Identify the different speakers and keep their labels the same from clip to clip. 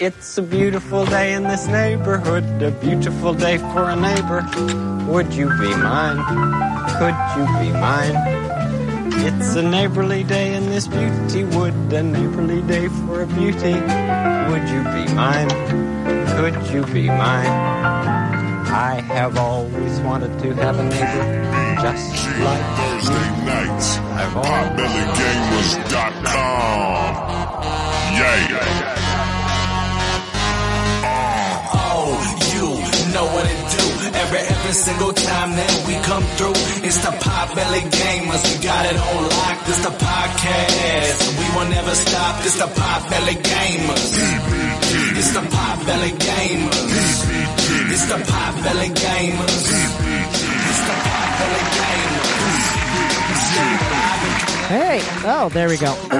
Speaker 1: It's a beautiful day in this neighborhood, a beautiful day for a neighbor. Would you be mine? Could you be mine? It's a neighborly day in this beauty wood, a neighborly day for a beauty. Would you be mine? Could you be mine? I have always wanted to have a neighbor just like
Speaker 2: Thursday nights at potbellygamers.com. Yay.
Speaker 3: Oh, you know what it do. Every every single time that we come through, it's the Pop Belly Gamers. We got it on lock. This the podcast. We will never stop. This the Pop Belly Gamers. It's the Pop Belly Gamers. It's the Pop Belly Gamers. It's the Pop Belly Gamers.
Speaker 4: Hey! Oh, there we go.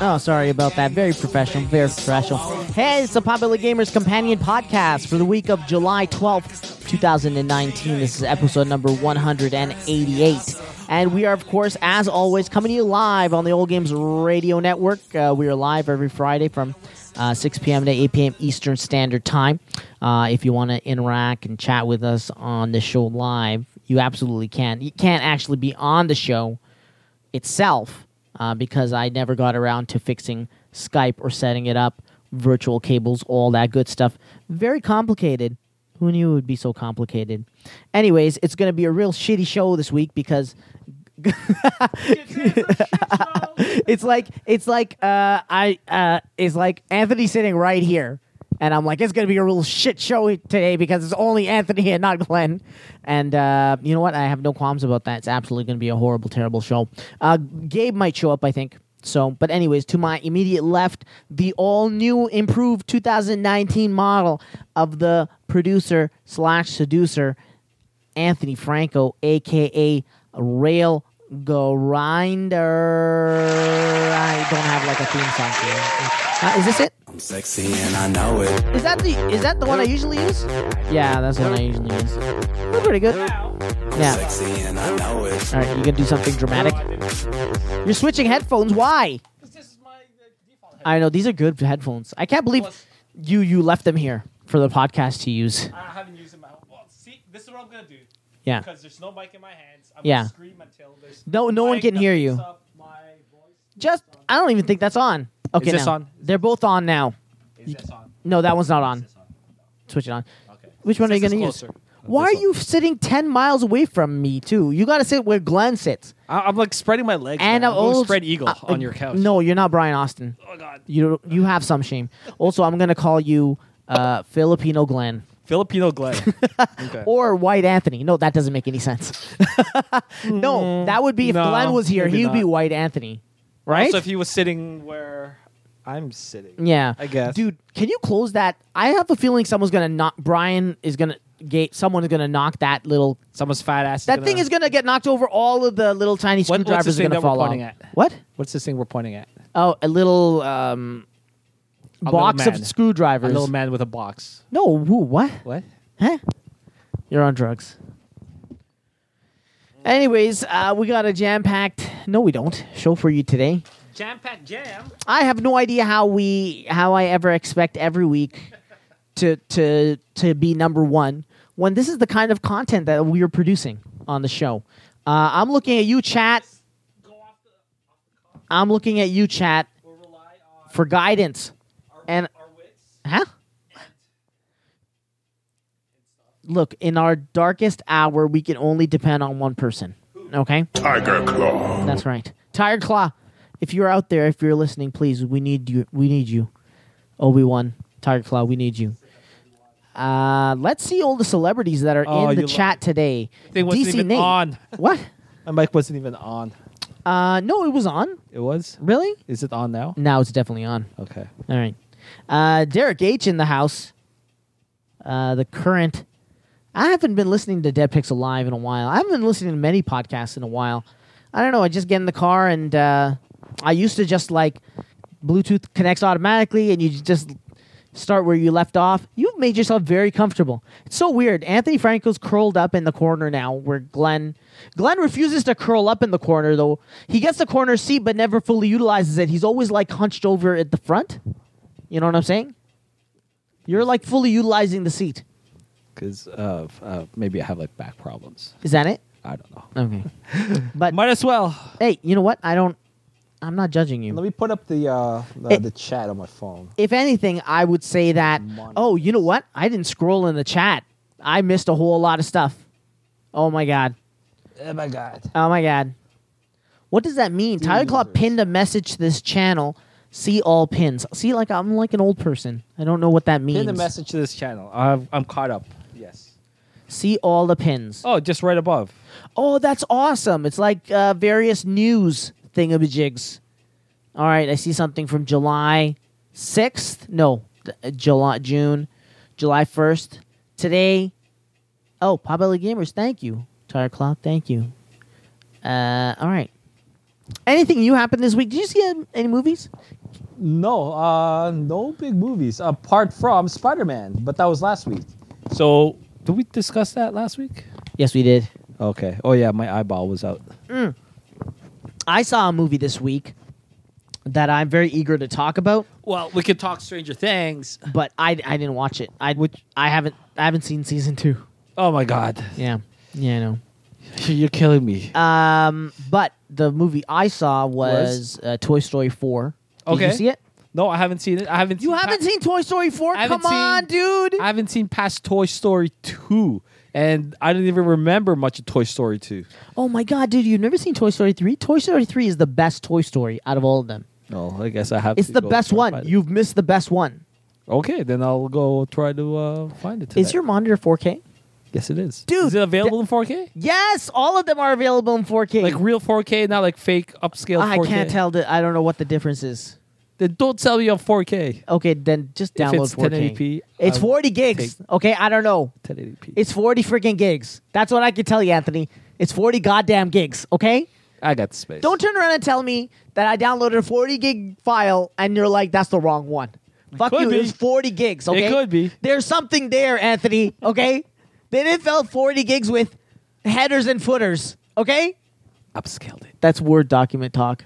Speaker 4: oh, sorry about that. Very professional. Very professional. Hey, it's the Popular Gamers Companion Podcast for the week of July 12th, 2019. This is episode number 188. And we are, of course, as always, coming to you live on the Old Games Radio Network. Uh, we are live every Friday from uh, 6 p.m. to 8 p.m. Eastern Standard Time. Uh, if you want to interact and chat with us on the show live, you absolutely can. You can't actually be on the show itself uh, because I never got around to fixing Skype or setting it up, virtual cables, all that good stuff. Very complicated. Who knew it would be so complicated? Anyways, it's going to be a real shitty show this week because it's like it's like uh, I uh, it's like Anthony sitting right here, and I'm like, it's gonna be a real shit show today because it's only Anthony and not Glenn. And uh, you know what? I have no qualms about that. It's absolutely gonna be a horrible, terrible show. Uh, Gabe might show up, I think. So, but anyways, to my immediate left, the all new, improved 2019 model of the producer slash seducer, Anthony Franco, aka Rail Grinder. I don't have like a theme song for you. Uh, is this it?
Speaker 3: Sexy and I know it.
Speaker 4: Is that the is that the one I usually use? Yeah, that's the one I usually use. That's pretty good. Yeah.
Speaker 3: Sexy and I know it.
Speaker 4: All right, you gonna do something dramatic? You're switching headphones. Why? I know these are good headphones. I can't believe you you left them here for the podcast to use.
Speaker 5: I haven't used them. at- Well, see, this is what I'm gonna do
Speaker 4: Yeah.
Speaker 5: because there's no mic in my hands. I'm
Speaker 4: Yeah.
Speaker 5: gonna scream until there's
Speaker 4: No- no one
Speaker 5: mic
Speaker 4: can
Speaker 5: that
Speaker 4: hear
Speaker 5: picks
Speaker 4: you.
Speaker 5: up my voice.
Speaker 4: Just I don't even think that's on. Okay,
Speaker 5: this
Speaker 4: now.
Speaker 5: on?
Speaker 4: They're both on now.
Speaker 5: Is this on?
Speaker 4: No, that one's not on.
Speaker 5: This on?
Speaker 4: Switch it on.
Speaker 5: Okay.
Speaker 4: Which one are you
Speaker 5: This
Speaker 4: gonna
Speaker 5: is
Speaker 4: use?
Speaker 5: closer.
Speaker 4: Why are you sitting ten miles away from me too? You gotta sit where Glenn sits.
Speaker 5: I, I'm like spreading my legs.
Speaker 4: And
Speaker 5: man.
Speaker 4: a
Speaker 5: I'm doing
Speaker 4: old
Speaker 5: spread eagle
Speaker 4: uh,
Speaker 5: on your couch.
Speaker 4: No, you're not Brian Austin.
Speaker 5: Oh God.
Speaker 4: You you have some shame. Also, I'm gonna call you uh, Filipino Glenn
Speaker 5: Filipino Glenn. okay.
Speaker 4: or White Anthony. No, that doesn't make any sense. no, that would be if
Speaker 5: No,
Speaker 4: Glenn was here,
Speaker 5: maybe
Speaker 4: he'd be
Speaker 5: not.
Speaker 4: White Anthony, right?
Speaker 5: Also, if he was sitting where I'm sitting.
Speaker 4: yeah,
Speaker 5: I guess.
Speaker 4: Dude, can you close that? I have a feeling someone's gonna knock. Brian is gonna gate. Someone is gonna knock that little.
Speaker 5: Someone's fat ass.
Speaker 4: That thing is gonna get knocked over. All of the little tiny
Speaker 5: What- what's
Speaker 4: screwdrivers are
Speaker 5: this thing
Speaker 4: gonna
Speaker 5: that we're
Speaker 4: fall
Speaker 5: pointing
Speaker 4: off.
Speaker 5: at?
Speaker 4: What?
Speaker 5: What's this thing we're pointing at?
Speaker 4: Oh, a little um,
Speaker 5: little
Speaker 4: box
Speaker 5: man.
Speaker 4: of
Speaker 5: A
Speaker 4: screwdrivers.
Speaker 5: little man with a box.
Speaker 4: No, who? What?
Speaker 5: What?
Speaker 4: Huh? You're on drugs. Anyways, uh, we got a jam packed. No, we don't. Show for you today.
Speaker 5: Jam pack jam.
Speaker 4: I have no idea how we, how I ever expect every week to to to be number one when this is the kind of content that we are producing on the show. Uh, I'm looking at you, chat. I'm looking at you, chat, for guidance. And huh? Look, in our darkest hour, we can only depend on one person. Okay.
Speaker 2: Tiger Claw.
Speaker 4: That's
Speaker 5: Uh-huh.
Speaker 4: right. Tired Claw, if you're out there, if you're listening, please, we need you. We need you. Obi Wan, Tired Claw, we need you. Uh, let's see all the celebrities that are
Speaker 5: Oh,
Speaker 4: in the
Speaker 5: you
Speaker 4: chat today.
Speaker 5: Thing wasn't
Speaker 4: DC
Speaker 5: even
Speaker 4: Nate.
Speaker 5: on.
Speaker 4: What?
Speaker 5: My mic wasn't even on.
Speaker 4: Uh, no, it was on.
Speaker 5: It was.
Speaker 4: Really?
Speaker 5: Is it on now?
Speaker 4: Now it's definitely on.
Speaker 5: Okay.
Speaker 4: All right. Uh, Derek H in the house. Uh, the current. I haven't been listening to Dead Pixel Live in a while. I haven't been listening to many podcasts in a while. I don't know. I just get in the car and uh, I used to just like Bluetooth connects automatically and you just start where you left off. You've made yourself very comfortable. It's so weird. Anthony Franco's curled up in the corner now where Glenn Glenn refuses to curl up in the corner though. He gets the corner seat but never fully utilizes it. He's always like hunched over at the front. You know what I'm saying? You're like fully utilizing the seat.
Speaker 5: because of uh, maybe I have like back problems.
Speaker 4: Is that it?
Speaker 5: I don't know.
Speaker 4: Okay. but
Speaker 5: Might as well.
Speaker 4: hey, you know what? I don't. I'm not judging you.
Speaker 6: Let me put up the uh, the,
Speaker 4: It-
Speaker 6: the chat on my phone.
Speaker 4: if anything, I would say that,
Speaker 6: Money.
Speaker 4: oh, you know what? I didn't scroll in the chat. I missed a whole lot of stuff. Oh my God.
Speaker 6: Oh my god!
Speaker 4: Oh my God. What does that mean? Tyler Claw pinned a message to this channel. See all pins. See, like I'm like an old person. I don't know what that means.
Speaker 5: Pin the message to this channel. I've, I'm caught up. Yes.
Speaker 4: See all the pins.
Speaker 5: Oh, just right above.
Speaker 4: Oh, that's awesome. It's like uh, various news thingamajigs. All right, I see something from July 6th. No, th- uh, July, June, July 1st. Today. Oh, Pop Belly Gamers, thank you. Tire Clock, thank you. Uh, all right. Anything you happened this week? Did you see um, any movies?
Speaker 6: No, uh, no big movies apart from Spider Man, but that was last week.
Speaker 5: So, did we discuss that last week?
Speaker 4: Yes, we did.
Speaker 5: Okay. Oh yeah, my eyeball was out.
Speaker 4: I saw a movie this week that I'm very eager to talk about,
Speaker 5: Well, we could talk Stranger Things.
Speaker 4: but I, I didn't watch it. I which I haven't I haven't seen season 2.
Speaker 5: Oh my God,
Speaker 4: Yeah. Yeah, I know.
Speaker 5: you're killing me.
Speaker 4: Um, but the movie I saw was, uh, Toy Story 4. Did you
Speaker 5: Okay.
Speaker 4: see it?
Speaker 5: no, I haven't seen it. I haven't.
Speaker 4: You
Speaker 5: seen
Speaker 4: haven't
Speaker 5: pa-
Speaker 4: seen Toy Story 4?
Speaker 5: I haven't
Speaker 4: Come on,
Speaker 5: seen-
Speaker 4: dude.
Speaker 5: I haven't seen past Toy Story two, and I don't even remember much of Toy Story two.
Speaker 4: oh my god, dude, you've never seen Toy Story 3? Toy Story 3 is the best Toy Story out of all of them.
Speaker 5: No, I guess I have.
Speaker 4: It's
Speaker 5: to
Speaker 4: the
Speaker 5: go
Speaker 4: best
Speaker 5: try and
Speaker 4: one.
Speaker 5: find it.
Speaker 4: You've missed the best one.
Speaker 5: okay? Then I'll go try to uh, find it. Today.
Speaker 4: Is your monitor 4K?
Speaker 5: yes? It is,
Speaker 4: Dude,
Speaker 5: Is it available in four K?
Speaker 4: Yes, all of them are available in 4K.
Speaker 5: Like real four K, not like fake upscale. 4K.
Speaker 4: I can't tell that I don't know what the difference is.
Speaker 5: Then don't sell me on four K.
Speaker 4: Okay, then just
Speaker 5: If
Speaker 4: download
Speaker 5: it's
Speaker 4: 4K.
Speaker 5: 1080p,
Speaker 4: it's
Speaker 5: I will
Speaker 4: 40 gigs.
Speaker 5: take-
Speaker 4: Okay, I don't know.
Speaker 5: 1080p.
Speaker 4: It's 40 freaking gigs. That's what I can tell you, Anthony. It's 40 goddamn gigs, okay?
Speaker 5: I got the space.
Speaker 4: Don't turn around and tell me that I downloaded a 40 gig file and you're like, that's the wrong one. Fuck
Speaker 5: could
Speaker 4: you,
Speaker 5: be.
Speaker 4: it was 40 gigs, okay?
Speaker 5: could be.
Speaker 4: There's something there, Anthony, okay? they didn't fill 40 gigs with headers and footers, okay?
Speaker 5: upscaled it.
Speaker 4: That's Word document talk.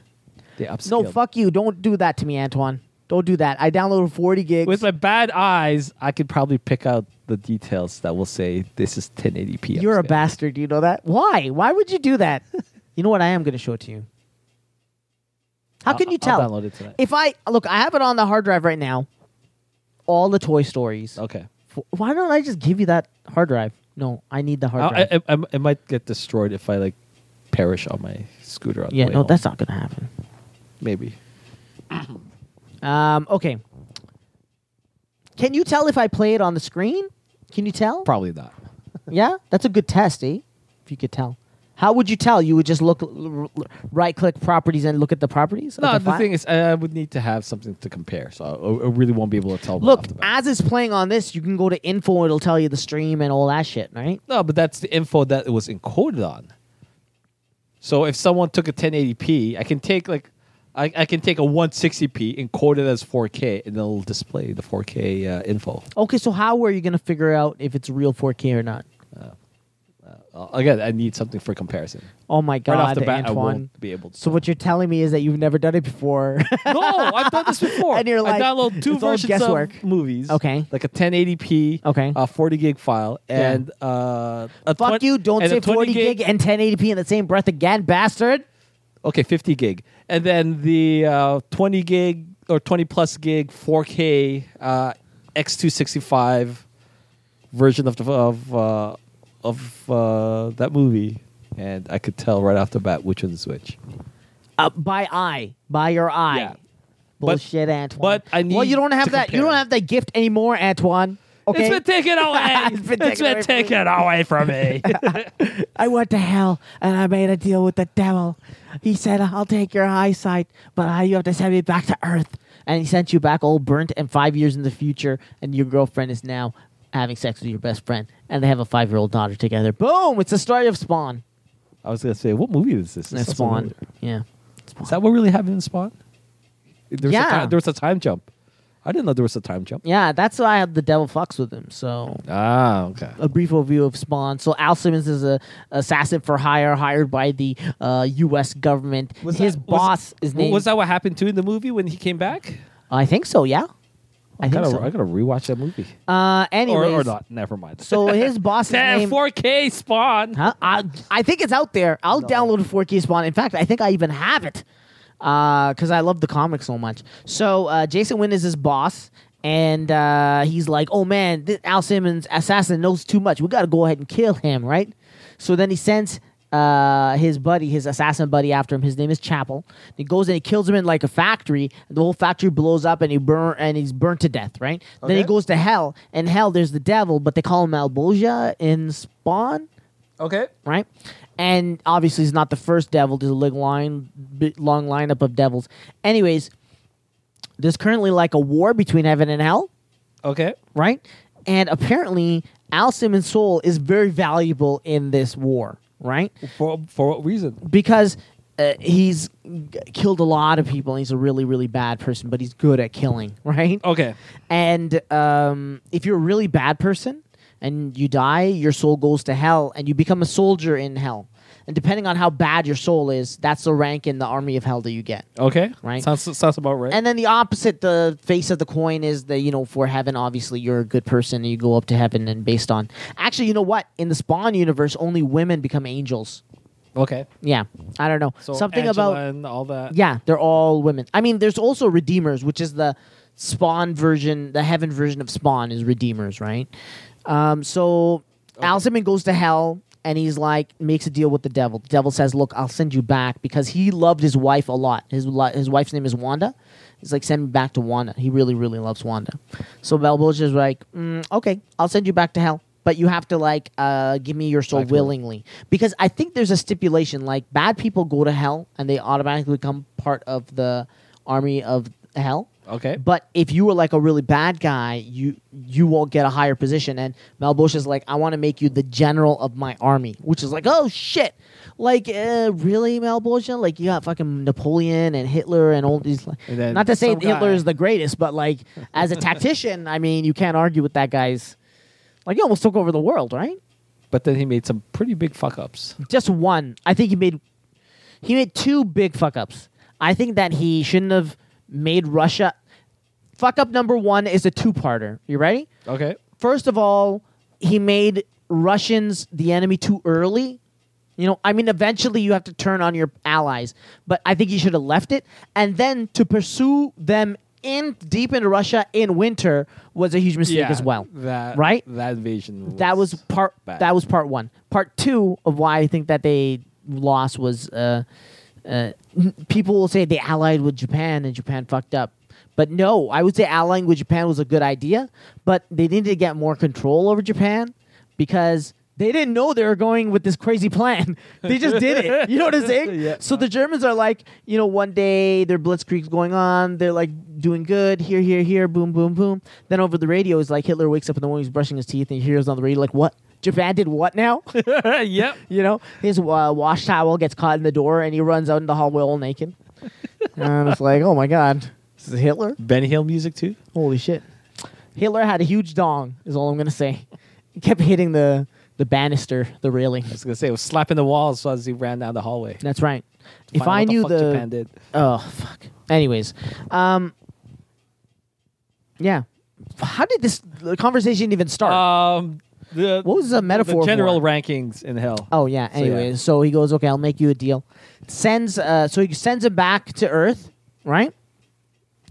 Speaker 5: They upscaled.
Speaker 4: No,
Speaker 5: it.
Speaker 4: fuck you. Don't do that to me, Antoine. Don't do that. I downloaded 40 gigs.
Speaker 5: With my bad eyes, I could probably pick out the details that will say this is 1080p.
Speaker 4: You're a
Speaker 5: upscale.
Speaker 4: bastard. You know that? Why? Why would you do that? you know what? I am going to show it to you. How can you
Speaker 5: I'll
Speaker 4: tell?
Speaker 5: download it tonight.
Speaker 4: If I look, I have it on the hard drive right now. All the Toy Stories.
Speaker 5: Okay.
Speaker 4: F- Why don't I just give you that hard drive? No, I need the hard
Speaker 5: I,
Speaker 4: drive.
Speaker 5: Oh, I, I, I might get destroyed if I like perish on my scooter. On the
Speaker 4: yeah,
Speaker 5: way
Speaker 4: no,
Speaker 5: home.
Speaker 4: that's not going to happen.
Speaker 5: maybe.
Speaker 4: Um, okay. Can you tell if I play it on the screen? Can you tell?
Speaker 5: Probably not.
Speaker 4: Yeah, that's a good test, eh? If you could tell. How would you tell? You would just look, l- l- right-click properties and look at the properties. of
Speaker 5: No, the
Speaker 4: file?
Speaker 5: thing is, I I would need to have something to compare, so I, I really won't be able to tell. right
Speaker 4: Look,
Speaker 5: off the bat.
Speaker 4: as it's playing on this, you can go to info. It'll tell you the stream and all that shit, right?
Speaker 5: no, but that's the info that it was encoded on. So if someone took a 1080p, I can take like, I, I can take a 160p, encode it as 4K, and it'll display the 4K uh, info.
Speaker 4: Okay, so how are you gonna figure out if it's real 4K or not?
Speaker 5: Uh, again, I need something for comparison.
Speaker 4: Oh my god,
Speaker 5: Right off the bat, I
Speaker 4: Antoine.
Speaker 5: won't be able to.
Speaker 4: So what you're telling me is that you've never done it before.
Speaker 5: no, I've done this before.
Speaker 4: And you're like,
Speaker 5: I download two
Speaker 4: it's all
Speaker 5: versions
Speaker 4: guesswork.
Speaker 5: of movies.
Speaker 4: Okay.
Speaker 5: like a 1080p,
Speaker 4: Okay.
Speaker 5: a 40 gig file,
Speaker 4: Yeah.
Speaker 5: and uh, a
Speaker 4: Fuck
Speaker 5: twen-
Speaker 4: you! Don't
Speaker 5: and a
Speaker 4: say
Speaker 5: 20
Speaker 4: 40 gig and 1080p in the same breath again, bastard.
Speaker 5: okay, 50 gig, and then the uh, 20 gig or 20 plus gig 4K uh, X265 version of the of uh, of uh, that movie, and I could tell right off the bat which one's which.
Speaker 4: Uh, by eye, by your eye.
Speaker 5: Yeah.
Speaker 4: Bullshit, Antoine.
Speaker 5: but I
Speaker 4: well,
Speaker 5: need
Speaker 4: you don't have
Speaker 5: to
Speaker 4: that. You
Speaker 5: compare.
Speaker 4: don't have that gift anymore, Antoine. Okay.
Speaker 5: It's been taken away.
Speaker 4: It's been taken away from me.
Speaker 5: away from me.
Speaker 4: I went to hell and I made a deal with the devil. He said, I'll take your eyesight, but I, you have to send me back to Earth. And he sent you back all burnt and five years in the future, and your girlfriend is now having sex with your best friend, and they have a five year old daughter together. Boom! It's the story of Spawn.
Speaker 5: I was gonna say, what movie is this? This
Speaker 4: That's
Speaker 5: sounds
Speaker 4: Spawn.
Speaker 5: familiar.
Speaker 4: Yeah.
Speaker 5: Is that what really happened in Spawn? There was
Speaker 4: Yeah.
Speaker 5: A time, there was a time jump. I didn't know there was a time jump.
Speaker 4: Yeah, that's why the devil fucks with him. So,
Speaker 5: Ah, okay.
Speaker 4: a brief overview of Spawn. So, Al Simmons is a assassin for hire, hired by the uh, U.S. government.
Speaker 6: Was
Speaker 4: His
Speaker 6: that-
Speaker 4: boss is named.
Speaker 5: Was that what happened to in the movie when he came back?
Speaker 4: I think so. Yeah. I think
Speaker 5: gotta,
Speaker 4: so.
Speaker 5: I gotta rewatch that movie.
Speaker 4: Uh,
Speaker 5: or,
Speaker 4: anyways,
Speaker 5: or not. Never mind.
Speaker 4: So his boss's
Speaker 5: Damn,
Speaker 4: name.
Speaker 5: 4K spawn.
Speaker 4: Huh? I, I think it's out there. I'll download a 4K spawn. In fact, I think I even have it because I love the comic so much. So uh, Jason Wynn is his boss, and uh, he's like, "Oh man, this Al Simmons assassin knows too much. We got to go ahead and kill him, right?" So then he sends uh, his buddy, his assassin buddy, after him. His name is Chapel. He goes and he kills him in like a factory. The whole factory blows up, and he burn and he's burnt to death, right? Then he
Speaker 6: Okay.
Speaker 4: goes to hell, and hell there's the devil, but they call him Malbolgia in Spawn
Speaker 6: Okay.
Speaker 4: right? And obviously, he's not the first devil. There's a long line, bi- long lineup of devils. Anyways, there's currently like a war between heaven and hell,
Speaker 5: Okay.
Speaker 4: right? And apparently, Al Simmons' soul is very valuable in this war, right?
Speaker 5: For for what reason?
Speaker 4: Because uh, he's g- killed a lot of people. And he's a really, really bad person, but he's good at killing, right?
Speaker 5: Okay.
Speaker 4: And um, if you're a really bad person and you die, your soul goes to hell and you become a soldier in hell. And depending on how bad your soul is, that's the rank in the army of hell that you get.
Speaker 5: Okay.
Speaker 4: Right.
Speaker 5: Sounds sounds about right.
Speaker 4: And then the opposite, the face of the coin is the, you know, for heaven, obviously you're a good person and you go up to heaven and based on. Actually, you know what? In the Spawn universe, only women become angels.
Speaker 5: okay.
Speaker 4: Yeah. I don't know.
Speaker 5: So
Speaker 4: Something
Speaker 5: Angela
Speaker 4: about.
Speaker 5: and all that.
Speaker 4: Yeah, they're all women. I mean, there's also Redeemers, which is the Spawn version, the Heaven version of Spawn is Redeemers, right? Um, so Al Simmons goes to hell and he's like makes a deal with the devil. The devil says, "Look, I'll send you back because he loved his wife a lot. His li- his wife's name is Wanda. He's like, send me back to Wanda. He really, really loves Wanda. So Balboa's like, mm, okay, I'll send you back to hell." But you have to like uh, give me your soul
Speaker 5: Back to hell.
Speaker 4: willingly willingly. because I think there's a stipulation like bad people go to hell and they automatically become part of the army of hell.
Speaker 5: Okay.
Speaker 4: But if you were like a really bad guy, you you won't get a higher position. And Malbosh is like, I want to make you the general of my army, which is like, oh shit, like uh, really Malbosh? Like you got fucking Napoleon and Hitler and all these. Like,
Speaker 5: And then
Speaker 4: not to say
Speaker 5: some
Speaker 4: Hitler
Speaker 5: guy-
Speaker 4: is the greatest, but like as a tactician, I mean, you can't argue with that guy's. Like he almost took over the world, right?
Speaker 5: But then he made some pretty big fuck ups.
Speaker 4: just one. I think he made he made two big fuck ups. I think that he shouldn't have made Russia. Fuck up number one is a two parter. You ready?
Speaker 5: Okay.
Speaker 4: First of all, he made Russians the enemy too early. You know, I mean, eventually you have to turn on your allies, but I think he should have left it. And then to pursue them in deep into Russia in winter was a huge mistake as well.
Speaker 5: That
Speaker 4: right?
Speaker 5: That invasion. Was
Speaker 4: that was part
Speaker 5: bad.
Speaker 4: that was part one. Part two of why I think that they lost was uh, uh, n- people will say they allied with Japan and Japan fucked up, but no, I would say allying with Japan was a good idea, but they needed to get more control over Japan because. They didn't know they were going with this crazy plan. They just did it. You know what I'm saying?
Speaker 5: Yeah.
Speaker 4: So the Germans are like, you know, one day their blitzkrieg's going on. They're like doing good. Here, here, here. Boom, boom, boom. Then over the radio is like Hitler wakes up in the morning, he's brushing his teeth, and he hears on the radio like, "What? Japan did what now?"
Speaker 5: yep.
Speaker 4: you know, his uh, wash towel gets caught in the door, and he runs out in the hallway all naked. and I was like, "Oh my god, this is Hitler!
Speaker 5: Benny Hill music too.
Speaker 4: Holy shit!" Hitler had a huge dong. Is all I'm gonna say. He kept hitting the the banister, the railing.
Speaker 5: I was gonna say it was slapping the walls as he ran down the hallway.
Speaker 4: That's right. if
Speaker 5: Find out
Speaker 4: I
Speaker 5: what the
Speaker 4: knew
Speaker 5: fuck
Speaker 4: the
Speaker 5: Japan did.
Speaker 4: Oh fuck. Anyways, um, yeah. How did this the conversation even start?
Speaker 5: Um, the
Speaker 4: what was the metaphor?
Speaker 5: the
Speaker 4: for?
Speaker 5: general rankings in hell.
Speaker 4: Oh yeah.
Speaker 5: So, yeah.
Speaker 4: Anyway, so, he goes, okay, I'll make you a deal. Sends, uh, so he sends him back to Earth, right?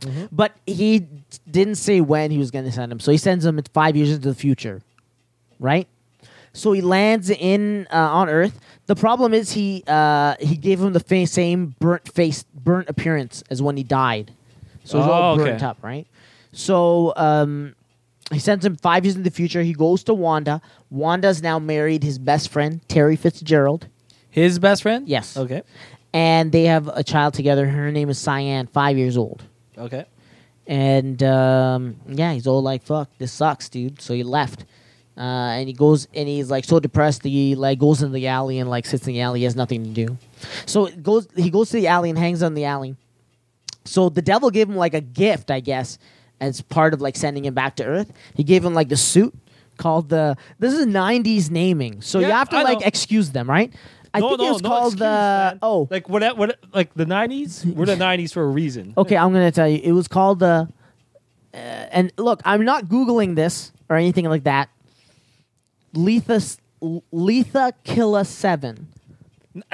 Speaker 5: Mm-hmm.
Speaker 4: But he didn't say when he was going to send him. So he sends him five years into the future, right? So he lands in uh, on Earth. The problem is he uh, he gave him the fa- same burnt face, burnt appearance as when he died. So he's all
Speaker 5: Oh, okay.
Speaker 4: burnt up, right? So um, he sends him five years in the future. He goes to Wanda. Wanda's now married his best friend, Terry Fitzgerald.
Speaker 5: His best friend.
Speaker 4: Yes.
Speaker 5: Okay.
Speaker 4: And they have a child together. Her name is Cyan, five years old.
Speaker 5: Okay.
Speaker 4: And um, yeah, he's all like, fuck, this sucks, dude. So he left. Uh, and he goes and he's like so depressed that he like goes in the alley and like sits in the alley. He has nothing to do. So it goes he goes to the alley and hangs on the alley. So the devil gave him like a gift, I guess, as part of like sending him back to Earth. He gave him like the suit called the. This is '90s naming, so you
Speaker 5: Yeah,
Speaker 4: have to
Speaker 5: I
Speaker 4: like
Speaker 5: know.
Speaker 4: excuse them, right? I
Speaker 5: no,
Speaker 4: think
Speaker 5: no,
Speaker 4: it was
Speaker 5: no
Speaker 4: called
Speaker 5: excuse,
Speaker 4: the.
Speaker 5: man.
Speaker 4: Oh,
Speaker 5: like what? What? Like the nineties? We're the nineties for a reason.
Speaker 4: okay. I'm gonna tell you. It was called the uh, and look, I'm not googling this or anything like that. Letha Letha Killa Seven,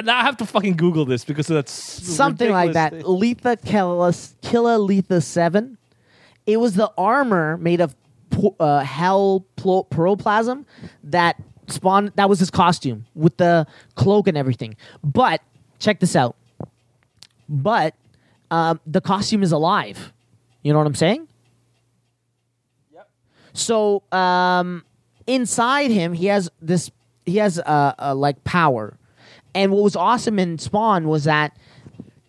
Speaker 5: Now I have to fucking Google this because that's
Speaker 4: something like that.
Speaker 5: ridiculous
Speaker 4: Letha Killa Killa Letha Seven. It was the armor made of po- uh, hell plo- proplasm that spawned. That was his costume with the cloak and everything. But check this out. But um, the costume is alive. You know what I'm saying? So um, inside him, he has this. He has uh, uh, like power, and what was awesome in Spawn was that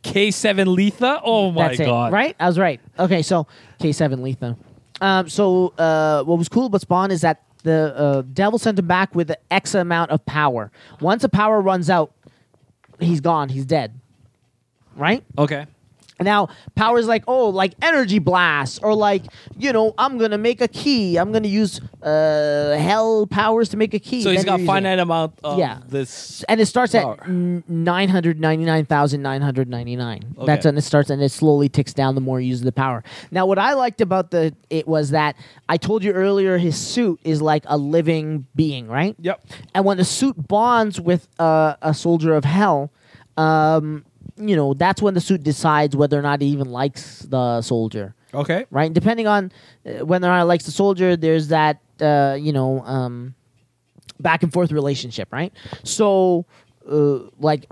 Speaker 5: thing. K7 Letha. Oh my
Speaker 4: that's it,
Speaker 5: god!
Speaker 4: right? I was right. Okay, so K seven Letha. Um, so uh, what was cool about Spawn is that the uh, devil sent him back with X amount of power. Once a power runs out, he's gone. He's dead. Right.
Speaker 5: Okay.
Speaker 4: Now, powers like oh, like energy blasts, or like you know, I'm gonna make a key. I'm gonna use uh hell powers to make a key.
Speaker 5: So he's
Speaker 4: Then
Speaker 5: got
Speaker 4: you use
Speaker 5: finite
Speaker 4: it.
Speaker 5: amount of
Speaker 4: Yeah.
Speaker 5: this.
Speaker 4: and it starts at
Speaker 5: power.
Speaker 4: at nine hundred ninety nine thousand nine hundred ninety nine.
Speaker 5: Okay.
Speaker 4: That's when it starts, and it slowly ticks down the more you use the power. Now, what I liked about the it was that I told you earlier, his suit is like a living being, right?
Speaker 5: Yep.
Speaker 4: And when the suit bonds with uh, a soldier of hell, um, you know, that's when the suit decides whether or not he even likes the soldier,
Speaker 5: Okay.
Speaker 4: right? Depending on uh, whether or not he likes the soldier, there's that, uh, you know, um, back and forth relationship, right? So, uh, like,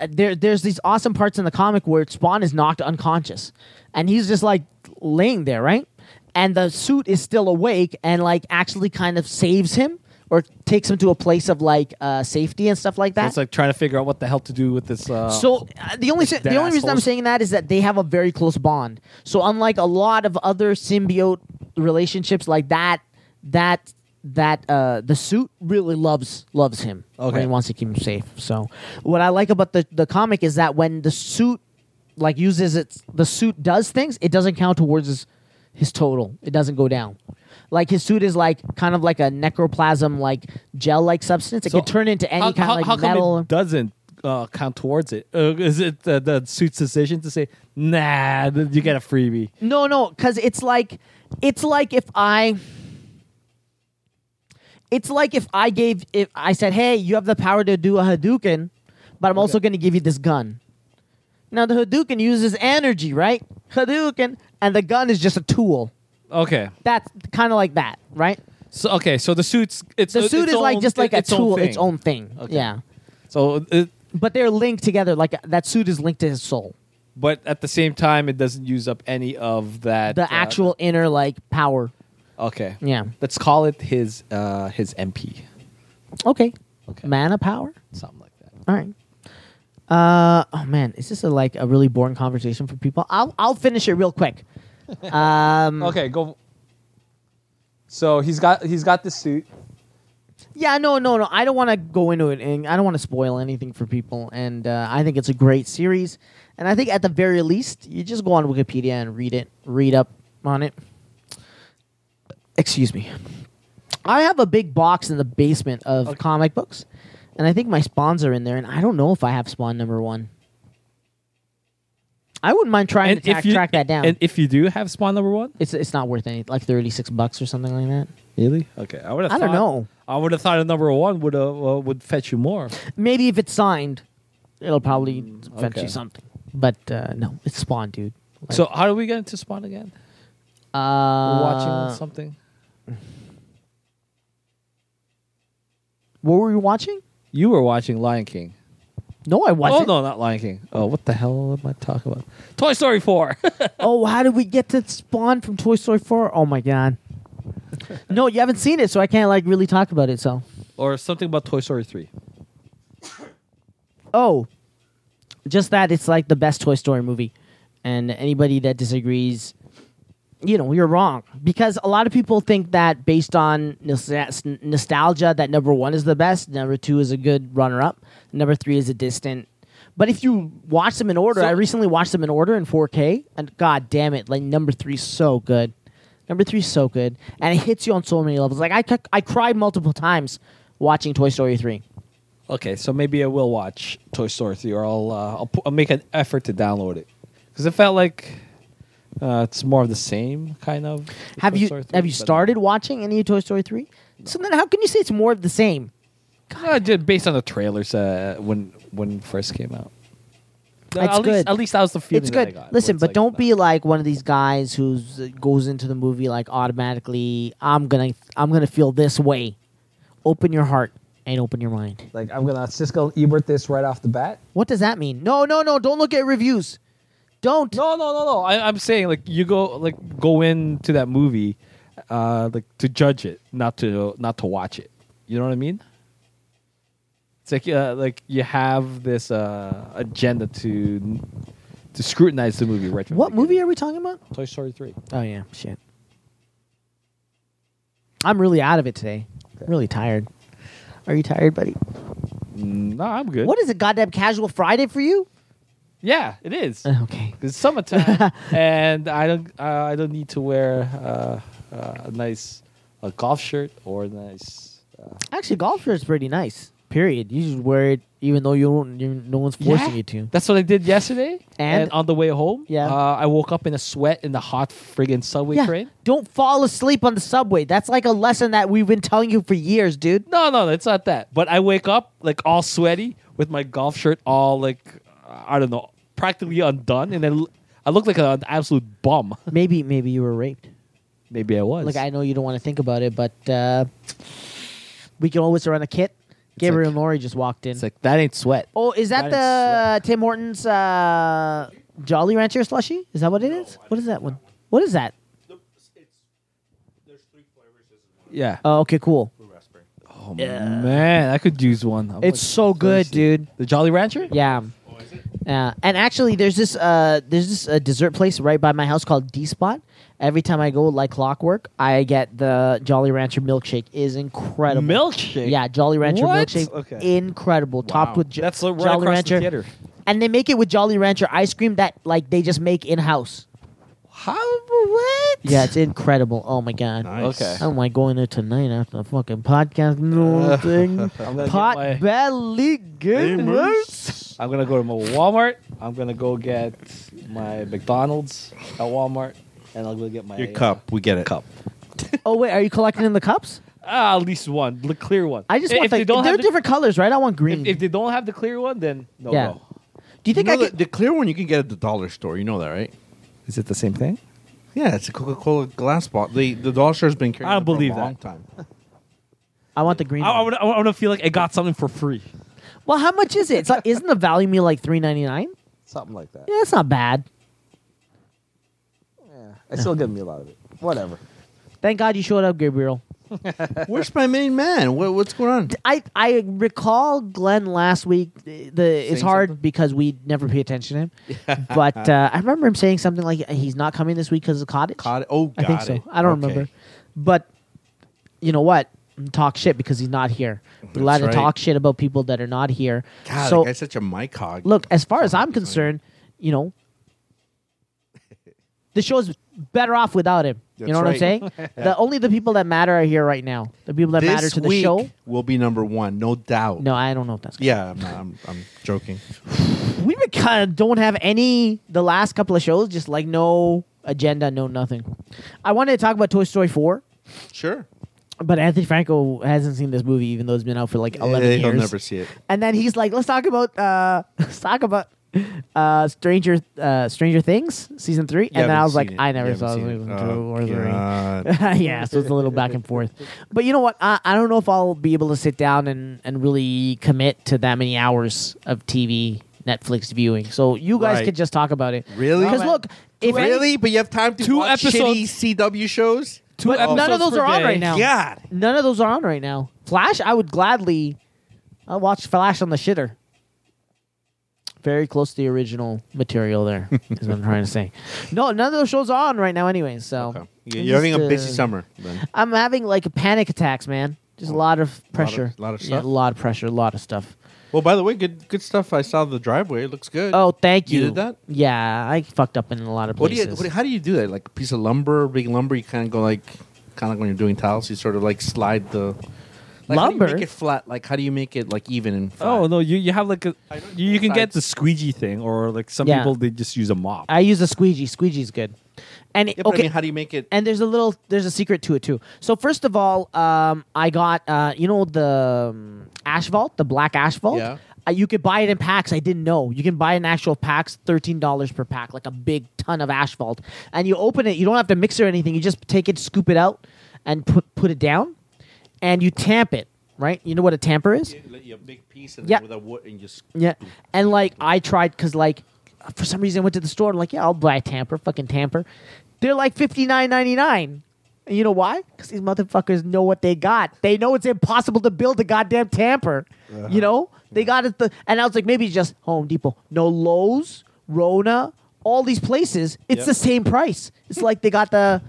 Speaker 4: uh, there, there's these awesome parts in the comic where Spawn is knocked unconscious, and he's just like laying there, right? And the suit is still awake, and like actually kind of saves him or takes him to a place of like uh, safety and stuff like that.
Speaker 5: It's like trying to figure out what the hell to do with this. Uh,
Speaker 4: So uh, the only the
Speaker 5: dead
Speaker 4: only reason I'm
Speaker 5: assholes.
Speaker 4: saying that is that they have a very close bond. So unlike a lot of other symbiote relationships like that, that that uh, the suit really loves loves him.
Speaker 5: Okay.
Speaker 4: and he wants to keep him safe. So what I like about the the comic is that when the suit like uses its the suit does things, it doesn't count towards his his total. It doesn't go down. Like his suit is like kind of like a necroplasm like gel like substance. It
Speaker 5: So
Speaker 4: can turn into any
Speaker 5: how,
Speaker 4: kind
Speaker 5: how,
Speaker 4: of like
Speaker 5: how come
Speaker 4: metal.
Speaker 5: it doesn't uh, count towards it? Uh, is it the, the suit's decision to say, nah, th- you get a freebie?
Speaker 4: No, no, because it's like it's like if I it's like if I gave if I said, hey, you have the power to do a Hadouken, but I'm also going to give you this gun. Now the Hadouken uses energy, right? Hadouken, and the gun is just a tool.
Speaker 5: Okay.
Speaker 4: That's kind of like that, right?
Speaker 5: So okay. So the suit's it's uh,
Speaker 4: The suit
Speaker 5: its
Speaker 4: is like
Speaker 5: own-
Speaker 4: just like a
Speaker 5: its own
Speaker 4: tool,
Speaker 5: thing.
Speaker 4: its own thing.
Speaker 5: Okay.
Speaker 4: Yeah,
Speaker 5: So it,
Speaker 4: but they're linked together. Like uh, that suit is linked to his soul,
Speaker 5: but at the same time, it doesn't use up any of that.
Speaker 4: the
Speaker 5: uh,
Speaker 4: actual inner like power.
Speaker 5: Okay.
Speaker 4: Yeah.
Speaker 5: Let's call it his uh, his MP,
Speaker 4: Okay,
Speaker 5: Okay.
Speaker 4: mana power.
Speaker 5: something like that.
Speaker 4: All right. Uh oh man, is this a, like a really boring conversation for people? I'll I'll finish it real quick. Mm.
Speaker 6: Okay, go. So he's got he's got the suit.
Speaker 4: Yeah, no, no, no. I don't want to go into it, and I don't want to spoil anything for people. And uh, I think it's a great series, and I think at the very least, you just go on Wikipedia and read it, read up on it. Excuse me. I have a big box in the basement of comic books, and I think my spawns are in there. And I don't know if I have spawn number one. I wouldn't mind trying to track, track that down.
Speaker 5: And if you do have spawn number one,
Speaker 4: It's it's not worth any like thirty six bucks or something like that.
Speaker 5: really? Okay. I would have.
Speaker 4: I don't know.
Speaker 5: I would have thought a number one would uh, uh, would fetch you more.
Speaker 4: Maybe if it's signed, it'll probably fetch
Speaker 5: Mm, okay.
Speaker 4: you something. But uh, no, it's Spawn, dude. Like,
Speaker 5: so how do we get into spawn again?
Speaker 4: uh,
Speaker 5: We're watching something.
Speaker 4: What were you watching?
Speaker 5: You were watching Lion King.
Speaker 4: No, I
Speaker 5: oh
Speaker 4: wasn't.
Speaker 5: no, not Lion King. Oh, what the hell am I talking about? Toy Story Four.
Speaker 4: Oh, how did we get to Spawn from Toy Story Four? Oh my god. no, you haven't seen it, so I can't like really talk about it. So,
Speaker 5: or something about Toy Story 3.
Speaker 4: oh, just that it's like the best Toy Story movie, and anybody that disagrees you know you're wrong because a lot of people think that based on nos- nostalgia that number one is the best number two is a good runner-up number three is a distant but if you watch them in order
Speaker 5: So-
Speaker 4: i recently watched them in order in 4k and god damn it like number three's so good number three's so good and it hits you on so many levels like i, c- I cried multiple times watching toy story 3
Speaker 5: Okay, so maybe I will watch Toy Story 3 or I'll uh, I'll, pu- I'll make an effort to download it cuz it felt like Uh, it's more of the same kind of. with
Speaker 4: Have
Speaker 5: Toy
Speaker 4: you
Speaker 5: Story 3,
Speaker 4: have you
Speaker 5: but-
Speaker 4: started watching any of Toy Story three? So then, how can you say it's more of the same?
Speaker 5: No, I did based on the trailers uh, when when it first came out. No,
Speaker 4: It's
Speaker 5: at
Speaker 4: good.
Speaker 5: Least, at least that was the feeling.
Speaker 4: It's
Speaker 5: that I
Speaker 4: good.
Speaker 5: got, where
Speaker 4: Listen,
Speaker 5: it's
Speaker 4: but
Speaker 5: like,
Speaker 4: don't
Speaker 5: nah.
Speaker 4: be like one of these guys who goes into the movie like automatically. I'm gonna I'm gonna feel this way. Open your heart and open your mind.
Speaker 6: Like I'm gonna Siskel and Ebert this right off the bat.
Speaker 4: What does that mean? No, no, no. Don't look at reviews. Don't.
Speaker 5: No, no, no, no. I, I'm saying like you go like go into that movie, uh, like to judge it, not to not to watch it. You know what I mean? It's like uh, like you have this uh, agenda to to scrutinize the movie. Right? from
Speaker 4: What
Speaker 5: the beginning.
Speaker 4: movie are we talking about?
Speaker 5: Toy Story three.
Speaker 4: Oh yeah, shit. I'm really out of it today. Really tired. Are you tired, buddy?
Speaker 5: No, I'm good.
Speaker 4: What is it? Goddamn casual Friday for you?
Speaker 5: Yeah, it is.
Speaker 4: Uh, Okay.
Speaker 5: It's summertime, and I don't uh, I don't need to wear uh, uh, a nice a golf shirt or a nice. Uh,
Speaker 4: Actually, golf shirt's pretty nice. Period. You should wear it even though you don't. You, no one's forcing you to.
Speaker 5: That's what I did yesterday.
Speaker 4: And?
Speaker 5: on the way home,
Speaker 4: Yeah.
Speaker 5: uh, I woke up in a sweat in the hot friggin' subway train.
Speaker 4: Don't fall asleep on the subway. That's like a lesson that we've been telling you for years, dude.
Speaker 5: No, no, it's not that. But I wake up like all sweaty with my golf shirt all like I don't know, practically undone, and then I look like an absolute bum.
Speaker 4: Maybe, maybe you were raped.
Speaker 5: Maybe I was.
Speaker 4: Like I know you don't want to think about it, but uh, we can always run a kit. Gabriel
Speaker 5: like-
Speaker 4: Nori just walked in.
Speaker 5: it's like that ain't sweat.
Speaker 4: oh, is that
Speaker 5: that is
Speaker 4: the Tim Hortons uh, Jolly Rancher slushy? Is that what it is? What is that one? What is that?
Speaker 5: Yeah.
Speaker 4: Oh, okay, cool.
Speaker 5: Oh, Man, I could use one. I'm
Speaker 4: It's
Speaker 5: like,
Speaker 4: so good,
Speaker 5: thirsty.
Speaker 4: dude.
Speaker 5: The Jolly Rancher?
Speaker 4: Yeah. Yeah, and actually, there's this uh, there's this uh, dessert place right by my house called D Spot. Every time I go, like clockwork, I get the Jolly Rancher milkshake. is incredible.
Speaker 5: Milkshake.
Speaker 4: Yeah, Jolly Rancher
Speaker 5: What?
Speaker 4: milkshake,
Speaker 5: Okay.
Speaker 4: incredible. Topped with jo-
Speaker 5: That's like right
Speaker 4: Jolly
Speaker 5: across
Speaker 4: Rancher,
Speaker 5: the theater.
Speaker 4: and they make it with Jolly Rancher ice cream that like they just make in house.
Speaker 5: How? What?
Speaker 4: Yeah, it's incredible. Oh my god.
Speaker 5: Okay.
Speaker 4: I'm like going there tonight after the fucking podcast. No thing.
Speaker 5: get
Speaker 4: Pot
Speaker 5: my-
Speaker 4: belly goodness.
Speaker 5: I'm gonna go to my Walmart. I'm gonna go get my McDonald's at Walmart, and I'll go get my
Speaker 7: Your cup, we get it. Cup.
Speaker 4: Oh wait, are you collecting in the cups?
Speaker 5: Ah, at least one, the clear one.
Speaker 4: I just
Speaker 5: If
Speaker 4: want
Speaker 5: they
Speaker 4: the,
Speaker 5: don't
Speaker 4: they're
Speaker 5: have the-
Speaker 4: different colors, right? I want green.
Speaker 5: If, if they don't have the clear one, then no
Speaker 4: Yeah.
Speaker 5: go.
Speaker 4: Do you think I could?
Speaker 7: the clear one you can get at the dollar store. You know that, right?
Speaker 5: Is it the same thing?
Speaker 7: Yeah, it's a Coca Cola glass bottle. The the dollar store has been carrying.
Speaker 5: I don't
Speaker 7: it for
Speaker 5: believe
Speaker 7: a
Speaker 5: that.
Speaker 7: long time.
Speaker 4: I want the green.
Speaker 5: I, I,
Speaker 4: one.
Speaker 5: wanna, I wanna feel like I got something for free.
Speaker 4: well, how much is it? It's like, isn't the value meal like three ninety nine?
Speaker 6: Something like that.
Speaker 4: Yeah, that's not bad.
Speaker 6: Yeah. I still get a meal out of it. Whatever.
Speaker 4: Thank God you showed up, Gabriel.
Speaker 7: Where's my main man? What, what's going on?
Speaker 4: I, I recall Glenn last week. uh, The it's
Speaker 7: Saying
Speaker 4: hard
Speaker 7: something?
Speaker 4: because we never pay attention to him, but uh, I remember him saying something like he's not coming this week because of cottage.
Speaker 7: Caught it. Oh,
Speaker 4: I
Speaker 7: got
Speaker 4: think
Speaker 7: it.
Speaker 4: so. I don't
Speaker 7: Okay.
Speaker 4: remember, but you know what? Talk shit because he's not here. We're allowed
Speaker 7: That's
Speaker 4: to talk
Speaker 7: right.
Speaker 4: shit about people that are not here.
Speaker 7: God,
Speaker 4: so
Speaker 7: that guy's such a mic hog.
Speaker 4: look, as far as I'm concerned, you know, the show's better off without him. you
Speaker 7: That's
Speaker 4: know what I'm
Speaker 7: right.
Speaker 4: saying? The only the people that matter are here right now. The people that
Speaker 7: this
Speaker 4: matter to the
Speaker 7: week
Speaker 4: show.
Speaker 7: will be number one, no doubt.
Speaker 4: No, I don't know if that's.
Speaker 7: Yeah, I'm, I'm, I'm joking.
Speaker 4: We kind of don't have any. The last couple of shows, just like no agenda, no nothing. I wanted to talk about Toy Story Four,
Speaker 7: Sure.
Speaker 4: but Anthony Franco hasn't seen this movie, even though it's been out for like 11
Speaker 7: Eh,
Speaker 4: years.
Speaker 7: He'll never see it.
Speaker 4: And then he's like, "Let's talk about uh, let's talk about uh, Stranger uh, Stranger Things season three.
Speaker 7: You
Speaker 4: And then I
Speaker 7: haven't
Speaker 4: was like,
Speaker 7: seen it.
Speaker 4: "I
Speaker 7: You
Speaker 4: never
Speaker 7: haven't
Speaker 4: saw
Speaker 7: seen
Speaker 4: season two
Speaker 7: it.
Speaker 4: or
Speaker 7: Oh,
Speaker 4: three.
Speaker 7: God.
Speaker 4: yeah, so it's a little back and forth. But you know what? I, I don't know if I'll be able to sit down and, and really commit to that many hours of TV Netflix viewing. So you guys
Speaker 7: Right.
Speaker 4: could just talk about it.
Speaker 7: Really?
Speaker 4: Because
Speaker 7: Right.
Speaker 4: look, if any-
Speaker 7: really? but you have time to
Speaker 5: Two
Speaker 7: watch shitty
Speaker 5: episodes-
Speaker 7: CW shows?
Speaker 5: Two
Speaker 4: But none of
Speaker 5: episodes
Speaker 4: those
Speaker 5: per
Speaker 4: are on
Speaker 5: day.
Speaker 4: right now.
Speaker 7: Oh, God.
Speaker 4: none of those are on right now. Flash, I would gladly. I watch Flash on the shitter. Very close to the original material. There is what I'm trying to say. No, none of those shows are on right now. Anyway, so
Speaker 7: Okay.
Speaker 4: I'm
Speaker 7: You're having
Speaker 4: just,
Speaker 7: a busy
Speaker 4: uh,
Speaker 7: summer. Then.
Speaker 4: I'm having like panic attacks, man. Just a lot of pressure.
Speaker 7: lot of
Speaker 4: Yeah,
Speaker 7: stuff?
Speaker 4: a lot of pressure. A lot of stuff.
Speaker 7: Well, by the way, good good stuff. I saw the driveway. It looks good.
Speaker 4: Oh, thank you.
Speaker 7: You did that?
Speaker 4: Yeah, I fucked up in a lot of
Speaker 7: what do
Speaker 4: places.
Speaker 7: you? What, how do you do that? Like a piece of lumber, big lumber. You kind of go like, kind of like when you're doing tiles. You sort of like slide the like, How do you
Speaker 4: Lumber?
Speaker 7: make it flat. Like how do you make it like even and flat?
Speaker 5: Oh no, you you have like a you, you can get
Speaker 7: Sides.
Speaker 5: the squeegee thing, or like some
Speaker 4: Yeah.
Speaker 5: people they just use a mop.
Speaker 4: I use a squeegee. Squeegee's good. And
Speaker 7: Yeah, but I
Speaker 4: okay,
Speaker 7: mean, how do you make it?
Speaker 4: and there's a little there's a secret to it too. So first of all, um, I got uh, you know the um, asphalt, the black asphalt.
Speaker 7: Yeah.
Speaker 4: Uh, you could buy it in packs. I didn't know. You can buy an actual packs, thirteen dollars per pack, like a big ton of asphalt. And you open it. You don't have to mix or anything. You just take it, scoop it out, and put put it down, and you tamp it. Right? You know what a tamper is?
Speaker 7: Like, a big piece and
Speaker 4: Yeah.
Speaker 7: then with a wood and just
Speaker 4: Yeah. And like I tried because like for some reason I went to the store and like yeah I'll buy a tamper fucking tamper. They're like fifty nine ninety nine. And you know why? Because these motherfuckers know what they got. They know it's impossible to build a goddamn tamper.
Speaker 7: Uh-huh.
Speaker 4: You know they got it. The and I was like maybe it's just Home Depot. No Lowe's, Rona, all these places. It's
Speaker 7: Yep.
Speaker 4: the same price. It's like they got the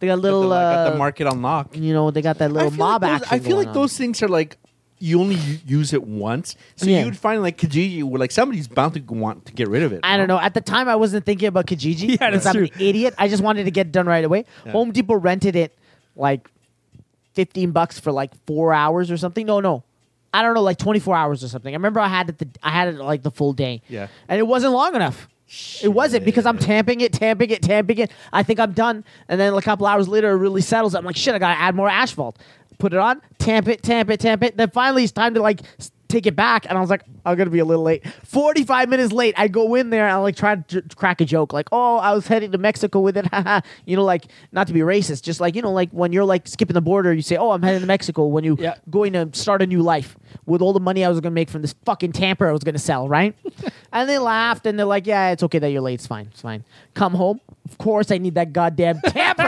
Speaker 4: they got
Speaker 7: I
Speaker 4: little
Speaker 7: got the
Speaker 4: uh,
Speaker 7: market on lock.
Speaker 4: you know they got that little
Speaker 7: I feel
Speaker 4: mob
Speaker 7: like those,
Speaker 4: action.
Speaker 7: I feel
Speaker 4: going
Speaker 7: like
Speaker 4: on.
Speaker 7: those things are like you only u- use it once, so
Speaker 4: Yeah.
Speaker 7: you'd find like Kijiji, where like somebody's bound to want to get rid of it.
Speaker 4: I don't know. At the time, I wasn't thinking about Kijiji.
Speaker 5: Yeah,
Speaker 4: because
Speaker 5: that's
Speaker 4: I'm an
Speaker 5: true.
Speaker 4: idiot. I just wanted to get it done right away.
Speaker 7: Yeah.
Speaker 4: Home Depot rented it like 15 bucks for like four hours or something. No, no. I don't know, like 24 hours or something. I remember I had it the, I had it like the full day.
Speaker 7: Yeah.
Speaker 4: And it wasn't long enough. It wasn't because I'm tamping it, tamping it, tamping it. I think I'm done. And then a couple hours later, it really settles. I'm like, shit, I got to add more asphalt. Put it on, tamp it, tamp it, tamp it. Then finally, it's time to like s- take it back. And I was like, I'm going to be a little late. 45 minutes late, I go in there and I like try to j- crack a joke. Like, oh, I was heading to Mexico with it. haha." you know, like, not to be racist, just like, you know, like when you're like skipping the border, you say, oh, I'm heading to Mexico when you
Speaker 5: Yeah.
Speaker 4: going to start a new life with all the money I was going to make from this fucking tamper I was going to sell, right? and they laughed and they're like, yeah, it's okay that you're late. It's fine. It's fine. Come home. Of course, I need that goddamn tamper.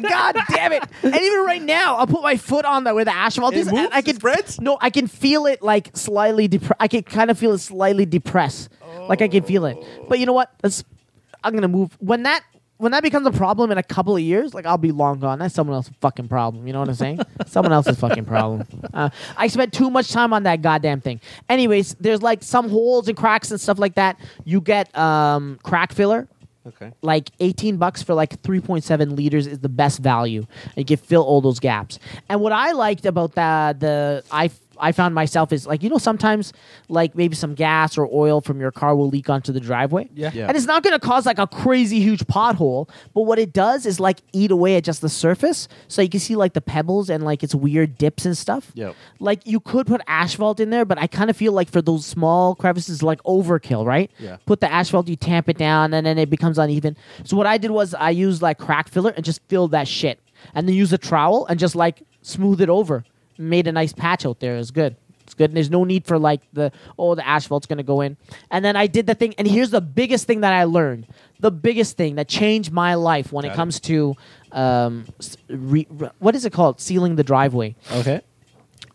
Speaker 4: God damn it. And even right now, I'll put my foot on that where the asphalt
Speaker 7: It
Speaker 4: is.
Speaker 7: moves?
Speaker 4: and I
Speaker 7: It
Speaker 4: can,
Speaker 7: spreads?
Speaker 4: No, I can feel it like slightly depre- I can kind of feel it slightly depress. Like I can feel it. But you know what? That's, I'm going to move. When that. When that becomes a problem in a couple of years, like I'll be long gone. That's someone else's fucking problem. You know what I'm saying? someone else's fucking problem. Uh, I spent too much time on that goddamn thing. Anyways, there's like some holes and cracks and stuff like that. You get um, crack filler
Speaker 7: Okay.
Speaker 4: like 18 bucks for like 3.7 liters is the best value. You can fill all those gaps. And what I liked about that, the I I found myself is like you know sometimes like maybe some gas or oil from your car will leak onto the driveway.
Speaker 5: Yeah. Yeah.
Speaker 4: And it's not going to cause like a crazy huge pothole, but what it does is like eat away at just the surface, so you can see like the pebbles and like its weird dips and stuff.
Speaker 7: Yep.
Speaker 4: Like you could put asphalt in there, but I kind of feel like for those small crevices, like overkill, right?
Speaker 7: Yeah.
Speaker 4: Put the asphalt, you tamp it down, and then it becomes uneven. So what I did was I used like crack filler and just filled that shit, and then use a trowel and just like smooth it over. Made a nice patch out there. It was good. It's good. And there's no need for like the oh the asphalt's gonna go in. And then I did the thing. And here's the biggest thing that I learned. The biggest thing that changed my life when it comes to um, s- re, re- what is it called? Sealing the driveway
Speaker 5: Okay.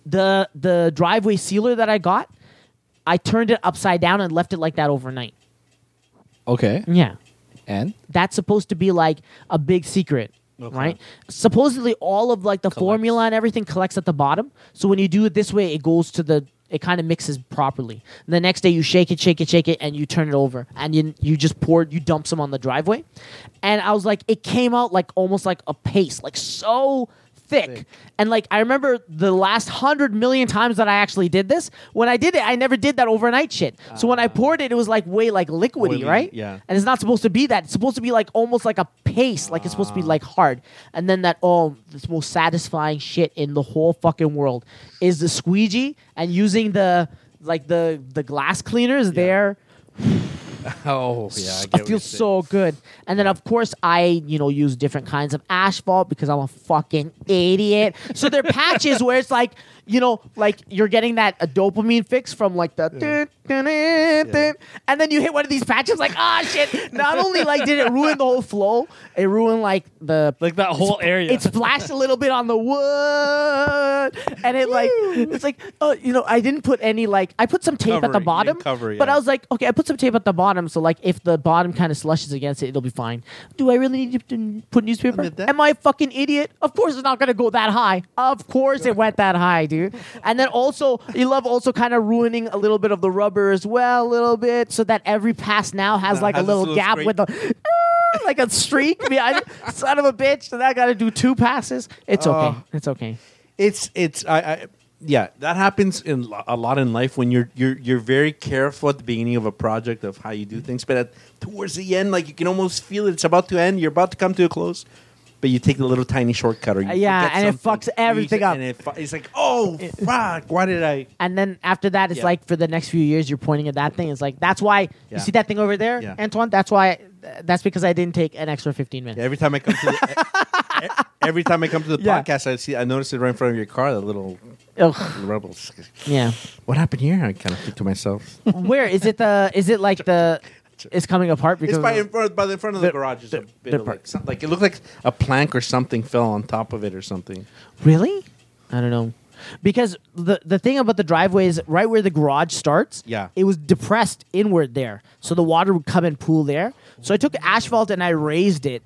Speaker 4: the the driveway sealer that I got, I turned it upside down and left it like that overnight.
Speaker 5: Okay.
Speaker 4: Yeah.
Speaker 5: And
Speaker 4: That's supposed to be like a big secret, right? Supposedly all of like the formula and everything collects at the bottom. So when you do it this way, it goes to the it kind of mixes properly. The next day you shake it, shake it, shake it and you turn it over and you you just pour you dump some on the driveway. And I was like it came out like almost like a paste, like so thick. And like I remember the last hundred million times that I actually did this. When I did it, I never did that overnight shit. So when I poured it, it was like way like liquidy,
Speaker 7: Ah. Oily,
Speaker 4: right?
Speaker 7: yeah.
Speaker 4: And it's not supposed to be that. It's supposed to be like almost like a paste. Like it's supposed to be like hard. And then that oh, this most satisfying shit in the whole fucking world is the squeegee and using the like the the glass cleaners there.
Speaker 7: Oh yeah, I, get
Speaker 4: I
Speaker 7: what
Speaker 4: feel
Speaker 7: you're saying.
Speaker 4: so good. And then of course I, you know, use different kinds of asphalt because I'm a fucking idiot. So there are patches where it's like, you know, like you're getting that a dopamine fix from like the dun, dun, dun, dun. and then you hit one of these patches like, ah shit. Not only like did it ruin the whole flow, it ruined like the
Speaker 5: like that whole area.
Speaker 4: it splashed a little bit on the wood, and it like it's like oh you know I didn't put any like I put some tape
Speaker 7: Cover
Speaker 4: at
Speaker 7: it. You
Speaker 4: the
Speaker 7: didn't
Speaker 4: bottom,
Speaker 7: cover,
Speaker 4: but I
Speaker 7: yeah.
Speaker 4: was like okay I put some tape at the bottom so like if the bottom kind of slushes against it it'll be fine. Do I really need to put newspaper?
Speaker 7: did that.
Speaker 4: Am I a fucking idiot? Of course it's not gonna go that high. Of course it went that high, dude. And then also you love also kind of ruining a little bit of the rubber as well a little bit so that every pass now has
Speaker 7: Now
Speaker 4: like
Speaker 7: has
Speaker 4: a
Speaker 7: this
Speaker 4: little
Speaker 7: little
Speaker 4: gap
Speaker 7: straight-
Speaker 4: with the like a streak behind it.
Speaker 7: Uh,
Speaker 4: son of a bitch. Then I got to do two passes. It's okay. It's okay.
Speaker 7: It's it's I, I yeah, that happens in lo- a lot in life when you're you're you're very careful at the beginning of a project of how you do things, but at, towards the end, like you can almost feel it. It's about to end. You're about to come to a close, but you take the little tiny shortcut, or you
Speaker 4: Yeah,
Speaker 7: forget
Speaker 4: and it
Speaker 7: something.
Speaker 4: fucks everything
Speaker 7: You-
Speaker 4: up.
Speaker 7: And it, fu- it's like, oh fuck, why did I?
Speaker 4: And then after that, it's
Speaker 7: Yeah.
Speaker 4: like for the next few years, you're pointing at that thing. It's like that's why
Speaker 7: Yeah.
Speaker 4: you see that thing over there,
Speaker 7: Yeah.
Speaker 4: Antoine. That's why. That's because I didn't take an extra 15 minutes.
Speaker 7: Every time I come to the, e- e- every time I come to the
Speaker 4: Yeah.
Speaker 7: podcast, I see I notice it right in front of your car. That little
Speaker 4: Ugh.
Speaker 7: rebels.
Speaker 4: Yeah.
Speaker 7: What happened here? I kind of think to myself.
Speaker 4: Where is it? The is it like the it's coming apart because
Speaker 7: It's by
Speaker 4: of-
Speaker 7: in front, by the front of the, garage. Is a bit
Speaker 4: the
Speaker 7: of
Speaker 4: park.
Speaker 7: like, some, like it looked like a plank or something fell on top of it or something.
Speaker 4: really? I don't know. Because the the thing about the driveway is right where the garage starts.
Speaker 7: Yeah.
Speaker 4: It was depressed inward there, so the water would come and pool there. So I took asphalt and I raised it,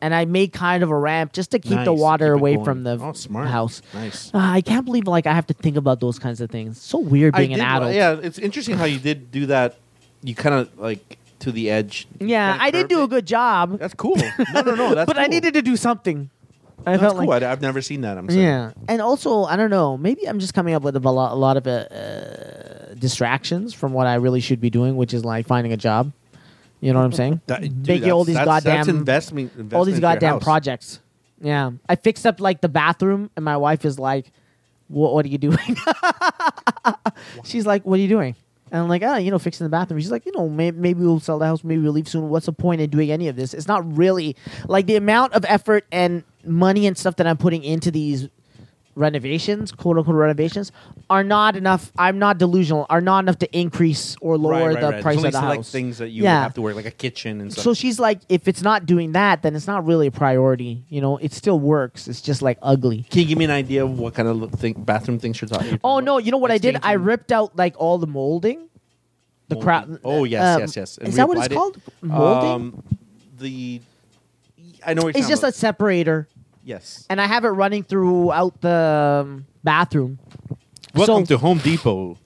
Speaker 4: and I made kind of a ramp just to keep
Speaker 7: Nice.
Speaker 4: the water
Speaker 7: Keep it
Speaker 4: away
Speaker 7: going.
Speaker 4: from the
Speaker 7: Oh, smart.
Speaker 4: house.
Speaker 7: Nice.
Speaker 4: Ah, I can't believe like I have to think about those kinds of things. So weird being
Speaker 7: I
Speaker 4: an
Speaker 7: did- uh,
Speaker 4: adult.
Speaker 7: Yeah, it's interesting how you did do that. You kind of like to the edge. You
Speaker 4: Yeah,
Speaker 7: kinda
Speaker 4: I did
Speaker 7: curved
Speaker 4: do
Speaker 7: it.
Speaker 4: a good job,
Speaker 7: That's cool. No, no, no. That's
Speaker 4: but I
Speaker 7: cool.
Speaker 4: needed to do something. I
Speaker 7: That's
Speaker 4: felt
Speaker 7: cool.
Speaker 4: like
Speaker 7: I, have never seen that. I'm saying.
Speaker 4: yeah, and also I don't know. Maybe I'm just coming up with a lot, a lot of uh, distractions from what I really should be doing, which is like finding a job. You know what I'm saying?
Speaker 7: That, dude,
Speaker 4: Making all these
Speaker 7: that's, that's- that's
Speaker 4: goddamn-
Speaker 7: investment, investment.
Speaker 4: all these
Speaker 7: into your
Speaker 4: goddamn
Speaker 7: house.
Speaker 4: projects. Yeah, I fixed up like the bathroom, and my wife is like, "What? What are you doing?" She's like, "What are you doing?" And I'm like, "Oh, you know, fixing the bathroom." She's like, "You know, may- maybe we'll sell the house. Maybe we'll leave soon. What's the point in doing any of this? It's not really like the amount of effort and money and stuff that I'm putting into these." Renovations, quote unquote renovations, are not enough. I'm not delusional. Are not enough to increase or lower
Speaker 7: Right, right,
Speaker 4: the
Speaker 7: right.
Speaker 4: price
Speaker 7: There's only
Speaker 4: of the
Speaker 7: select
Speaker 4: house.
Speaker 7: things that you
Speaker 4: Yeah.
Speaker 7: have to work, like a kitchen and stuff.
Speaker 4: So she's like, if it's not doing that, then it's not really a priority. You know, it still works. It's just like ugly.
Speaker 7: Can you give me an idea of what kind of lo- thing, bathroom things you're talking?
Speaker 4: Oh no! You know what I did? I
Speaker 7: Exchanging-
Speaker 4: ripped out like all the molding, the crowd. um,
Speaker 7: Oh yes, yes, yes. And
Speaker 4: Is that what it's
Speaker 7: reapplied it.
Speaker 4: called? Molding.
Speaker 7: Um, the I know what
Speaker 4: it's
Speaker 7: you're talking
Speaker 4: just a
Speaker 7: about.
Speaker 4: separator,
Speaker 7: yes.
Speaker 4: and I have it running throughout the um, bathroom.
Speaker 7: Welcome
Speaker 4: so-
Speaker 7: to Home Depot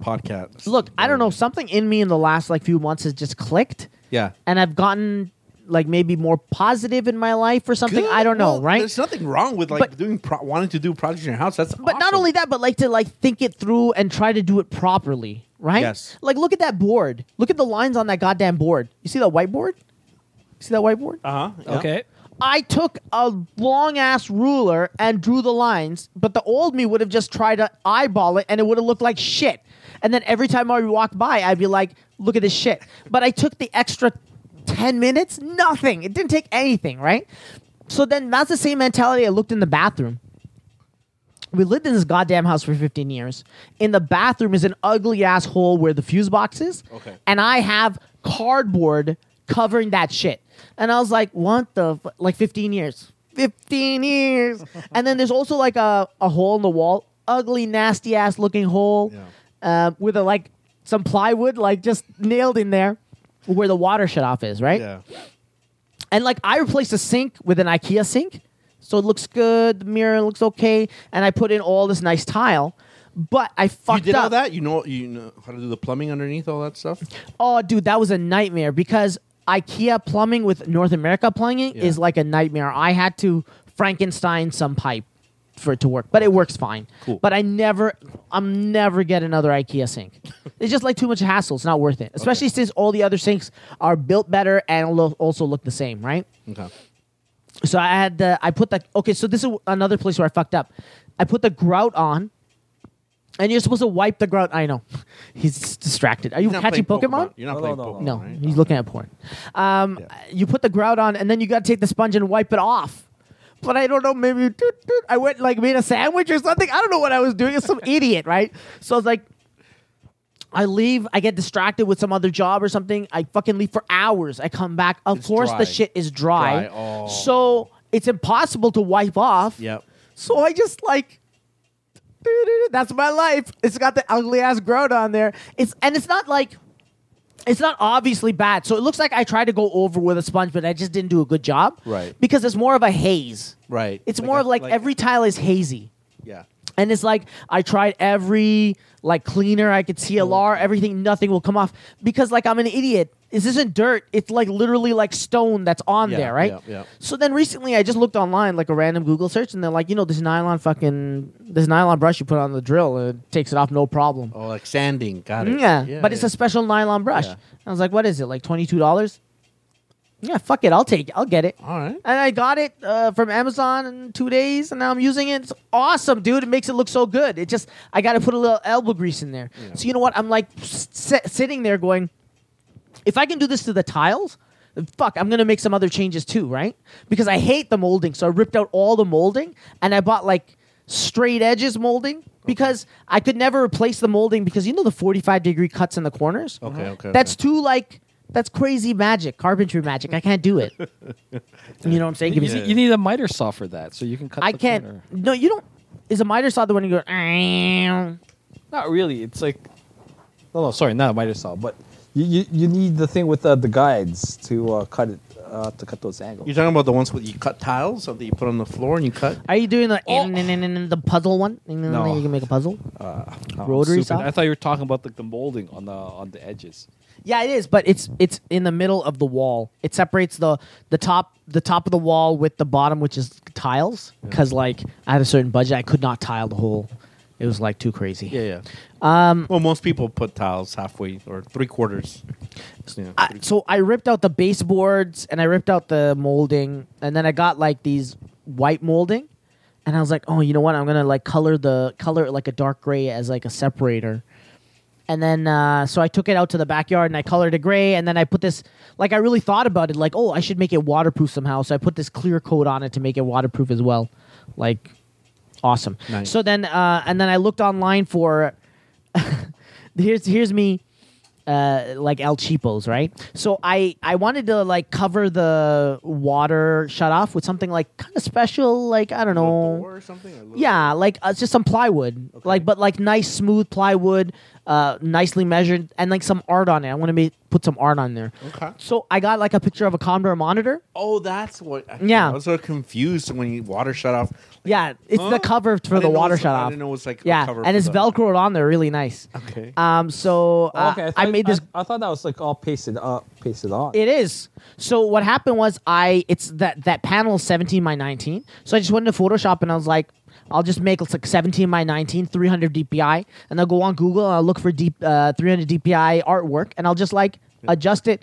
Speaker 7: podcast.
Speaker 4: Look, I don't know. Something in me in the last like few months has just clicked,
Speaker 7: Yeah.
Speaker 4: and I've gotten like maybe more positive in my life or something. I don't know,
Speaker 7: Well,
Speaker 4: right?
Speaker 7: There's nothing wrong with like
Speaker 4: But-
Speaker 7: doing pro- wanting to do projects in your house. That's
Speaker 4: But not
Speaker 7: awesome.
Speaker 4: only that, but like to like think it through and try to do it properly, right?
Speaker 7: Yes.
Speaker 4: Like look at that board. Look at the lines on that goddamn board. You see that whiteboard? You see that whiteboard?
Speaker 7: Uh-huh. yeah.
Speaker 5: Okay.
Speaker 4: I took a long ass ruler and drew the lines, but the old me would have just tried to eyeball it and it would have looked like shit. And then every time I walked by, I'd be like, look at this shit. But I took the extra 10 minutes, nothing. It didn't take anything, right? So then that's the same mentality I looked in the bathroom. We lived in this goddamn house for 15 years. In the bathroom is an ugly ass hole where the fuse box is.
Speaker 7: Okay.
Speaker 4: And I have cardboard covering that shit. And I was like, what the? F-? Like 15 years. 15 years. and then there's also like a, a hole in the wall, ugly, nasty ass looking hole uh, with a, like some plywood, like just nailed in there where the water shut off is, right?
Speaker 7: Yeah.
Speaker 4: And like I replaced the sink with an IKEA sink. So it looks good, the mirror looks okay, and I put in all this nice tile. But I
Speaker 7: You
Speaker 4: fucked
Speaker 7: did
Speaker 4: up.
Speaker 7: all that? You know you know how to do the plumbing underneath all that stuff?
Speaker 4: Oh, dude, that was a nightmare because IKEA plumbing with North America plumbing
Speaker 7: Yeah.
Speaker 4: is like a nightmare. I had to Frankenstein some pipe for it to work, but it works fine.
Speaker 7: Cool.
Speaker 4: But I never, I'm never get another IKEA sink. it's just like too much hassle. It's not worth it, especially since all the other sinks are built better and lo- also look the same, right?
Speaker 7: Okay.
Speaker 4: So I had the I put the okay. So this is another place where I fucked up. I put the grout on, and you're supposed to wipe the grout. I know, he's distracted. Are you
Speaker 7: You're not
Speaker 4: catching
Speaker 7: playing
Speaker 4: Pokemon?
Speaker 7: You're not
Speaker 6: No,
Speaker 7: playing
Speaker 6: no, no,
Speaker 7: Pokemon.
Speaker 4: No,
Speaker 7: right?
Speaker 4: he's looking at porn. Um,
Speaker 7: Yeah.
Speaker 4: You put the grout on, and then you gotta take the sponge and wipe it off. But I don't know, maybe toot, toot, I went like made a sandwich or something. I don't know what I was doing. It's some idiot, right? So I was like, I leave, I get distracted with some other job or something. I fucking leave for hours. I come back. Of
Speaker 7: It's
Speaker 4: course,
Speaker 7: dry.
Speaker 4: the shit is dry.
Speaker 7: Dry, oh.
Speaker 4: So it's impossible to wipe off.
Speaker 7: Yep.
Speaker 4: So I just like that's my life. It's got the ugly ass grout on there. It's and it's not like it's not obviously bad. So it looks like I tried to go over with a sponge, but I just didn't do a good job.
Speaker 7: Right.
Speaker 4: Because it's more of a haze.
Speaker 7: Right.
Speaker 4: It's
Speaker 7: Like
Speaker 4: more
Speaker 7: a-
Speaker 4: of like,
Speaker 7: like-
Speaker 4: every tile is hazy.
Speaker 7: Yeah.
Speaker 4: And it's like I tried every like cleaner I could see a everything, nothing will come off because like I'm an idiot This isn't dirt. It's like literally like stone that's on
Speaker 7: Yeah,
Speaker 4: there, right?
Speaker 7: yeah, yeah.
Speaker 4: So then recently, I just looked online, like a random Google search, and they're like, you know, this nylon fucking this nylon brush you put on the drill, it takes it off no problem.
Speaker 7: Oh, like sanding. Got it.
Speaker 4: Yeah, but it's
Speaker 7: yeah.
Speaker 4: a special nylon brush.
Speaker 7: Yeah.
Speaker 4: I was like, what is it? Like twenty two dollars? Yeah, fuck it. I'll take it. I'll get it.
Speaker 7: All right.
Speaker 4: And I got it uh, from Amazon in two days, and now I'm using it. It's awesome, dude. It makes it look so good. It just I got to put a little elbow grease in there. So you know what? I'm like s- sitting there going, if I can do this to the tiles, then fuck, I'm gonna make some other changes too, right? Because I hate the molding, so I ripped out all the molding and I bought like straight edges molding because I could never replace the molding because you know the 45 degree cuts in the corners.
Speaker 7: Okay, okay,
Speaker 4: That's too like that's crazy magic, carpentry magic. I can't do it. you know what I'm saying? Give me
Speaker 5: You, need, you need a miter saw for that, so you can cut.
Speaker 4: I
Speaker 5: the
Speaker 4: can't.
Speaker 5: corner.
Speaker 4: No, you don't. Is a miter saw the one you go? "Eow."
Speaker 5: Not really. It's like
Speaker 6: No, no, sorry, not a miter saw, but you, you, you need the thing with uh, the guides to uh, cut it uh, to cut those angles.
Speaker 7: You're talking about the ones where you cut tiles, something you put on the floor and you cut.
Speaker 4: Are you doing the
Speaker 5: Oh.
Speaker 4: the puzzle one? You can make a puzzle.
Speaker 6: Oh,
Speaker 4: Rotary saw.
Speaker 5: I thought you were talking about like the molding on the on the edges.
Speaker 4: Uh, Yeah, it is, but it's it's in the middle of the wall. It separates the the top the top of the wall with the bottom, which is tiles. Because like I had a certain budget, I could not tile the whole. It was like too crazy.
Speaker 7: yeah. Um, well, most people put tiles halfway or three quarters. Yeah.
Speaker 4: I, so I ripped out the baseboards and I ripped out the molding, and then I got like these white molding, and I was like, oh, you know what? I'm gonna like color the color it like a dark gray as like a separator, and then uh, so I took it out to the backyard and I colored it gray, and then I put this like I really thought about it, like oh, I should make it waterproof somehow, so I put this clear coat on it to make it waterproof as well, like awesome.
Speaker 7: Nice.
Speaker 4: So then uh, and then I looked online for here's here's me uh, like El Cheapos, right? So I I wanted to like cover the water shut off with something like kind of special, like I don't know,
Speaker 7: Or something. or-
Speaker 4: yeah, like uh, it's just some plywood, like but like nice smooth plywood, uh, nicely measured, and like some art on it. I want to make, put some art on there.
Speaker 7: Okay.
Speaker 4: So I got like a picture of a Condor monitor.
Speaker 7: Oh, that's what. I,
Speaker 4: Yeah.
Speaker 7: I was so confused when you water shut off.
Speaker 4: Yeah, it's
Speaker 7: Huh?
Speaker 4: the cover
Speaker 7: I
Speaker 4: for the
Speaker 7: didn't know
Speaker 4: water
Speaker 7: it was-
Speaker 4: shut
Speaker 7: I
Speaker 4: off.
Speaker 7: didn't know it was like a
Speaker 4: yeah,
Speaker 7: cover
Speaker 4: and
Speaker 7: for
Speaker 4: it's
Speaker 7: the-
Speaker 4: velcroed on there, really nice.
Speaker 7: Okay.
Speaker 4: Um, so
Speaker 6: Oh,
Speaker 4: uh, I
Speaker 6: thought-
Speaker 4: made this
Speaker 6: I, I thought that was like all pasted up, pasted on.
Speaker 4: It is. So what happened was I it's that that panel is 17 by 19. So I just went into Photoshop and I was like I'll just make it's like 17 by 19 300 DPI and I'll go on Google and I'll look for deep uh, 300 DPI artwork and I'll just like adjust it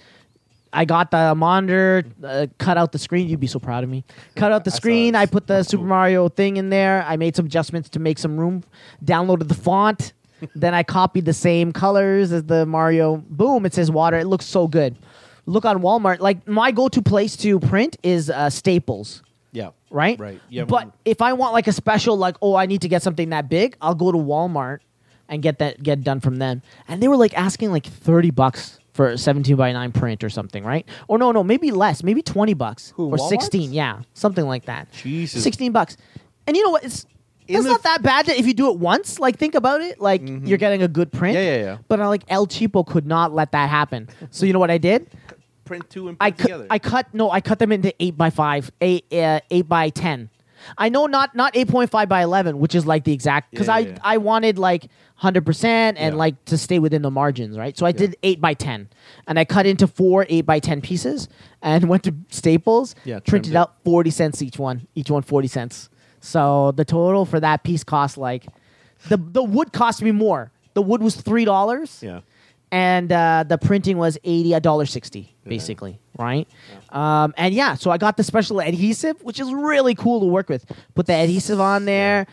Speaker 4: I got the monitor, uh, cut out the screen. You'd be so proud of me. Cut out the screen.
Speaker 7: that.
Speaker 4: I put the Super Mario thing in there. I made some adjustments to make some room. Downloaded the font. then I copied the same colors as the Mario. Boom! It says water. It looks so good. Look on Walmart. Like my go-to place to print is uh, Staples
Speaker 7: Yeah.
Speaker 4: right?
Speaker 7: Right. Yeah. mm.
Speaker 4: But if I want like a special, like oh, I need to get something that big, I'll go to Walmart and get that get done from them. And they were like asking like thirty bucks for a seventeen by nine print or something, right? Or no, no, maybe less, maybe twenty bucks
Speaker 6: Who,
Speaker 4: or
Speaker 6: Walmart's?
Speaker 4: sixteen, yeah, something like that.
Speaker 7: Jesus.
Speaker 4: sixteen bucks. And you know what? It's it's
Speaker 7: the Mm-hmm.
Speaker 4: not that bad that if you do it once. Like think about it, like you're getting a good print.
Speaker 7: Yeah, yeah, yeah.
Speaker 4: But I like El Cheapo could not let that happen. So you know what I did?
Speaker 7: print two and put
Speaker 4: I
Speaker 7: together.
Speaker 4: cut, I cut no, I cut them into eight by five, eight uh, eight by ten. I know not not eight point five by eleven, which is like the exact because
Speaker 7: Yeah,
Speaker 4: I
Speaker 7: yeah, yeah.
Speaker 4: I wanted like hundred percent and
Speaker 7: Yeah.
Speaker 4: like to stay within the margins, right? So I did eight by ten, and I cut into four eight by ten pieces and went to Staples,
Speaker 7: Yeah, trimmed
Speaker 4: printed
Speaker 7: it.
Speaker 4: out forty cents each one, each one forty cents. So the total for that piece cost like the the wood cost me more. The wood was three dollars
Speaker 7: yeah.
Speaker 4: and uh, the printing was eighty a dollar sixty basically, right? Um, and yeah, so I got the special adhesive, which is really cool to work with. Put the adhesive on there,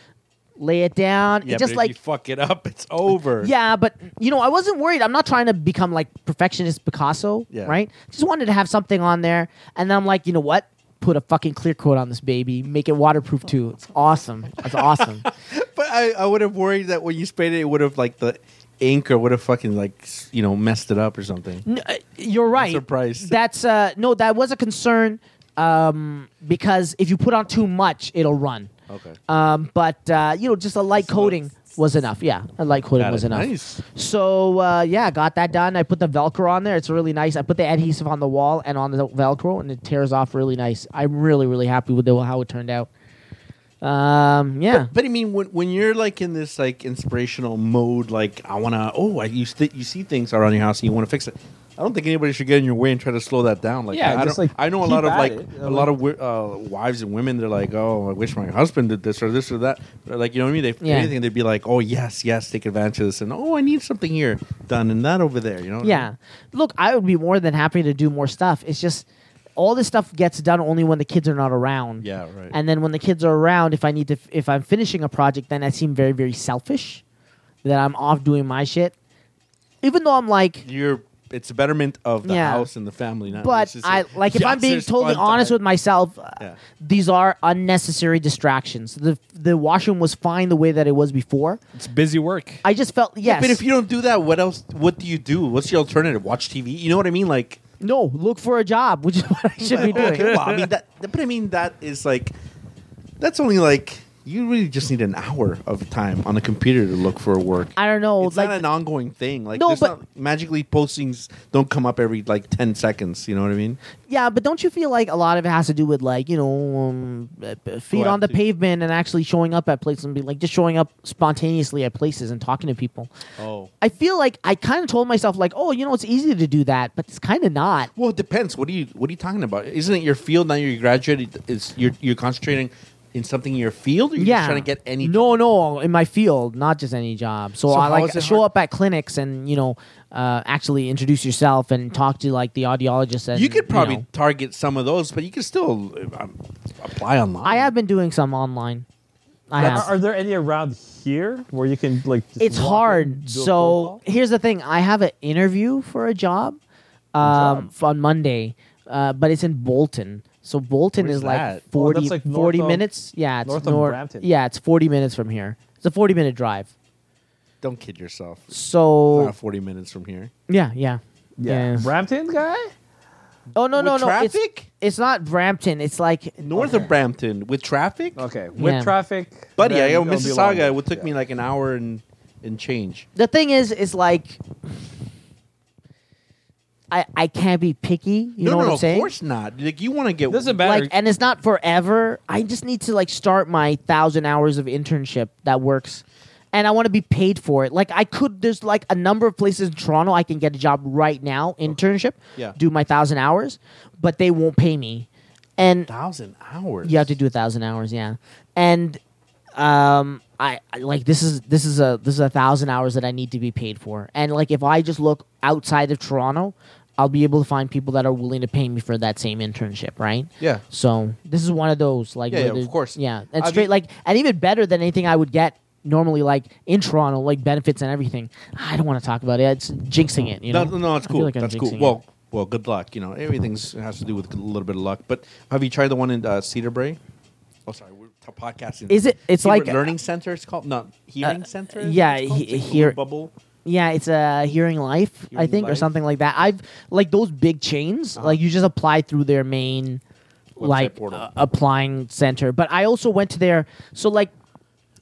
Speaker 4: lay it down. it
Speaker 7: Yeah. but
Speaker 4: just
Speaker 7: if
Speaker 4: like
Speaker 7: you fuck it up, it's over.
Speaker 4: yeah, but you know, I wasn't worried. I'm not trying to become like perfectionist Picasso,
Speaker 7: Yeah.
Speaker 4: right? Just wanted to have something on there, and then I'm like, you know what? Put a fucking clear coat on this baby, make it waterproof too. It's awesome. It's awesome.
Speaker 7: But I, I would have worried that when you sprayed it, it would have like the ink or would have fucking like s- you know messed it up or something.
Speaker 4: N- uh, You're right.
Speaker 7: surprised.
Speaker 4: That's uh, no, that was a concern um, because if you put on too much, it'll run.
Speaker 7: Okay.
Speaker 4: Um, but uh, you know, just a light coating was enough. Yeah, a light coating
Speaker 7: Got
Speaker 4: was
Speaker 7: it.
Speaker 4: enough.
Speaker 7: Nice.
Speaker 4: So uh, yeah, got that done. I put the Velcro on there. It's really nice. I put the adhesive on the wall and on the Velcro, and it tears off really nice. I'm really really happy with the, how it turned out. Um, yeah.
Speaker 7: But I mean, when, when you're like in this like inspirational mode, like I wanna, oh, I, you st- you see things around your house and you want to fix it. I don't think anybody should get in your way and try to slow that down. Like,
Speaker 6: Yeah,
Speaker 7: that. I,
Speaker 6: just,
Speaker 7: don't-
Speaker 6: like,
Speaker 7: I know a
Speaker 6: keep
Speaker 7: lot of
Speaker 6: at
Speaker 7: like
Speaker 6: it.
Speaker 7: a lot of wi- uh, wives and women. They're like, oh, I wish my husband did this or this or that. But, like, you know what I mean? They, if
Speaker 4: Yeah.
Speaker 7: Anything they'd be like, oh yes, yes, take advantage of this, and oh, I need something here done and that over there. You know?
Speaker 4: Yeah. Look, I would be more than happy to do more stuff. It's just all this stuff gets done only when the kids are not around.
Speaker 7: Yeah, right.
Speaker 4: And then when the kids are around, if I need to, f- if I'm finishing a project, then I seem very, very selfish that I'm off doing my shit. Even though I'm like,
Speaker 7: You're. It's a betterment of the
Speaker 4: Yeah.
Speaker 7: house and the family. Not
Speaker 4: but I
Speaker 7: necessarily-
Speaker 4: like if I'm
Speaker 7: Yes,
Speaker 4: being
Speaker 7: there's
Speaker 4: totally
Speaker 7: fun
Speaker 4: honest
Speaker 7: time.
Speaker 4: with myself, uh,
Speaker 7: Yeah.
Speaker 4: these are unnecessary distractions. The the washroom was fine the way that it was before.
Speaker 5: It's busy work.
Speaker 4: I just felt yes.
Speaker 7: But if you don't do that, what else? What do you do? What's the alternative? Watch TV? You know what I mean? Like,
Speaker 4: no, look for a job, which is what I should be doing.
Speaker 7: okay, well, I mean that. But I mean that is like, that's only like you really just need an hour of time on a computer to look for work.
Speaker 4: I don't know.
Speaker 7: it's
Speaker 4: like
Speaker 7: not an ongoing thing. Like,
Speaker 4: No,
Speaker 7: there's
Speaker 4: but-
Speaker 7: not, magically postings don't come up every like ten seconds. You know what I mean?
Speaker 4: Yeah, but don't you feel like a lot of it has to do with like you know um, uh, uh, feet on the
Speaker 7: Proactive.
Speaker 4: pavement and actually showing up at places and be like just showing up spontaneously at places and talking to people.
Speaker 7: Oh.
Speaker 4: I feel like I kind of told myself like, oh, you know, it's easy to do that, but it's kind of not.
Speaker 7: Well, it depends. What are you What are you talking about? Isn't it your field now? You're graduated. Is you're you're concentrating in something in your field? Or you're
Speaker 4: yeah,
Speaker 7: just trying to get any.
Speaker 4: No, no, in my field, not just any job. So,
Speaker 7: So
Speaker 4: I
Speaker 7: how
Speaker 4: like
Speaker 7: is it
Speaker 4: show
Speaker 7: hard-
Speaker 4: up at clinics and you know uh, actually introduce yourself and talk to like the audiologist. And
Speaker 7: You could probably
Speaker 4: know.
Speaker 7: target some of those, but you can still uh, um, apply online.
Speaker 4: I have been doing some online. I
Speaker 6: Are,
Speaker 4: have.
Speaker 6: are there any around here where you can like? Just
Speaker 4: it's
Speaker 6: walk in,
Speaker 4: hard.
Speaker 6: do a
Speaker 4: So
Speaker 6: phone call?
Speaker 4: here's the thing: I have an interview for a job, um, f- on Monday, uh, but it's in Bolton. So Bolton
Speaker 7: Where's
Speaker 4: is
Speaker 7: that?
Speaker 4: like
Speaker 7: Oh,
Speaker 4: 40,
Speaker 6: that's like north
Speaker 4: 40
Speaker 6: of-
Speaker 4: minutes. Yeah, it's
Speaker 6: north of
Speaker 4: nor-
Speaker 6: Brampton.
Speaker 4: Yeah, it's forty minutes from here. It's a forty minute drive.
Speaker 7: Don't kid yourself.
Speaker 4: So
Speaker 7: About 40 minutes from here.
Speaker 4: yeah, yeah,
Speaker 6: yeah, Brampton guy.
Speaker 4: Oh no,
Speaker 7: With
Speaker 4: no, no! it's-
Speaker 7: traffic?
Speaker 4: It's, not Brampton. It's like
Speaker 7: North of Brampton with traffic?
Speaker 6: Okay, with
Speaker 4: Yeah.
Speaker 6: traffic,
Speaker 7: Buddy, I
Speaker 6: then
Speaker 7: go
Speaker 6: it'll be longer.
Speaker 7: Mississauga. It took
Speaker 6: Yeah.
Speaker 7: me like an hour and, and change.
Speaker 4: the thing is, is like. I, I can't be picky. You know
Speaker 7: no, no,
Speaker 4: what
Speaker 7: no,
Speaker 4: I'm saying?
Speaker 7: of course not. Like, you want to get.
Speaker 5: Doesn't matter.
Speaker 4: Like, and it's not forever. I just need to like start my thousand hours of internship that works, and I want to be paid for it. Like I could. There's like a number of places in Toronto I can get a job right now, internship.
Speaker 7: Yeah.
Speaker 4: Do my thousand hours, but they won't pay me, and
Speaker 7: thousand hours.
Speaker 4: you have to do a thousand hours. Yeah, and um, I I- like this is this is a this is a thousand hours that I need to be paid for, and like if I just look outside of Toronto. I'll be able to find people that are willing to pay me for that same internship, right?
Speaker 7: Yeah.
Speaker 4: So this is one of those like
Speaker 7: Yeah,
Speaker 4: where
Speaker 7: yeah,
Speaker 4: there's-
Speaker 7: of course.
Speaker 4: yeah, and
Speaker 7: I
Speaker 4: straight
Speaker 7: mean-
Speaker 4: like and even better than anything I would get normally like in Toronto like benefits and everything. I don't want to talk about it. It's jinxing it. You know?
Speaker 7: No, no, no, it's
Speaker 4: I feel
Speaker 7: cool.
Speaker 4: like I'm
Speaker 7: That's cool.
Speaker 4: jinxing it.
Speaker 7: Well, well, good luck. You know, everything's it has to do with a little bit of luck. But have you tried the one in uh, Cedarbrae? Oh, sorry, we're t- podcasting.
Speaker 4: Is it- it's
Speaker 7: Hebrew
Speaker 4: like- uh,
Speaker 7: Learning Center. It's called not Hearing Center. is
Speaker 4: yeah,
Speaker 7: what it's called?
Speaker 4: he-
Speaker 7: It's like a little
Speaker 4: hear-
Speaker 7: bubble.
Speaker 4: yeah, it's a hearing life I
Speaker 7: Hearing
Speaker 4: think or
Speaker 7: Life. Uh-huh.
Speaker 4: something like that. I've like those big chains like you just apply through their main like
Speaker 7: portal.
Speaker 4: uh, applying center. But I also went to their so like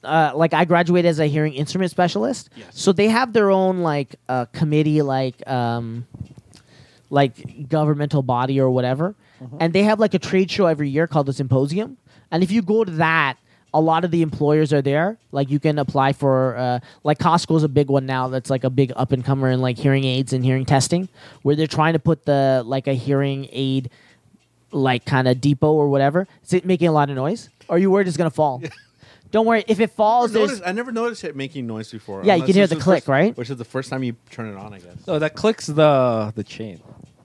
Speaker 4: uh, like I graduated as a hearing instrument specialist. So they have their own like uh, committee, like um, like governmental body or whatever, and they have like a trade show every year called the symposium. And if you go to that, a lot of the employers are there. Like you can apply for uh, like Costco's a big one now. That's like a big up and comer in like hearing aids and hearing testing, where they're trying to put the like a hearing aid like kind of depot or whatever. Is it making a lot of noise? Are you worried it's gonna fall? Don't worry. If it falls,
Speaker 7: I,
Speaker 4: there's
Speaker 7: noticed- I never noticed it making noise before.
Speaker 4: Yeah, you
Speaker 7: unless
Speaker 4: can hear
Speaker 7: this
Speaker 4: the
Speaker 7: is
Speaker 4: click,
Speaker 7: first-
Speaker 4: right?
Speaker 7: Which is the first time you turn it on, I guess.
Speaker 5: no, that clicks the the chain.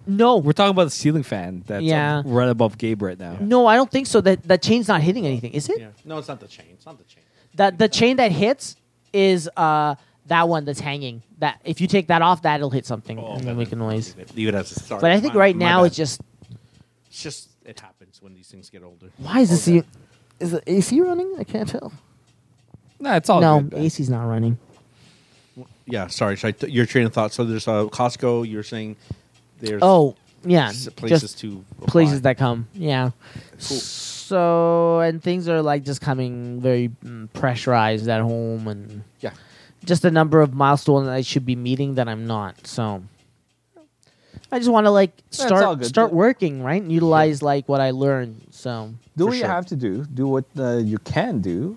Speaker 4: no.
Speaker 5: We're talking about the ceiling fan that's
Speaker 4: Yeah.
Speaker 5: up- right above Gabe right now.
Speaker 4: No, I don't think so. That that chain's not hitting anything, is it?
Speaker 7: Yeah. No, it's not the chain. It's not the chain.
Speaker 4: That the chain that hits is uh that one that's hanging. That if you take that off, that'll hit something
Speaker 7: Oh,
Speaker 4: and it'll make a noise.
Speaker 7: Leave it as a start.
Speaker 4: But I think
Speaker 7: My-
Speaker 4: right
Speaker 7: my
Speaker 4: now
Speaker 7: bad.
Speaker 4: it's just
Speaker 7: It's just it happens when these things get older.
Speaker 4: why is this
Speaker 7: Okay.
Speaker 4: e- is the AC running? I can't tell.
Speaker 5: No, it's all
Speaker 4: no,
Speaker 5: good. man.
Speaker 4: AC's Oh, not running.
Speaker 7: Yeah, sorry. So I t- your train of thought. So there's uh, Costco. You're saying there's
Speaker 4: Oh yeah,
Speaker 7: s- places
Speaker 4: just
Speaker 7: to apply.
Speaker 4: places that come. Yeah.
Speaker 7: Cool.
Speaker 4: So and things are like just coming very mm, pressurized at home and
Speaker 7: yeah.
Speaker 4: just the number of milestones that I should be meeting that I'm not. So I just want to like
Speaker 6: all
Speaker 4: start
Speaker 6: good.
Speaker 4: start working, right? And utilize like what I learned. So
Speaker 6: Do
Speaker 7: For
Speaker 6: what you
Speaker 7: sure.
Speaker 6: have to do. Do what uh, you can do.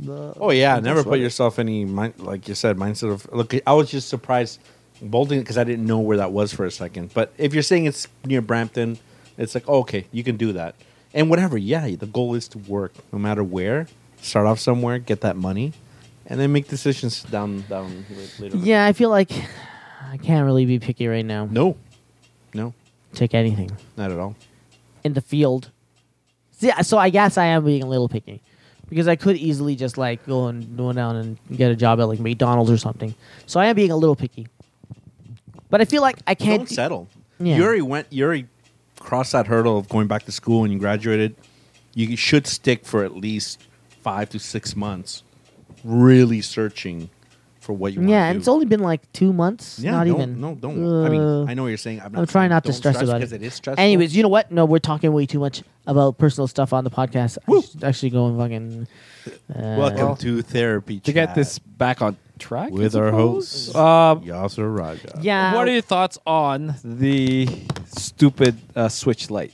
Speaker 6: The-
Speaker 7: Oh yeah, never
Speaker 6: That's
Speaker 7: put
Speaker 6: right.
Speaker 7: yourself any mind, like you said mindset of look. I was just surprised Bolton because I didn't know where that was for a second. But if you're saying it's near Brampton, it's like oh, okay, you can do that and whatever. Yeah, the goal is to work no matter where. Start off somewhere, get that money, and then make decisions down down later. on.
Speaker 4: Yeah, I feel like I can't really be picky right now.
Speaker 7: No, no,
Speaker 4: Take anything
Speaker 7: not at all.
Speaker 4: in the field. See, so I guess I am being a little picky because I could easily just like go and go down and get a job at like McDonald's or something. So I am being a little picky. But I feel like I can't.
Speaker 7: Don't settle.
Speaker 4: Yeah.
Speaker 7: You already went. You already crossed that hurdle of going back to school and you graduated. You should stick for at least five to six months, really searching for what you want.
Speaker 4: Yeah,
Speaker 7: to
Speaker 4: and
Speaker 7: do.
Speaker 4: it's only been like two months.
Speaker 7: yeah,
Speaker 4: not
Speaker 7: don't,
Speaker 4: even.
Speaker 7: No, don't. I mean,
Speaker 4: Uh,
Speaker 7: I know what you're saying. I'm, not
Speaker 4: I'm trying not to
Speaker 7: don't
Speaker 4: stress about
Speaker 7: because
Speaker 4: it.
Speaker 7: It is stressful.
Speaker 4: Anyways, you know what? No, we're talking way too much about personal stuff on the podcast. I should actually go and fucking.
Speaker 7: welcome to therapy.
Speaker 5: To get
Speaker 7: Chat
Speaker 5: this back on track I
Speaker 7: with our
Speaker 5: suppose.
Speaker 7: host
Speaker 5: Um,
Speaker 7: Yasser Raja.
Speaker 4: Yeah.
Speaker 5: What are your thoughts on the stupid uh, Switch Lite?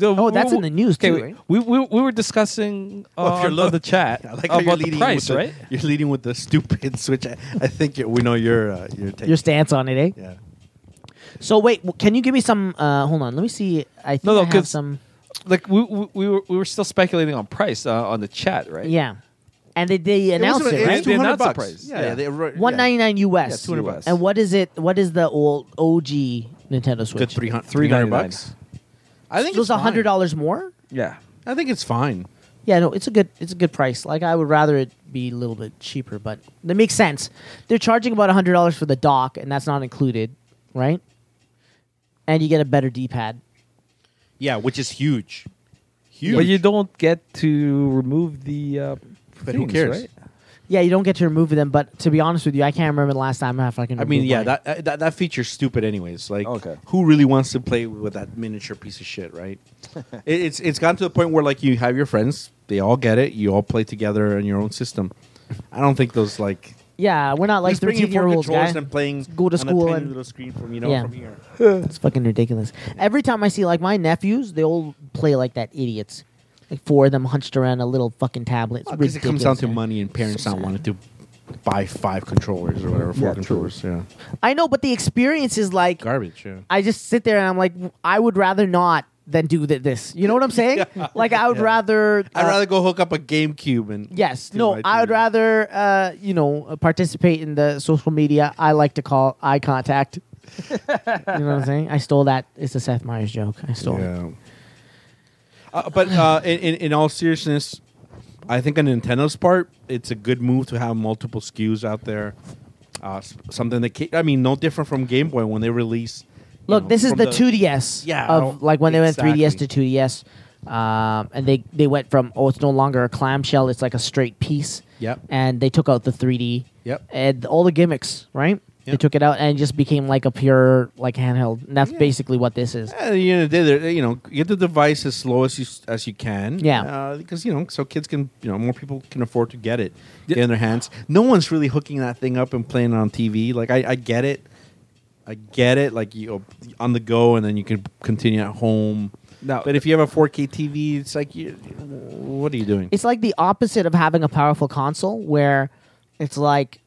Speaker 4: Oh, that's in the news too,
Speaker 5: we-
Speaker 4: right?
Speaker 5: We, we, we were discussing uh,
Speaker 7: Well, Oh, if you're
Speaker 5: on
Speaker 7: low-
Speaker 5: the chat
Speaker 7: I like how you're
Speaker 5: Oh, about the
Speaker 7: leading
Speaker 5: price,
Speaker 7: with the,
Speaker 5: right?
Speaker 7: You're leading with the stupid switch. I, I think you we know your uh, your take.
Speaker 4: your stance on it, eh?
Speaker 7: yeah.
Speaker 4: So wait, w- can you give me some? Uh, hold on, let me see. I think
Speaker 5: No, no,
Speaker 4: I have
Speaker 5: 'cause-
Speaker 4: some.
Speaker 5: Like we, we, we were we were still speculating on price uh, on the chat, right?
Speaker 4: Yeah, and they, they announced it,
Speaker 5: was-
Speaker 4: right?
Speaker 5: was They
Speaker 7: 200
Speaker 5: announced the
Speaker 7: bucks.
Speaker 5: price.
Speaker 7: Yeah,
Speaker 5: Yeah.
Speaker 7: yeah. they were- yeah.
Speaker 4: One ninety nine US.
Speaker 5: Yeah, 200 bucks.
Speaker 4: And what is it? What is the old OG Nintendo
Speaker 7: Good
Speaker 4: Switch?
Speaker 5: 399.
Speaker 7: 300, 300 bucks. I think
Speaker 4: It was
Speaker 7: it's
Speaker 4: hundred
Speaker 7: fine.
Speaker 4: dollars more.
Speaker 5: Yeah.
Speaker 7: I think it's fine.
Speaker 4: Yeah, no, it's a good it's a good price. Like I would rather it be a little bit cheaper, but that makes sense. They're charging about hundred dollars for the dock, and that's not included, right? And you get a better D pad.
Speaker 7: Yeah, which is huge. Huge.
Speaker 5: But you don't get to remove the. Uh,
Speaker 7: But who
Speaker 5: things,
Speaker 7: cares?
Speaker 5: Right?
Speaker 4: Yeah, you don't get to remove them, but to be honest with you, I can't remember the last time I fucking.
Speaker 7: I mean,
Speaker 4: removed
Speaker 7: yeah,
Speaker 4: mine.
Speaker 7: that, that that feature's stupid, anyways. Like,
Speaker 6: Okay.
Speaker 7: who really wants to play with that miniature piece of shit, right? it, it's it's gotten to the point where like you have your friends, they all get it, you all play together in your own system. I don't think those like
Speaker 4: yeah, we're not like
Speaker 7: Just bringing
Speaker 4: thirteen year
Speaker 7: four
Speaker 4: olds, guy.
Speaker 7: controllers and playing
Speaker 4: go to
Speaker 7: on
Speaker 4: school
Speaker 7: a tiny
Speaker 4: and-
Speaker 7: little screen from you know
Speaker 4: Yeah.
Speaker 7: from here.
Speaker 4: It's fucking ridiculous. Every time I see like my nephews, they all play like that idiots. Like four of them hunched around a little fucking tablet. It's
Speaker 7: Because Oh, it comes
Speaker 4: ridiculous,
Speaker 7: down to
Speaker 4: man.
Speaker 7: money and parents
Speaker 4: So
Speaker 7: not
Speaker 4: sad.
Speaker 7: wanting to buy five controllers or whatever, four
Speaker 6: Yeah, true.
Speaker 7: controllers. Yeah,
Speaker 4: I know, but the experience is like
Speaker 7: garbage. Yeah.
Speaker 4: I just sit there and I'm like, I would rather not than do th- this. You know what I'm saying? Like I would rather.
Speaker 7: I'd
Speaker 4: uh,
Speaker 7: rather go hook up a GameCube and
Speaker 4: Yes.
Speaker 7: do
Speaker 4: No.
Speaker 7: my
Speaker 4: I would
Speaker 7: thing.
Speaker 4: rather, uh, you know, participate in the social media. I like to call eye contact. you know what I'm saying? I stole that. It's a Seth Meyers joke. I stole it.
Speaker 7: Yeah. Uh, but uh, in, in in all seriousness, I think on Nintendo's part, it's a good move to have multiple SKUs out there. Uh, s- something that ca- I mean, no different from Game Boy when they release. you
Speaker 4: Look,
Speaker 7: know,
Speaker 4: this is
Speaker 7: from
Speaker 4: the, 2DS
Speaker 7: Yeah, I
Speaker 4: of
Speaker 7: don't-
Speaker 4: like when they went 3DS
Speaker 7: exactly.
Speaker 4: to 2DS, um, and they they went from oh it's no longer a clamshell, it's like a straight piece.
Speaker 7: Yep.
Speaker 4: And they took out the 3D.
Speaker 7: Yep.
Speaker 4: And all the gimmicks, right? They
Speaker 7: Yep.
Speaker 4: took it out and it just became like a pure like handheld. And that's
Speaker 7: Yeah.
Speaker 4: basically what this is.
Speaker 7: At the end of the day, they're- you know, get the device as slow as you s- as you can.
Speaker 4: Yeah.
Speaker 7: uh, because you know, so kids can, you know, more people can afford to get it in their hands. No one's really hooking that thing up and playing it on TV. Like I, I get it, I get it. Like you on the go, and then you can continue at home.
Speaker 5: No.
Speaker 7: but if you have a 4K TV, it's like, you, what are you doing?
Speaker 4: It's like the opposite of having a powerful console where it's like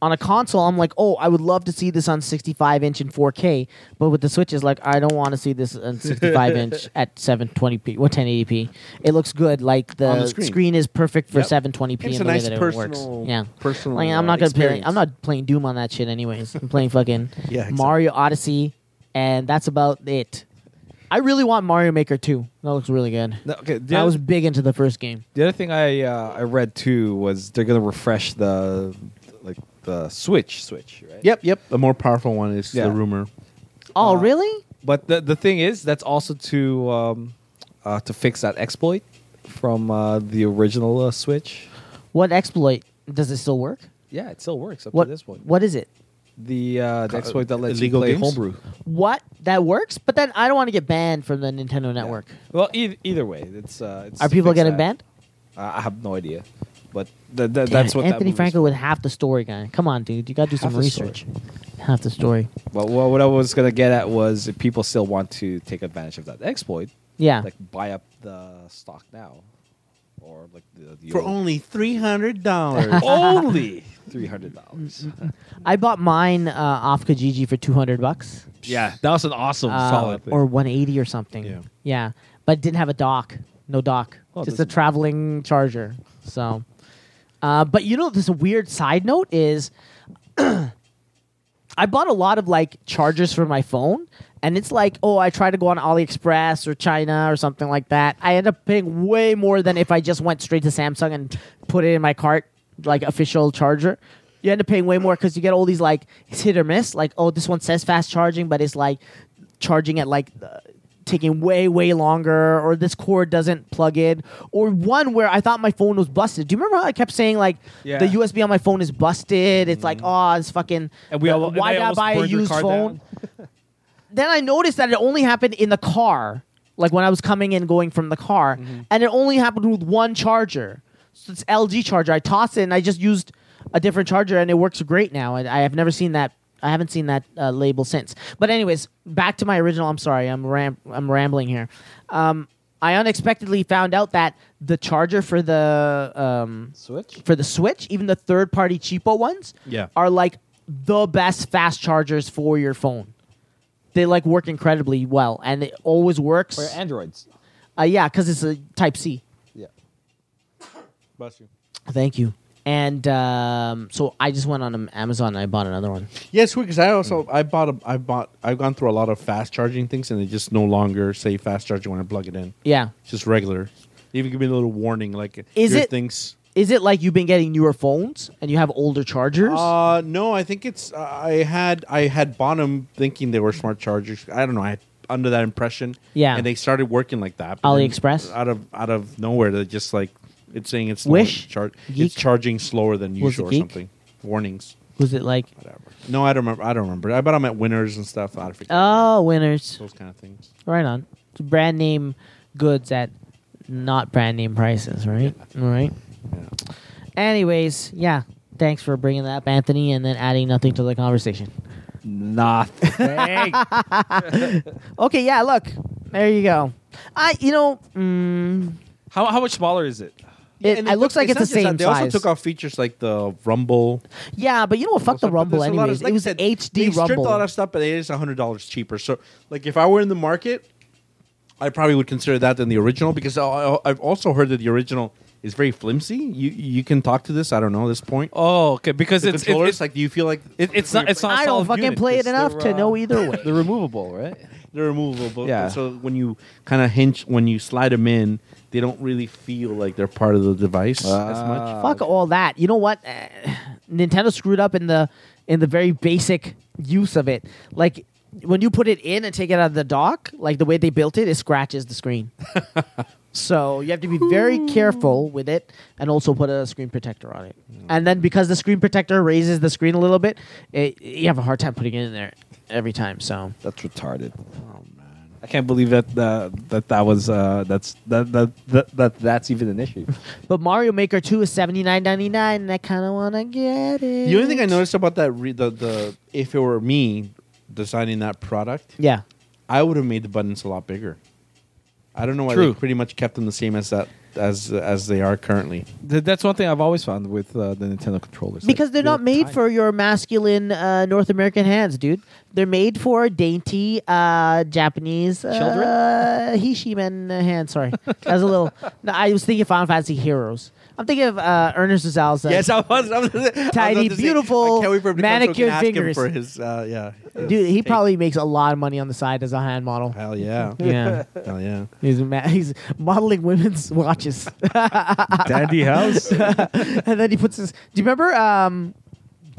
Speaker 4: on a console I'm like, "Oh, I would love to see this on 65 inch and 4K." But with the Switch it's like, "I don't want to see this on 65 inch at 720p or 1080p. It looks good like the,
Speaker 7: On the screen.
Speaker 4: is perfect for
Speaker 7: Yep.
Speaker 4: 720p
Speaker 7: It's
Speaker 4: in the
Speaker 7: a nice
Speaker 4: way that it
Speaker 7: personal-
Speaker 4: works." Yeah.
Speaker 7: personal,
Speaker 4: like I'm
Speaker 7: uh,
Speaker 4: not going to play
Speaker 7: experience.
Speaker 4: I'm not playing Doom on that shit anyways. I'm playing fucking
Speaker 7: Yeah, exactly.
Speaker 4: Mario Odyssey and that's about it. I really want Mario Maker 2. That looks really good.
Speaker 5: No, okay. The,
Speaker 4: I
Speaker 5: oth-
Speaker 4: was big into the first game.
Speaker 5: the other thing I uh, I read too was they're gonna refresh the like the Switch Switch, right?
Speaker 7: Yep, yep. The more powerful one is
Speaker 5: Yeah.
Speaker 7: the rumor.
Speaker 4: Oh, really?
Speaker 5: But the the thing is, that's also to um, uh, to fix that exploit from uh, the original uh, Switch.
Speaker 4: What exploit does it still work?
Speaker 5: Yeah, it still works up
Speaker 4: What
Speaker 5: to this point.
Speaker 4: what is it?
Speaker 5: The, uh, the exploit that lets you
Speaker 7: illegal
Speaker 5: play
Speaker 7: games?
Speaker 5: homebrew.
Speaker 4: What that works? But then I don't want to get banned from the Nintendo Network.
Speaker 5: Well, eith- either way, it's, uh, it's
Speaker 4: Are
Speaker 5: to
Speaker 4: people
Speaker 5: fix
Speaker 4: getting
Speaker 5: that.
Speaker 4: banned?
Speaker 5: Uh, I have no idea, but th- th-
Speaker 4: Damn
Speaker 5: that's
Speaker 4: it,
Speaker 5: what
Speaker 4: Anthony
Speaker 5: that move is
Speaker 4: Franco with half the story guy. Come on, dude, you got to do some
Speaker 5: the story.
Speaker 4: research. Half the story.
Speaker 5: But what, what I was gonna get at was if people still want to take advantage of that exploit,
Speaker 4: Yeah.
Speaker 5: like buy up the stock now, or like the, the
Speaker 7: For
Speaker 5: old-
Speaker 7: only $300.
Speaker 5: only three hundred dollars.
Speaker 4: I bought mine uh, off Kijiji for two hundred bucks,
Speaker 5: yeah, that was an awesome
Speaker 4: uh,
Speaker 5: solid. Thing.
Speaker 4: or one eighty or something.
Speaker 5: Yeah.
Speaker 4: yeah, but it didn't have a dock, no dock,
Speaker 5: Well, it
Speaker 4: just a
Speaker 5: doesn't-
Speaker 4: traveling charger. So, uh, but you know, this weird side note is, I bought a lot of like chargers for my phone, and it's like, oh, I try to go on AliExpress or China or something like that. I end up paying way more than if I just went straight to Samsung and put it in my cart, like official charger. You end up paying way more because you get all these like it's hit or miss. Like, oh, this one says fast charging, but it's like charging at like the- taking way way longer, or this cord doesn't plug in, or one where I thought my phone was busted. Do you remember how I kept saying like
Speaker 5: Yeah. Mm-hmm.
Speaker 4: the USB on my phone is busted? It's like oh, it's fucking
Speaker 5: And we
Speaker 4: the-
Speaker 5: all- and
Speaker 4: why
Speaker 5: I
Speaker 4: did I
Speaker 5: almost
Speaker 4: buy a
Speaker 5: burned your
Speaker 4: used
Speaker 5: car
Speaker 4: phone? then I noticed that it only happened in the car, like when I was coming in going from the car, and it only happened with one charger. So it's LG charger. I tossed it and I just used a different charger, and it works great now. And I have never seen that. I haven't seen that uh, label since. But anyways, back to my original. I'm sorry, I'm ram- I'm rambling here. Um, I unexpectedly found out that the charger for the um,
Speaker 6: Switch?
Speaker 4: for the Switch, even the third party cheapo ones,
Speaker 7: Yeah.
Speaker 4: are like the best fast chargers for your phone. They like work incredibly well, and it always works.
Speaker 6: Or Androids.
Speaker 4: Uh, yeah, because it's a Type C.
Speaker 6: Yeah.
Speaker 7: Bless you.
Speaker 4: Thank you. And um, so I just went on um, Amazon and I bought another one.
Speaker 7: Yeah, it's weird because I also I bought a I bought I've gone through a lot of fast charging things and they just no longer say fast charging when I plug it in.
Speaker 4: Yeah,
Speaker 7: It's just regular. They even give me a little warning like
Speaker 4: Is
Speaker 7: your
Speaker 4: it-
Speaker 7: things.
Speaker 4: is it like you've been getting newer phones and you have older chargers?
Speaker 7: Uh, no, I think it's I had I had bought 'em thinking they were smart chargers. I don't know. I under that impression.
Speaker 4: Yeah.
Speaker 7: and they started working like that. but then
Speaker 4: AliExpress?
Speaker 7: out of out of nowhere. They're just like it's saying it's
Speaker 4: Wish?
Speaker 7: slower, char-
Speaker 4: Geek?
Speaker 7: it's charging slower than
Speaker 4: Was it
Speaker 7: usual or
Speaker 4: Geek?
Speaker 7: something. Warnings.
Speaker 4: Was it like
Speaker 7: Whatever. No, I don't remember. I don't remember. I bought them at Winners and stuff. I forget.
Speaker 4: oh winners?
Speaker 7: those kind of things.
Speaker 4: Right on. Brand name goods at not brand name prices, right? All right. Anyways, yeah. Thanks for bringing that up, Anthony, and then adding nothing to the conversation.
Speaker 5: Nothing.
Speaker 4: Okay, yeah, look. There you go. I, you know, mm,
Speaker 5: how how much smaller is it?
Speaker 4: it, it looks like it's the same
Speaker 7: They
Speaker 4: size.
Speaker 7: also took off features like the Rumble.
Speaker 4: yeah, but you know what? Fuck the
Speaker 7: But
Speaker 4: Rumble,
Speaker 7: there's a lot
Speaker 4: anyways.
Speaker 7: of- like
Speaker 4: it
Speaker 7: I
Speaker 4: was
Speaker 7: said,
Speaker 4: an
Speaker 7: they
Speaker 4: HD
Speaker 7: stripped
Speaker 4: Rumble.
Speaker 7: a lot of stuff, but it is hundred dollars cheaper. So, like, if I were in the market, I probably would consider that than the original because I- I, I've also heard that the original is very flimsy. You you can talk to this. I don't know this point.
Speaker 5: Oh, okay. Because
Speaker 7: the
Speaker 5: it's it,
Speaker 7: controllers,
Speaker 5: it's
Speaker 7: like, do you feel like
Speaker 5: it- it's not it's not. a
Speaker 4: I don't
Speaker 5: solid
Speaker 4: fucking
Speaker 5: unit,
Speaker 4: play it
Speaker 5: 'cause
Speaker 4: enough
Speaker 5: they're,
Speaker 4: to
Speaker 5: uh,
Speaker 4: know either way.
Speaker 5: They're removable, right?
Speaker 7: they're removable?
Speaker 5: Yeah.
Speaker 7: So when you kind of hinge, when you slide them in, they don't really feel like they're part of the device as much.
Speaker 4: Fuck all that. You know what? Eh, Nintendo screwed up in the in the very basic use of it. Like when you put it in and take it out of the dock, like the way they built it, it scratches the screen. so you have to be very careful with it, and also put a screen protector on it.
Speaker 7: Mm.
Speaker 4: And then because the screen protector raises the screen a little bit, it, you have a hard time putting it in there every time. So
Speaker 6: That's retarded.
Speaker 5: I
Speaker 6: I can't believe that uh, that that was uh, that's that, that that that that's even an issue.
Speaker 4: But Mario Maker 2 is seventy nine ninety nine, and I kind of want to get it.
Speaker 7: The only thing I noticed about that, re- the the if it were me designing that product,
Speaker 4: Yeah.
Speaker 7: I would have made the buttons a lot bigger. I don't know why
Speaker 5: True.
Speaker 7: they pretty much kept them the same as that as as they are currently.
Speaker 5: Th- That's one thing I've always found with uh, the Nintendo controllers.
Speaker 4: Because they're not made for your masculine uh, North American hands, dude. They're made for dainty uh, Japanese
Speaker 5: Children?
Speaker 4: uh, Hishiman hands. Sorry, that was a little. No, I was thinking Final Fantasy Heroes. I'm thinking of uh, Ernest Zalza.
Speaker 7: I was. I was
Speaker 4: Tidy, beautiful, manicured fingers.
Speaker 7: for his. Uh, yeah,
Speaker 4: dude, he probably makes a lot of money on the side as a hand model.
Speaker 7: hell yeah,
Speaker 4: Yeah,
Speaker 7: hell yeah.
Speaker 4: he's ma- he's modeling women's watches,
Speaker 5: Dandy House.
Speaker 4: and then he puts his. Do you remember um,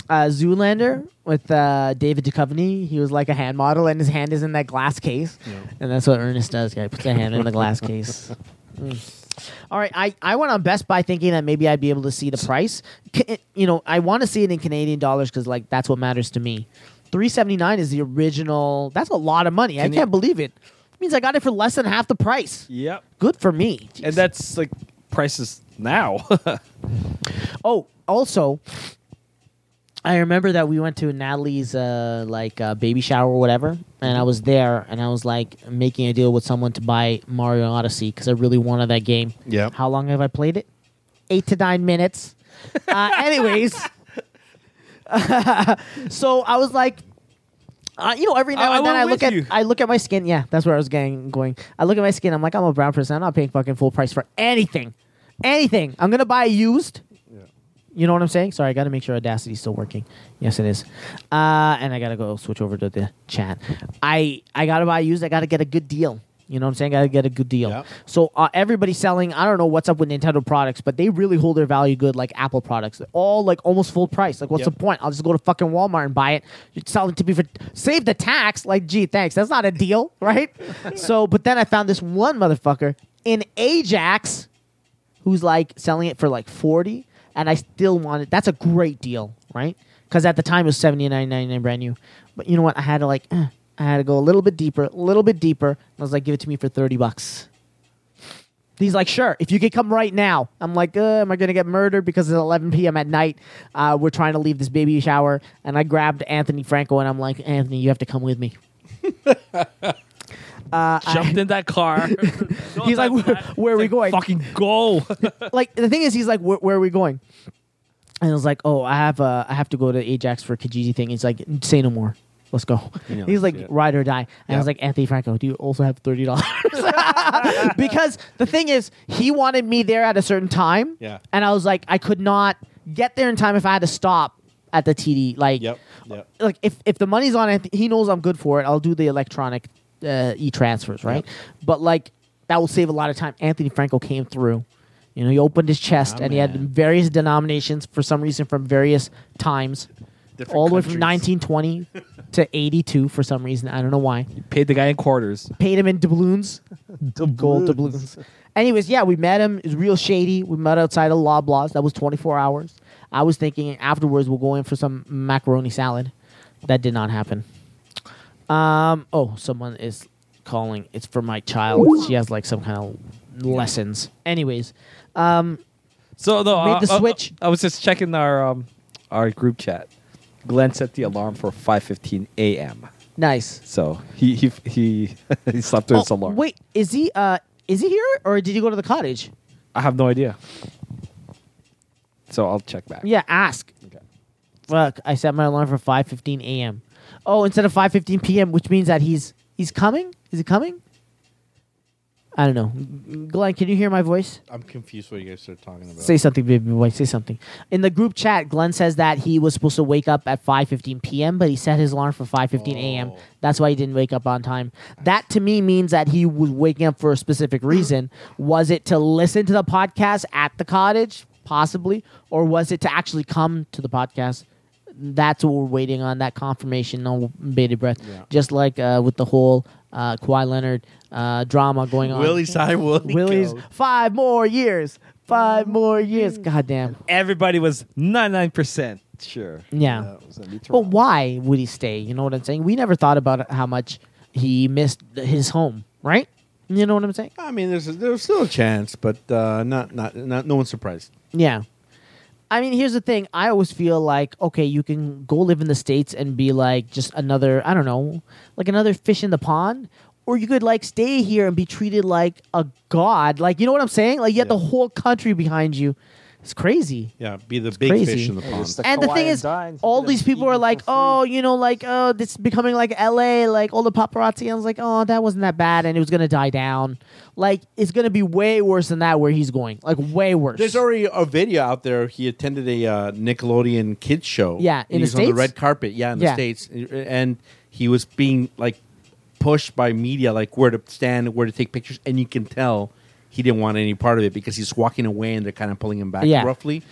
Speaker 4: uh, Zoolander with uh, David Duchovny? He was like a hand model, and his hand is in that glass case. And that's what Ernest does. Yeah, he puts a hand in the glass case. Mm. All right, I, I went on Best Buy thinking that maybe I'd be able to see the price. C- it- you know, I want to see it in Canadian dollars because like that's what matters to me. Three seventy nine is the original. That's a lot of money. I can't believe it. means I got it for less than half the price.
Speaker 5: yep.
Speaker 4: Good for me.
Speaker 5: And that's like prices now.
Speaker 4: Oh, also, I remember that we went to Natalie's uh, like uh, baby shower or whatever, and
Speaker 5: Mm-hmm.
Speaker 4: I was there, and I was like making a deal with someone to buy Mario Odyssey because I really wanted that game.
Speaker 7: Yep.
Speaker 4: How long have I played it? Eight to nine minutes. Uh, anyways, so I was like, uh, you know, every now
Speaker 5: I- I
Speaker 4: and then
Speaker 5: went
Speaker 4: I look
Speaker 5: with
Speaker 4: at
Speaker 5: you.
Speaker 4: I look at my skin. Yeah, that's where I was getting going. I look at my skin. I'm like, I'm a brown person. I'm not paying fucking full price for anything, anything. I'm gonna buy used. You know what I'm saying? Sorry, I got to make sure Audacity's still working. Yes, it is. Uh, and I gotta go switch over to the chat. I I gotta buy used. I gotta get a good deal. You know what I'm saying? Gotta get a good deal.
Speaker 5: Yeah.
Speaker 4: So uh, everybody's selling. I don't know what's up with Nintendo products, but they really hold their value good, like Apple products. They're all like almost full price. Like, what's
Speaker 5: Yep.
Speaker 4: the point? I'll just go to fucking Walmart and buy it. You sell it to me for save the tax. Like, gee, thanks. That's not a deal, right? so, but then I found this one motherfucker in Ajax who's like selling it for like 40 and I still want it. That's a great deal, right? Cuz at the time it was 79.99 brand new. But you know what? I had to like eh, I had to go a little bit deeper, a little bit deeper. And I was like give it to me for 30 bucks. He's like, sure, if you could come right now. I'm like, uh, am I going to get murdered because it's 11 p.m. at night? Uh, we're trying to leave this baby shower. And I grabbed Anthony Franco and I'm like, Anthony, you have to come with me. Uh,
Speaker 5: Jumped in that car.
Speaker 4: He's like, where, where are we going?
Speaker 5: Fucking go.
Speaker 4: like the thing is, he's like, where, where are we going? And I was like, oh, I have uh, I have to go to Ajax for a Kijiji thing. He's like, say no more. Let's go.
Speaker 7: know
Speaker 4: he's
Speaker 7: that
Speaker 4: like,
Speaker 7: shit.
Speaker 4: ride or die. And I was like, Anthony Franco, do you also have thirty dollars? because the thing is, he wanted me there at a certain time.
Speaker 7: Yeah.
Speaker 4: And I was like, I could not get there in time if I had to stop at the TD. Like,
Speaker 7: Yep. Yep.
Speaker 4: like if, if the money's on it, he knows I'm good for it. I'll do the electronic uh, e transfers, right? But like that will save a lot of time. Anthony Franco came through. You know, he opened his chest and he had various denominations for some reason from various times,
Speaker 7: Different
Speaker 4: all the way from
Speaker 7: countries.
Speaker 4: 1920 to 82 for some reason. I don't know why.
Speaker 5: Paid the guy in quarters.
Speaker 4: Paid him in doubloons, gold doubloons. Anyways, yeah, we met him. It was real shady. We met outside of Loblaws. That was 24 hours. I was thinking afterwards we'll go in for some macaroni salad. That did not happen. Um. Oh, someone is calling. It's for my child. She has like some kind of lessons. Anyways,
Speaker 5: So no,
Speaker 4: Made the
Speaker 5: uh, uh,
Speaker 4: switch.
Speaker 5: I was just checking our um, our group chat. Glenn set the alarm for 5:15 a.m.
Speaker 4: nice.
Speaker 5: So he he he, he slept through his
Speaker 4: Oh,
Speaker 5: alarm.
Speaker 4: wait, is he uh is he here or did he go to the cottage?
Speaker 5: I have no idea. So I'll check back.
Speaker 4: Yeah, ask. Fuck, I set my alarm for 5:15 a.m. Oh, instead of 5:15 p.m., which means that he's he's coming? Is he coming? I don't know. Glenn, can you hear my voice?
Speaker 7: I'm confused what you guys are talking about.
Speaker 4: Say something, baby boy. Say something. In the group chat, Glenn says that he was supposed to wake up at 5:15 p.m., but he set his alarm for 5:15 a.m. That's why he didn't wake up on time. That to me means that he was waking up for a specific reason. Was it to listen to the podcast at the cottage, possibly, or was it to actually come to the podcast? That's what we're waiting on. That confirmation on bated breath. Just like uh, with the whole uh, Kawhi Leonard uh, drama going on.
Speaker 7: Willie's high. Willie
Speaker 4: Willie's
Speaker 7: goes.
Speaker 4: five more years. Five more years. Goddamn.
Speaker 5: Everybody was 99% sure.
Speaker 4: Yeah. But why would he stay? You know what I'm saying? We never thought about how much he missed his home, right? You know what I'm saying?
Speaker 7: I mean, there's a, there's still a chance, but uh, not not not no one's surprised.
Speaker 4: Yeah. I mean, here's the thing. I always feel like, okay, you can go live in the States and be like just another, I don't know, like another fish in the pond. Or you could like stay here and be treated like a god. Like, you know what I'm saying? Like, you have the whole country behind you. It's crazy.
Speaker 7: Yeah, be the big
Speaker 4: crazy.
Speaker 7: fish in the pond.
Speaker 4: and the thing is, all these people are like, oh, you know, like, oh, this is becoming like LA, like all the paparazzi. I was like, oh, that wasn't that bad. And it was going to die down. Like, it's going to be way worse than that where he's going. Like, way worse.
Speaker 7: There's already a video out there. He attended a uh, Nickelodeon kids show.
Speaker 4: Yeah, in
Speaker 7: and
Speaker 4: the
Speaker 7: he's on the
Speaker 4: States?
Speaker 7: red carpet. Yeah, in the
Speaker 4: Yeah.
Speaker 7: states, and he was being like pushed by media, like where to stand, where to take pictures, and you can tell he didn't want any part of it because he's walking away and they're kind of pulling him back,
Speaker 4: Yeah.
Speaker 7: roughly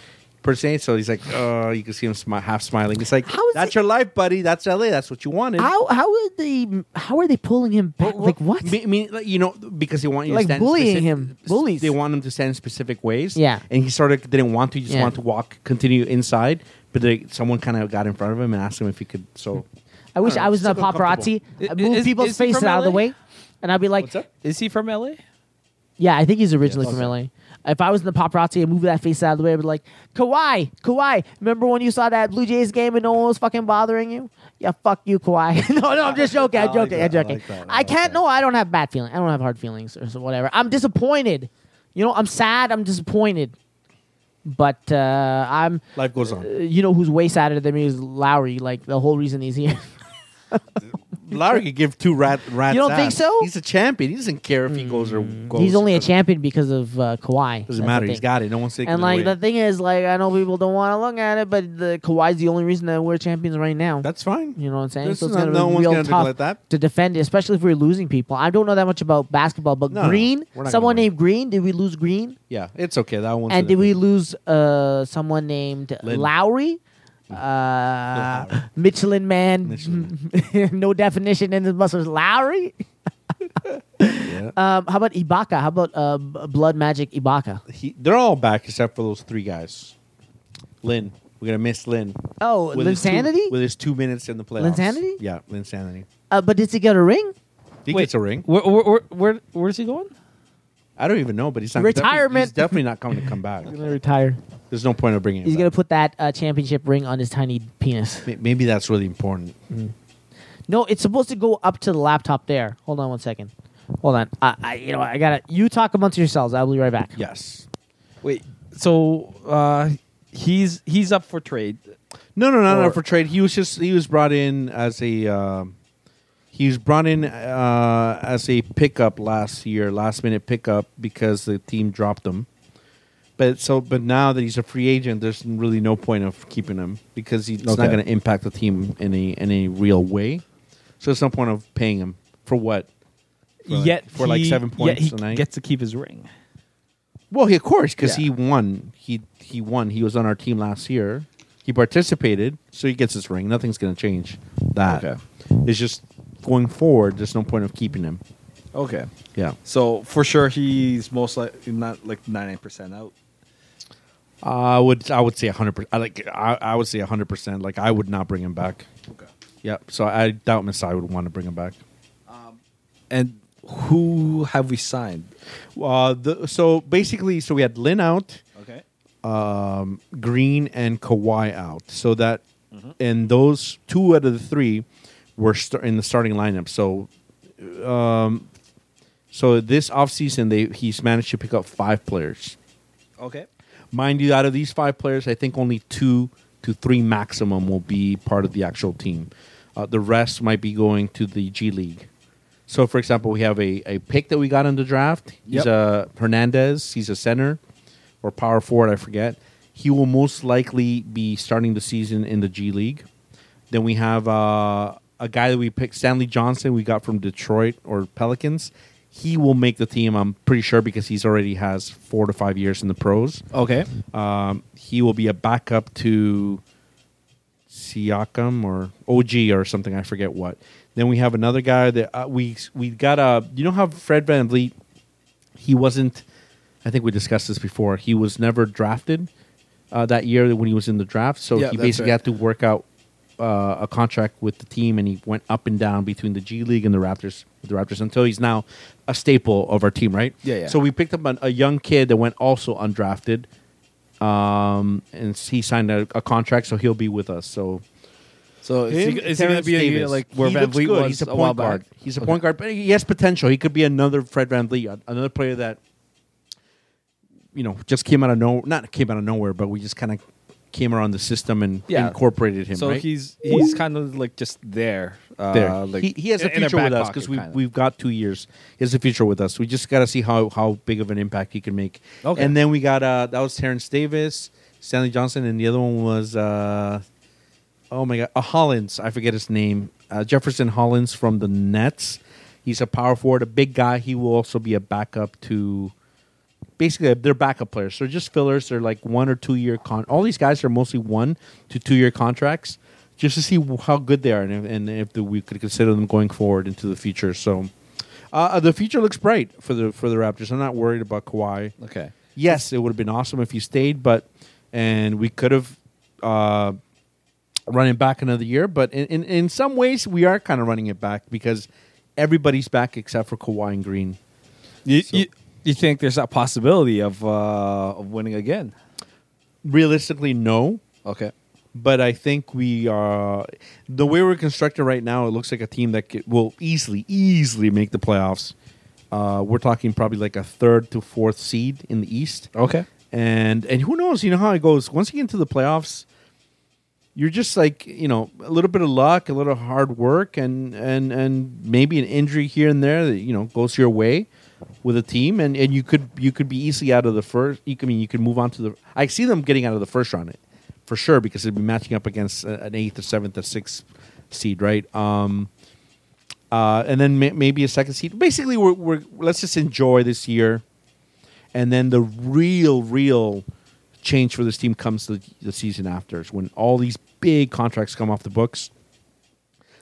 Speaker 7: per se. So he's like, oh, you can see him smi- half smiling. It's like
Speaker 4: How is
Speaker 7: that's
Speaker 4: it-
Speaker 7: your life, buddy. That's LA. That's what you wanted.
Speaker 4: how, how are they, how are they pulling him back? like, what?
Speaker 7: Me- mean, like, you know, because they want you
Speaker 4: Like
Speaker 7: to stand
Speaker 4: bullying
Speaker 7: speci-
Speaker 4: him.
Speaker 7: s-
Speaker 4: Bullies.
Speaker 7: They want him to stand in specific ways.
Speaker 4: Yeah.
Speaker 7: and he sort of didn't want to. He just
Speaker 4: Yeah.
Speaker 7: wanted to walk, continue inside. But they, someone kind of got in front of him and asked him if he could. So
Speaker 4: I wish
Speaker 7: I don't
Speaker 4: I,
Speaker 7: know,
Speaker 4: was not
Speaker 7: it's
Speaker 4: paparazzi.
Speaker 5: uncomfortable.
Speaker 4: I
Speaker 5: I-
Speaker 4: move
Speaker 5: is-
Speaker 4: people's
Speaker 5: is he
Speaker 4: faces
Speaker 5: from
Speaker 4: out of the
Speaker 5: LA?
Speaker 4: way. And I'd be like,
Speaker 7: what's up?
Speaker 5: Is he from LA?
Speaker 4: yeah, I think he's originally
Speaker 7: Yes.
Speaker 4: from LA. If I was in the paparazzi and move that face out of the way, I'd be like, Kawhi, Kawhi, remember when you saw that Blue Jays game and no one was fucking bothering you? Yeah, fuck you, Kawhi. no, no, I'm just joking. I'm joking. I'm joking. I, can't, no, I don't have bad feelings. I don't have hard feelings or so- whatever. I'm disappointed. You know, I'm sad. I'm disappointed. But uh, I'm,
Speaker 7: Life goes on.
Speaker 4: you know, who's way sadder than me is Lowry. Like the whole reason he's here.
Speaker 7: Larry could give two rat rats.
Speaker 4: You don't think
Speaker 7: ass.
Speaker 4: so? Mm.
Speaker 7: He's a champion. He doesn't care if he goes or goes.
Speaker 4: he's only a
Speaker 7: Doesn't-
Speaker 4: champion because of uh, Kawhi. That's the
Speaker 7: Doesn't matter.
Speaker 4: thing.
Speaker 7: He's got it. No one's taking
Speaker 4: And
Speaker 7: it
Speaker 4: like
Speaker 7: away.
Speaker 4: the thing is, like I know people don't want to look at it, but the Kawhi's the only reason that we're champions right now.
Speaker 7: That's fine.
Speaker 4: you know what I'm saying?
Speaker 7: This
Speaker 4: So
Speaker 7: is
Speaker 4: it's
Speaker 7: not-
Speaker 4: gonna
Speaker 7: no
Speaker 4: be
Speaker 7: one's
Speaker 4: real
Speaker 7: gonna
Speaker 4: tough
Speaker 7: neglect that.
Speaker 4: to defend, especially if we're losing people. I don't know that much about basketball, but
Speaker 7: No, no,
Speaker 4: Green,
Speaker 7: we're not
Speaker 4: someone
Speaker 7: gonna win.
Speaker 4: named Green, did we lose Green?
Speaker 7: Yeah, it's okay. That one.
Speaker 4: and did we lose uh, someone named
Speaker 7: Lin.
Speaker 4: Lowry? Uh, Michelin man, no definition in his muscles. Lowry. um, how about Ibaka? How about uh, B- Blood Magic Ibaka?
Speaker 7: He, they're all back except for those three guys. Lynn, we're gonna miss Lynn.
Speaker 4: Oh,
Speaker 7: With his two-
Speaker 4: Linsanity?
Speaker 7: With his two minutes in the playoffs.
Speaker 4: Linsanity?
Speaker 7: Yeah, Linsanity.
Speaker 4: Uh, but did he get a ring?
Speaker 7: He
Speaker 5: Wait,
Speaker 7: gets a ring.
Speaker 5: Where, where, where, where, where's he going?
Speaker 7: I don't even know, but he's not
Speaker 4: Retirement.
Speaker 7: He's definitely not coming to come back.
Speaker 4: retire.
Speaker 7: There's no point of bringing.
Speaker 4: He's
Speaker 7: him
Speaker 4: gonna
Speaker 7: back.
Speaker 4: put that uh, championship ring on his tiny penis.
Speaker 7: May- Maybe that's really important.
Speaker 4: Mm. No, it's supposed to go up to the laptop there. Hold on one second. Hold on. I, I you know, I gotta. You talk amongst yourselves. I'll be right back.
Speaker 7: Yes.
Speaker 5: Wait, so uh, he's he's up for trade.
Speaker 7: No, no, no,
Speaker 5: Or-
Speaker 7: not for trade. He was just he was brought in as a um he was brought in uh, as a pickup last year, last minute pickup because the team dropped him. But so, but now that he's a free agent, there's really no point of keeping him because he's not
Speaker 5: Okay.
Speaker 7: going to impact the team in a in a real way. So there's no point of paying him for what? For like-
Speaker 5: yet
Speaker 7: for like
Speaker 5: he-
Speaker 7: seven points
Speaker 5: yet he
Speaker 7: a night.
Speaker 5: gets to keep his ring.
Speaker 7: Well, he, of course, because
Speaker 5: Yeah.
Speaker 7: he won. He he won. He was on our team last year. He participated, so he gets his ring. Nothing's going to change that.
Speaker 5: Okay.
Speaker 7: It's just going forward. There's no point of keeping him.
Speaker 5: Okay,
Speaker 7: Yeah.
Speaker 8: So for sure, he's most likely not like ninety percent out.
Speaker 7: I would I would say 100. percent I like I, I would say 100. percent Like I would not bring him back.
Speaker 8: Okay.
Speaker 7: Yeah. So I doubt Masai would want to bring him back.
Speaker 8: And who have we signed?
Speaker 7: Uh, the, so basically, so we had Lin out.
Speaker 8: Okay.
Speaker 7: Green and Kawhi out. So that, and those two out of the three were st- in the starting lineup. So, um, so this offseason, they he's managed to pick up five players.
Speaker 8: Okay.
Speaker 7: Mind you, out of these five players, I think only two to three maximum will be part of the actual team. Uh, the rest might be going to the G League. So, for example, we have a, a pick that we got in the draft.
Speaker 8: Yep.
Speaker 7: He's a Hernandez. He's a center or power forward. I forget. He will most likely be starting the season in the G League. Then we have uh, a guy that we picked, Stanley Johnson. We got from Detroit or Pelicans. He will make the team. I'm pretty sure because he's already has four to five years in the pros.
Speaker 8: Okay.
Speaker 7: Um, he will be a backup to Siakam or OG or something. I forget what. Then we have another guy that uh, we we got a. You know how Fred Van Vliet, he wasn't. I think we discussed this before. He was never drafted uh, that year when he was in the draft, so
Speaker 8: Yeah,
Speaker 7: he
Speaker 8: that's
Speaker 7: basically
Speaker 8: right.
Speaker 7: had to work out uh, a contract with the team, and he went up and down between the G League and the Raptors, the Raptors, until he's now a staple of our team, right?
Speaker 8: Yeah, yeah.
Speaker 7: So we picked up an, a young kid that went also undrafted, um, and he signed a, a contract, so he'll be with us. So
Speaker 5: So is
Speaker 7: him,
Speaker 5: he, is he going to
Speaker 7: Terrence
Speaker 5: be a,
Speaker 7: Davis.
Speaker 5: like where
Speaker 7: He
Speaker 5: Van
Speaker 7: looks
Speaker 5: Vliet
Speaker 7: good.
Speaker 5: was
Speaker 7: He's a
Speaker 5: a
Speaker 7: point
Speaker 5: while
Speaker 7: guard.
Speaker 5: back?
Speaker 7: He's a point guard, but he has potential. He could be another Fred Van Vliet, another player that you know just came out of no, not came out of nowhere, but we just kind of came around the system and
Speaker 5: Yeah.
Speaker 7: incorporated him.
Speaker 5: So
Speaker 7: right?
Speaker 5: he's he's kind of like just there. Uh,
Speaker 7: there.
Speaker 5: Like
Speaker 7: he, he has a
Speaker 5: in- in our
Speaker 7: future with
Speaker 5: back
Speaker 7: us
Speaker 5: pocket,
Speaker 7: because we
Speaker 5: kinda.
Speaker 7: we've got two years. He has a future with us. We just got to see how how big of an impact he can make.
Speaker 5: Okay.
Speaker 7: And then we got uh that was Terrence Davis, Stanley Johnson, and the other one was uh oh my god, uh, Hollins. I forget his name. Uh, Jefferson Hollins from the Nets. He's a power forward, a big guy. He will also be a backup to. Basically, they're backup players. They're just fillers. They're like one or two year con. All these guys are mostly one to two year contracts, just to see wh- how good they are and if, and if the, we could consider them going forward into the future. So, uh, uh, the future looks bright for the for the Raptors. I'm not worried about Kawhi
Speaker 5: okay.
Speaker 7: yes, it would have been awesome if you stayed, but and we could have uh, run it back another year. But in, in, in some ways, we are kind of running it back because everybody's back except for Kawhi and Green.
Speaker 8: You,
Speaker 7: So-
Speaker 8: you, you think there's that possibility of uh, of winning again?
Speaker 7: Realistically, no.
Speaker 8: Okay.
Speaker 7: But I think we are the way we're constructed right now. It looks like a team that could, will easily, easily make the playoffs. Uh, we're talking probably like a third to fourth seed in the East.
Speaker 8: Okay.
Speaker 7: and and who knows? You know how it goes. Once you get into the playoffs, you're just like you know a little bit of luck, a little hard work, and and and maybe an injury here and there that you know goes your way with a team, and and you could you could be easily out of the first. You could, I mean, you could move on to the. I see them getting out of the first round for sure because they'd be matching up against uh, an eighth or seventh or sixth seed, right? Um, uh, and then may- maybe a second seed. Basically, we're, we're let's just enjoy this year, and then the real, real change for this team comes the, the season after, is when all these big contracts come off the books.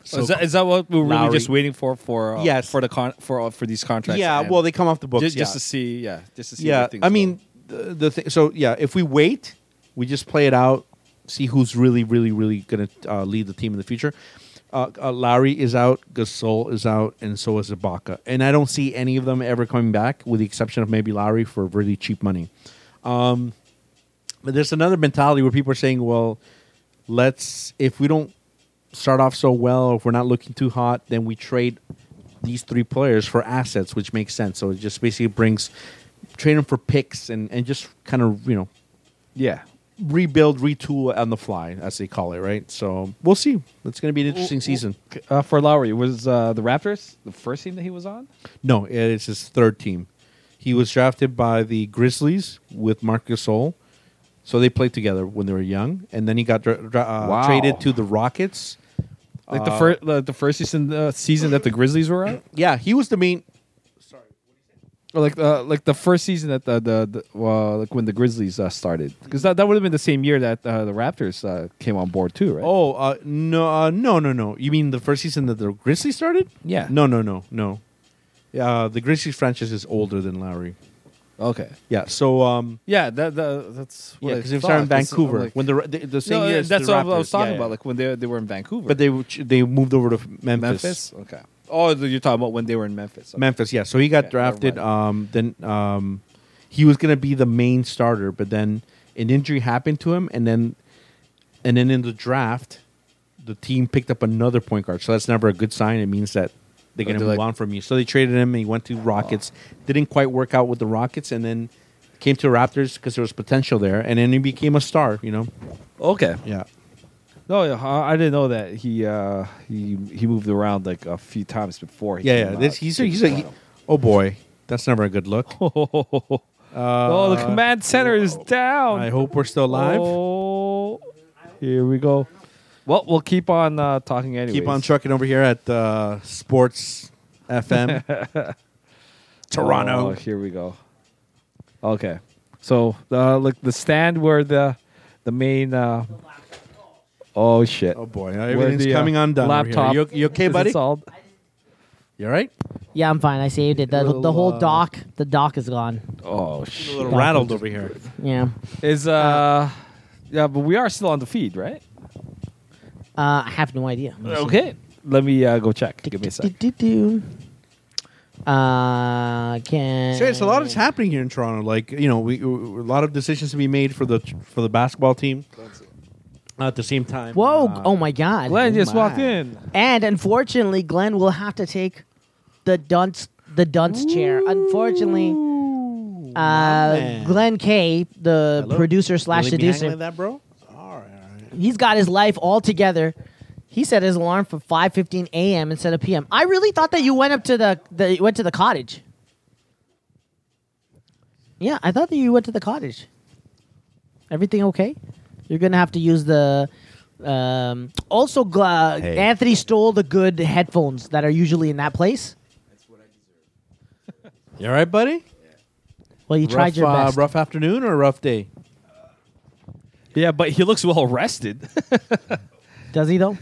Speaker 7: So
Speaker 5: is, that, is that what we're
Speaker 7: Lowry.
Speaker 5: really just waiting for for uh,
Speaker 7: Yes.
Speaker 5: for the con- for uh, for these contracts?
Speaker 7: yeah,
Speaker 5: and
Speaker 7: well, they come off the books.
Speaker 5: just,
Speaker 7: yeah.
Speaker 5: just to see, yeah, just to see.
Speaker 7: yeah,
Speaker 5: where things
Speaker 7: I
Speaker 5: go.
Speaker 7: mean the, the thing. So yeah, if we wait, we just play it out, see who's really, really, really going to uh, lead the team in the future. Uh, uh, Lowry is out, Gasol is out, and so is Ibaka. And I don't see any of them ever coming back, with the exception of maybe Lowry for really cheap money. Um, But there's another mentality where people are saying, well, let's, if we don't start off so well, if we're not looking too hot, then we trade these three players for assets, which makes sense. So it just basically brings, trade them for picks and, and just kind of, you know,
Speaker 8: Yeah.
Speaker 7: rebuild, retool on the fly, as they call it, right? So we'll see. It's going to be an interesting season.
Speaker 8: Uh, for Lowry, was uh, the Raptors the first team that he was on?
Speaker 7: No, it's his third team. He was drafted by the Grizzlies with Marc Gasol, so they played together when they were young, and then he got dra- dra- uh,
Speaker 8: Wow.
Speaker 7: traded to the Rockets.
Speaker 5: like
Speaker 8: Uh,
Speaker 5: the first the, the first season uh, season that the Grizzlies were out,
Speaker 7: Yeah, he was the main.
Speaker 5: or like uh, like the first season that the the, the uh, like when the Grizzlies uh, started, because that, that would have been the same year that uh, the Raptors uh, came on board too, right?
Speaker 7: Oh uh, no, uh, no, no, no! You mean the first season that the Grizzlies started?
Speaker 5: Yeah.
Speaker 7: No, no, no, no. Uh, the Grizzlies franchise is older than Lowry.
Speaker 5: okay,
Speaker 7: Yeah. So um,
Speaker 5: yeah, that, that that's what
Speaker 7: yeah,
Speaker 5: I
Speaker 7: because they
Speaker 5: thought,
Speaker 7: started in
Speaker 5: 'cause, uh,
Speaker 7: Vancouver
Speaker 5: like-
Speaker 7: when the, the the same
Speaker 5: no,
Speaker 7: year. as
Speaker 5: that's
Speaker 7: the
Speaker 5: what I was
Speaker 7: Raptors.
Speaker 5: talking
Speaker 7: Yeah,
Speaker 5: about,
Speaker 7: yeah.
Speaker 5: like when they they were in Vancouver,
Speaker 7: but they they moved over to
Speaker 5: Memphis, okay. Oh, you're talking about when they were in Memphis. okay.
Speaker 7: Memphis, yeah. So he got
Speaker 5: Yeah,
Speaker 7: drafted.
Speaker 5: never mind.
Speaker 7: Um, then um, he was going to be the main starter, but then an injury happened to him, and then and then in the draft, the team picked up another point guard. So that's never a good sign. It means that they're going to
Speaker 5: they're
Speaker 7: move
Speaker 5: like-
Speaker 7: on from you. So they traded him, and he went to Rockets. Didn't quite work out with the Rockets, and then came to Raptors because there was potential there, and then he became a star. You know,
Speaker 5: Okay.
Speaker 7: yeah.
Speaker 8: No, yeah, I I didn't know that he uh, he he moved around like a few times before. He
Speaker 7: Yeah,
Speaker 8: came
Speaker 7: yeah.
Speaker 8: out
Speaker 7: This, he's a,
Speaker 8: to
Speaker 7: he's a,
Speaker 8: Toronto.
Speaker 7: oh boy, that's never a good look.
Speaker 5: oh, the command center is down.
Speaker 7: Uh, I hope we're still alive.
Speaker 5: Oh, here we go. Well, we'll keep on uh, talking anyway.
Speaker 7: Keep on trucking over here at uh, Sports FM.
Speaker 5: Oh, here we go. Okay, so uh, like the stand where the the main. Uh, oh shit!
Speaker 7: Oh boy,
Speaker 5: Where
Speaker 7: everything's
Speaker 5: the, uh,
Speaker 7: coming undone. over here.
Speaker 5: Laptop.
Speaker 7: You, you okay,
Speaker 5: is
Speaker 7: buddy?
Speaker 5: installed.
Speaker 7: You all right?
Speaker 4: Yeah, I'm fine. I saved it. The,
Speaker 7: Little,
Speaker 4: the whole
Speaker 7: uh,
Speaker 4: dock, the dock is gone.
Speaker 5: Oh
Speaker 7: A
Speaker 5: shit!
Speaker 7: little
Speaker 4: Backwards.
Speaker 7: rattled over here.
Speaker 4: Yeah.
Speaker 5: Is uh, yeah, but we are still on the feed, right?
Speaker 4: Uh, I have no idea. Let me see.
Speaker 5: Okay, let me uh, go check. Give me a sec.
Speaker 4: Do-do-do-do. Uh, can.
Speaker 7: Serious, a lot is happening here in Toronto. Like you know, we, we- a lot of decisions to be made for the for the basketball team. At the same time,
Speaker 4: Whoa!
Speaker 7: uh,
Speaker 4: oh my God.
Speaker 5: Glenn just
Speaker 7: my.
Speaker 5: walked in.
Speaker 4: And unfortunately, Glenn will have to take the dunce the dunce chair. Unfortunately, uh,
Speaker 7: Oh, man.
Speaker 4: Glenn K, the
Speaker 7: hello?
Speaker 4: producer slash
Speaker 7: Really be hanging
Speaker 4: seducer,
Speaker 7: like that, bro. All right, all right.
Speaker 4: he's got his life all together. He set his alarm for 5:15 a.m. instead of p.m. I really thought that you went up to the, the you went to the cottage. Yeah, I thought that you went to the cottage. Everything okay? You're gonna have to use the. Um, also, gl- uh,
Speaker 7: Hey.
Speaker 4: Anthony stole the good headphones that are usually in that place.
Speaker 7: You all right, buddy?
Speaker 4: Well, you
Speaker 7: rough,
Speaker 4: tried your
Speaker 7: uh,
Speaker 4: best.
Speaker 7: rough afternoon or a rough day?
Speaker 5: Yeah, but he looks well rested.
Speaker 4: Does he though?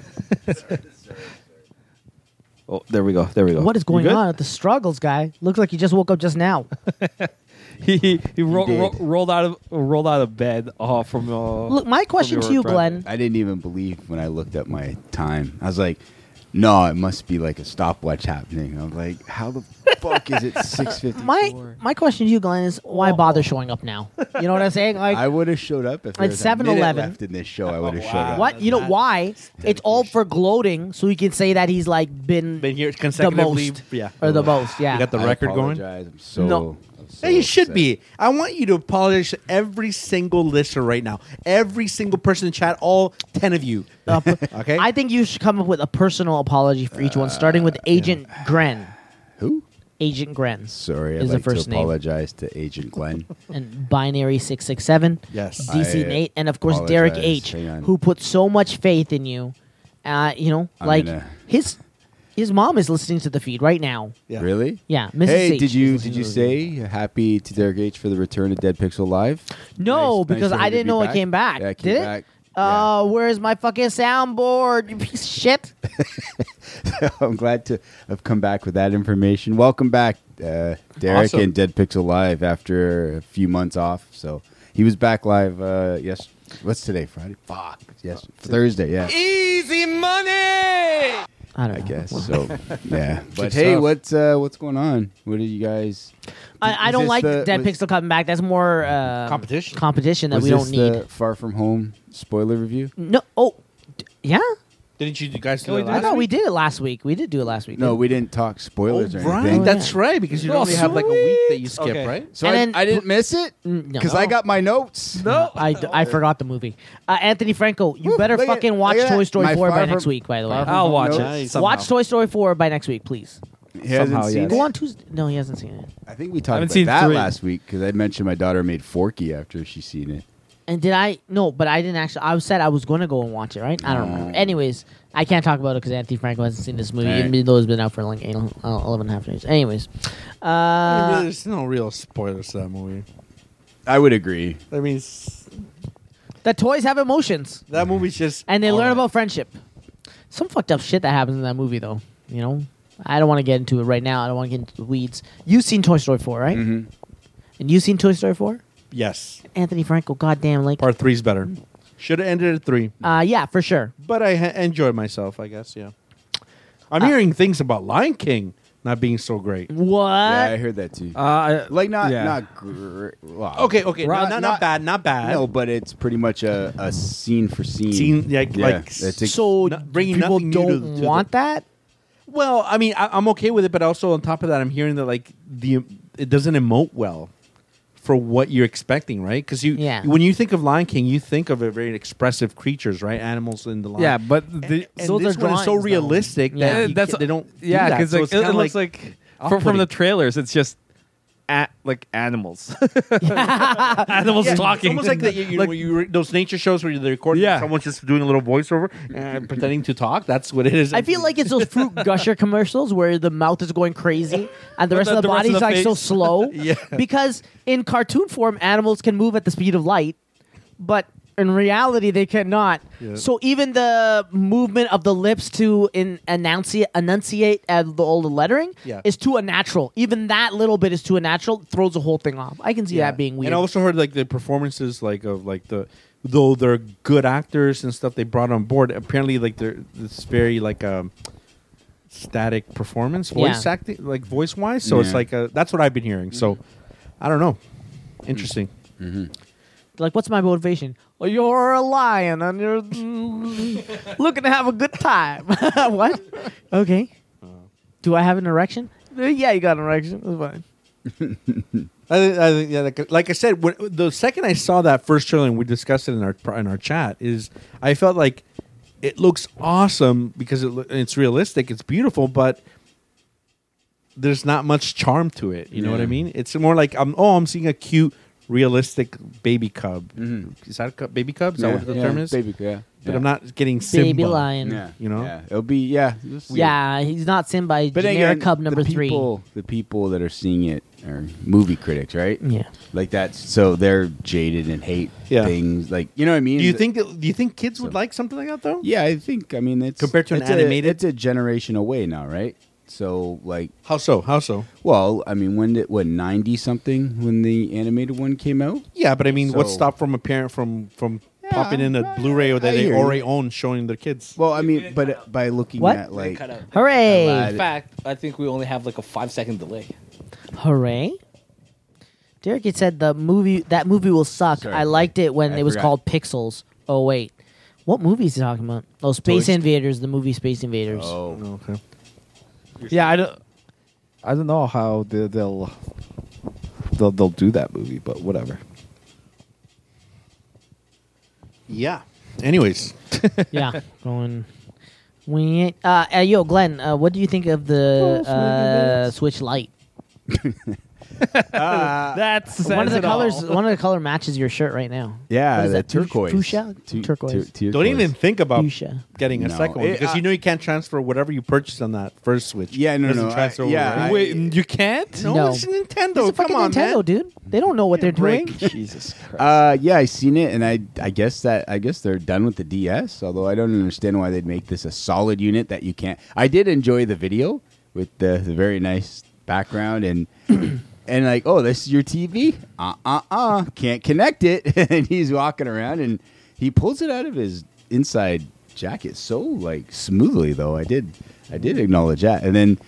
Speaker 5: oh, there we go. There we go.
Speaker 4: What is
Speaker 5: You
Speaker 4: going
Speaker 5: good?
Speaker 4: on with the struggles, guy? Looks like you just woke up just now.
Speaker 5: he he, he, ro-
Speaker 9: did.
Speaker 5: ro- rolled out of rolled out of bed uh, from uh,
Speaker 4: Look, my question
Speaker 5: your
Speaker 4: to you,
Speaker 5: driving.
Speaker 4: Glenn.
Speaker 9: I didn't even believe when I looked at my time. I was like, no, it must be like a stopwatch happening. I'm like, how the fuck is it 6:50?
Speaker 4: My my question to you, Glenn, is why bother showing up now? You know what I'm saying? Like,
Speaker 9: I would have showed up if there
Speaker 4: At
Speaker 9: was a minute
Speaker 4: 7-Eleven.
Speaker 9: left in this show. I would have showed up.
Speaker 4: Oh, what? You know why? It's all for gloating, so he can say that he's like been
Speaker 7: Been here
Speaker 4: the
Speaker 7: consecutively.
Speaker 4: most,
Speaker 7: Yeah.
Speaker 4: or the most, yeah.
Speaker 7: You got the
Speaker 9: I
Speaker 7: record going.
Speaker 9: apologize. I'm so
Speaker 4: No.
Speaker 9: I'm so
Speaker 7: Yeah, you should
Speaker 9: upset.
Speaker 7: be. I want you to apologize to every single listener right now. Every single person in chat, all 10 of you. okay?
Speaker 4: I think you should come up with a personal apology for each one, starting with Agent Gren.
Speaker 9: Who?
Speaker 4: Agent Gren.
Speaker 9: Sorry, I'd
Speaker 4: is
Speaker 9: like
Speaker 4: the first
Speaker 9: to
Speaker 4: name.
Speaker 9: apologize to Agent Glenn.
Speaker 4: and binary six six seven.
Speaker 7: Yes.
Speaker 4: DC
Speaker 9: I
Speaker 4: Nate, and of course Derek
Speaker 9: apologize.
Speaker 4: H,
Speaker 9: Hang on.
Speaker 4: who put so much faith in you. Uh, you know,
Speaker 9: I'm
Speaker 4: like
Speaker 9: gonna-
Speaker 4: his his mom is listening to the feed right now.
Speaker 7: Yeah.
Speaker 9: Really?
Speaker 4: Yeah, Mrs.
Speaker 9: Hey,
Speaker 4: H
Speaker 9: did
Speaker 4: is
Speaker 9: you
Speaker 4: listening
Speaker 9: did you
Speaker 4: to the
Speaker 9: say happy to Derek H for the return of Dead Pixel Live?
Speaker 4: No,
Speaker 9: Nice- nice
Speaker 4: because
Speaker 9: of her
Speaker 4: I
Speaker 9: to
Speaker 4: didn't
Speaker 9: be
Speaker 4: know it
Speaker 9: back.
Speaker 4: came back.
Speaker 9: Yeah, it came
Speaker 4: Did it?
Speaker 9: back.
Speaker 4: Uh, where's my fucking soundboard? You piece of shit.
Speaker 9: I'm glad to have come back with that information. Welcome back, uh, Derek
Speaker 5: Awesome.
Speaker 9: and Dead Pixel Live after a few months off. So he was back live. Uh, yes, what's today? Friday? Fuck. Yes, Thursday. Yeah,
Speaker 4: I don't
Speaker 9: I
Speaker 4: know.
Speaker 9: guess. So yeah. But
Speaker 5: Good
Speaker 9: hey,
Speaker 5: stuff.
Speaker 9: what's uh, what's going on? What are you guys? Is
Speaker 4: I, I don't
Speaker 9: this
Speaker 4: like
Speaker 9: the-
Speaker 4: Dead
Speaker 9: was-
Speaker 4: Pixel coming back. That's more uh,
Speaker 7: Competition.
Speaker 4: Competition that
Speaker 9: was
Speaker 4: we
Speaker 9: this
Speaker 4: don't need.
Speaker 9: the Far From Home spoiler review?
Speaker 4: No. Oh, d- yeah.
Speaker 7: Didn't you guys do
Speaker 5: we
Speaker 7: it
Speaker 5: do
Speaker 4: I
Speaker 7: last
Speaker 4: thought
Speaker 7: week?
Speaker 4: we did it last week. We did do it last week.
Speaker 9: No,
Speaker 4: didn't
Speaker 9: we didn't talk spoilers
Speaker 4: Oh,
Speaker 9: or
Speaker 7: Right,
Speaker 9: anything.
Speaker 7: that's right, because you
Speaker 5: Oh,
Speaker 7: only have like a week that you skip,
Speaker 5: sweet. Okay.
Speaker 7: right?
Speaker 9: so
Speaker 4: And
Speaker 9: I,
Speaker 4: then-
Speaker 9: I didn't miss it
Speaker 4: Mm, no.
Speaker 9: because I got my notes.
Speaker 4: No, I, d- I forgot the movie. Uh, Anthony Franco, you
Speaker 9: Woo,
Speaker 4: better
Speaker 9: look at-
Speaker 4: fucking
Speaker 9: look
Speaker 4: watch
Speaker 9: at
Speaker 4: Toy
Speaker 9: that.
Speaker 4: Story
Speaker 9: My
Speaker 4: 4 by
Speaker 9: Far From-
Speaker 4: next week, by the way. Uh,
Speaker 9: Far From
Speaker 5: I'll
Speaker 9: Home
Speaker 5: watch it. Uh,
Speaker 9: notes.
Speaker 5: Somehow.
Speaker 4: Watch Toy Story 4 by next week, please.
Speaker 9: He hasn't
Speaker 8: Somehow,
Speaker 9: seen
Speaker 8: yes.
Speaker 9: it?
Speaker 4: Go on Tuesday. No, he hasn't seen it.
Speaker 9: I think we talked
Speaker 5: haven't
Speaker 9: about
Speaker 5: seen
Speaker 9: that
Speaker 5: three.
Speaker 9: last week because I mentioned my daughter made Forky after she seen it.
Speaker 4: And did I? No, but I didn't actually. I said I was going to go and watch it, right? I don't remember. Anyways, I can't talk about it because Anthony Franco hasn't seen this movie,
Speaker 9: Alright.
Speaker 4: even though it's been out for like eight, uh, 11 and a half years. Anyways, uh,
Speaker 7: There's no real spoilers to that movie.
Speaker 9: I would agree.
Speaker 7: I mean, it's-
Speaker 4: the toys have emotions.
Speaker 9: Mm-hmm.
Speaker 7: that movie's just.
Speaker 4: and they learn
Speaker 7: Alright.
Speaker 4: about friendship. Some fucked up shit that happens in that movie, though. You know, I don't want to get into it right now. I don't want to get into the weeds. You've seen Toy Story four, right? Mm-hmm. And you've seen Toy Story four.
Speaker 7: Yes.
Speaker 4: Anthony Franco, goddamn, like,
Speaker 7: Part three's better. Should have ended at three,
Speaker 4: uh, yeah, for sure.
Speaker 7: but I ha- enjoyed myself, I guess, yeah. I'm hearing things about Lion King not being so great.
Speaker 4: What?
Speaker 9: yeah, I heard that too.
Speaker 8: Uh, I-
Speaker 9: like not
Speaker 8: yeah.
Speaker 9: not gr- well,
Speaker 7: Okay, okay,
Speaker 9: Right,
Speaker 7: not, not, not bad, not bad.
Speaker 9: No, but it's pretty much a, a scene for scene.
Speaker 7: Scene, like-
Speaker 9: yeah,
Speaker 7: like
Speaker 9: it's ex-
Speaker 4: so
Speaker 7: Not- bringing
Speaker 4: people
Speaker 7: nothing new to-
Speaker 4: don't
Speaker 7: to the-
Speaker 4: want that.
Speaker 7: Well, I mean, I, I'm okay with it, but also on top of that, I'm hearing that like the it doesn't emote well for what you're expecting, right? Because you,
Speaker 4: Yeah.
Speaker 7: when you think of Lion King, you think of a very expressive creatures, right? Animals in the lion.
Speaker 8: yeah, but the,
Speaker 7: and
Speaker 4: so
Speaker 7: so
Speaker 4: they're
Speaker 7: this one is
Speaker 4: drawings,
Speaker 7: so
Speaker 4: though.
Speaker 7: realistic
Speaker 4: Yeah.
Speaker 7: that
Speaker 8: Uh,
Speaker 7: you
Speaker 8: that's
Speaker 7: can't- they don't. do
Speaker 8: yeah,
Speaker 7: that,
Speaker 8: because
Speaker 7: so
Speaker 8: like,
Speaker 7: it's
Speaker 8: it, it
Speaker 7: kinda
Speaker 8: looks
Speaker 7: like-
Speaker 8: like from, from the trailers, it's just at like animals, animals
Speaker 7: Yeah, it's
Speaker 8: talking.
Speaker 7: almost like, the, you, you, when you re- those nature shows where they're recording,
Speaker 8: Yeah.
Speaker 7: someone's just doing a little voiceover and pretending to talk. That's what it is.
Speaker 4: I feel like it's those fruit gusher commercials where the mouth is going crazy and the rest
Speaker 8: the-
Speaker 4: of the,
Speaker 8: the rest
Speaker 4: body's
Speaker 8: of the
Speaker 4: like so
Speaker 8: face.
Speaker 4: slow. yeah. Because in cartoon form, animals can move at the speed of light, but in reality, they cannot. So even the movement of the lips to in enunciate, enunciate uh, the, all the lettering
Speaker 7: Yeah.
Speaker 4: is too unnatural. Even that little bit is too unnatural. Throws the whole thing off. I can see that being weird.
Speaker 7: And I also heard like the performances, like of like the though they're good actors and stuff they brought on board. Apparently, like they're this very like um static performance, voice
Speaker 4: Yeah.
Speaker 7: acting, like voice wise. So it's
Speaker 9: Yeah.
Speaker 7: like uh that's what I've been hearing. So I don't know. Interesting.
Speaker 4: like, what's my motivation? Well, you're a lion and you're looking to have a good time. what? Okay. Do I have an erection? Uh, Yeah, you got an erection. That's fine.
Speaker 7: I, think- I think yeah, like, like I said, when, the second I saw that first trailer, and we discussed it in our in our chat, is I felt like it looks awesome because it, lo- it's realistic, it's beautiful, but there's not much charm to it. You know what I
Speaker 9: Yeah.
Speaker 7: mean? It's more like I'm oh, I'm seeing a cute, realistic baby cub. Is that a cub, baby cub? Is
Speaker 9: Mm-hmm. yeah,
Speaker 7: that what the
Speaker 9: yeah,
Speaker 7: term is?
Speaker 9: Baby, yeah,
Speaker 7: But
Speaker 9: yeah.
Speaker 7: I'm not getting Simba.
Speaker 4: Baby lion.
Speaker 9: Yeah,
Speaker 4: Yeah.
Speaker 7: you know?
Speaker 9: yeah. it'll be yeah. just weird.
Speaker 4: he's not seen by
Speaker 9: But
Speaker 4: generic
Speaker 9: again,
Speaker 4: cub number
Speaker 9: the people, three, the people that are seeing it are movie critics, right?
Speaker 4: three. Yeah.
Speaker 9: Like that's so they're jaded and hate
Speaker 7: Yeah.
Speaker 9: things. Like you know what I mean?
Speaker 7: Do you
Speaker 9: Th-
Speaker 7: think that, do you think kids would
Speaker 9: So-
Speaker 7: like something like that though?
Speaker 9: Yeah, I think. I mean, it's
Speaker 7: Compared to an
Speaker 9: it's a-
Speaker 7: animated?
Speaker 9: it's a generation away now, right? So like,
Speaker 7: How so? How so?
Speaker 9: well, I mean, when did what ninety something when the animated one came out?
Speaker 7: Yeah, but I mean, what
Speaker 9: So-
Speaker 7: stopped from a parent from from
Speaker 9: Yeah,
Speaker 7: popping in a
Speaker 9: I-
Speaker 7: Blu-ray that
Speaker 9: I
Speaker 7: they
Speaker 9: hear you.
Speaker 7: already own, showing their kids?
Speaker 9: Well, I mean, but by looking
Speaker 4: What?
Speaker 9: at like,
Speaker 4: Hooray!
Speaker 9: Allowed.
Speaker 5: in fact, I think we only have like a five second delay.
Speaker 4: Hooray! Derek had said the movie that movie will suck.
Speaker 9: Sorry.
Speaker 4: I liked it when
Speaker 9: I
Speaker 4: it was
Speaker 9: forgot.
Speaker 4: called Pixels. Oh wait, what movie is he talking about? Oh, Space
Speaker 7: Story.
Speaker 4: Invaders, the movie Space Invaders.
Speaker 9: oh,
Speaker 7: Okay.
Speaker 8: yeah, I don't, I don't know how they, they'll they'll they'll do that movie, but whatever.
Speaker 7: Yeah. Anyways,
Speaker 4: yeah, going. We uh, uh, yo, Glenn. Uh, what do you think of the uh, Switch Lite?
Speaker 5: That's
Speaker 4: Uh, One of
Speaker 5: says
Speaker 4: the
Speaker 5: it all.
Speaker 4: colors. One of the color matches your shirt right now.
Speaker 9: Yeah,
Speaker 4: What is
Speaker 9: the
Speaker 4: that, fuch-
Speaker 9: turquoise.
Speaker 4: fuchsia?
Speaker 9: Tu-
Speaker 4: Turquoise.
Speaker 9: tu-
Speaker 7: don't even
Speaker 9: turquoise.
Speaker 7: think about
Speaker 4: Fuchsia.
Speaker 7: getting a
Speaker 9: No.
Speaker 7: second one
Speaker 9: It-
Speaker 7: because
Speaker 9: I-
Speaker 7: you know you can't transfer whatever you purchased on that first Switch.
Speaker 9: Yeah, no,
Speaker 7: It doesn't
Speaker 9: no, I-
Speaker 7: transfer over,
Speaker 9: yeah,
Speaker 7: right?
Speaker 9: I-
Speaker 5: Wait, you can't.
Speaker 7: no,
Speaker 4: No.
Speaker 7: it's
Speaker 4: It's
Speaker 7: Nintendo.
Speaker 4: a
Speaker 7: Come
Speaker 4: fucking
Speaker 7: on,
Speaker 4: Nintendo,
Speaker 7: man.
Speaker 4: dude. They don't know what they're doing.
Speaker 5: Jesus Christ.
Speaker 9: Uh, yeah, I seen it, and I I guess that I guess they're done with the DS. Although I don't understand why they'd make this a solid unit that you can't. I did enjoy the video with the, the very nice background and and like, oh, this is your TV? Uh uh uh, can't connect it. and he's walking around and he pulls it out of his inside jacket so like smoothly though. I did I did acknowledge that, and then.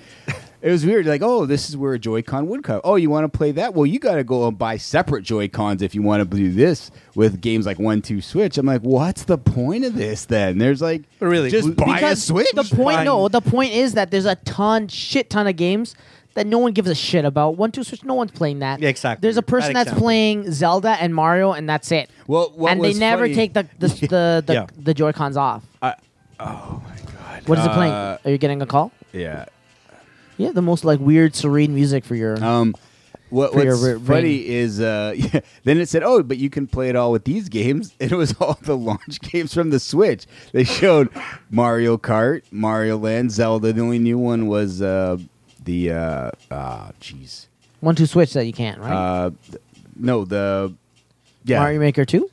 Speaker 9: It was weird. Like, oh, this is where a Joy-Con would come. Oh, you want to play that? Well, you got to go and buy separate Joy-Cons if you want to do this with games like One Two Switch. I'm like, what's the point of this then? There's like,
Speaker 7: But really,
Speaker 9: just
Speaker 7: w-
Speaker 9: buy a
Speaker 4: Because
Speaker 9: Switch.
Speaker 4: The point,
Speaker 7: Fine.
Speaker 4: no, the point is that there's a ton, shit ton of games that no one gives a shit about. One, two, switch, no one's playing that.
Speaker 7: Yeah, exactly.
Speaker 4: There's a
Speaker 7: Bad
Speaker 4: person that's
Speaker 7: example.
Speaker 4: playing Zelda and Mario, and that's it.
Speaker 9: Well, what
Speaker 4: and they
Speaker 9: was
Speaker 4: never
Speaker 9: funny-
Speaker 4: take the the the, the,
Speaker 7: Yeah.
Speaker 4: the Joy Cons off. oh my god! What is it playing? Are you getting a call?
Speaker 9: yeah.
Speaker 4: Yeah, the most like weird, serene music for your.
Speaker 9: Um, what,
Speaker 4: For your
Speaker 9: what's
Speaker 4: ri-
Speaker 9: funny is uh, yeah, then it said, "Oh, but you can play it all with these games." And it was all the launch games from the Switch. They showed Mario Kart, Mario Land, Zelda. The only new one was uh, the uh, ah, jeez.
Speaker 4: One two switch that you can't, right?
Speaker 9: Uh, th- no, the yeah,
Speaker 4: Mario Maker two.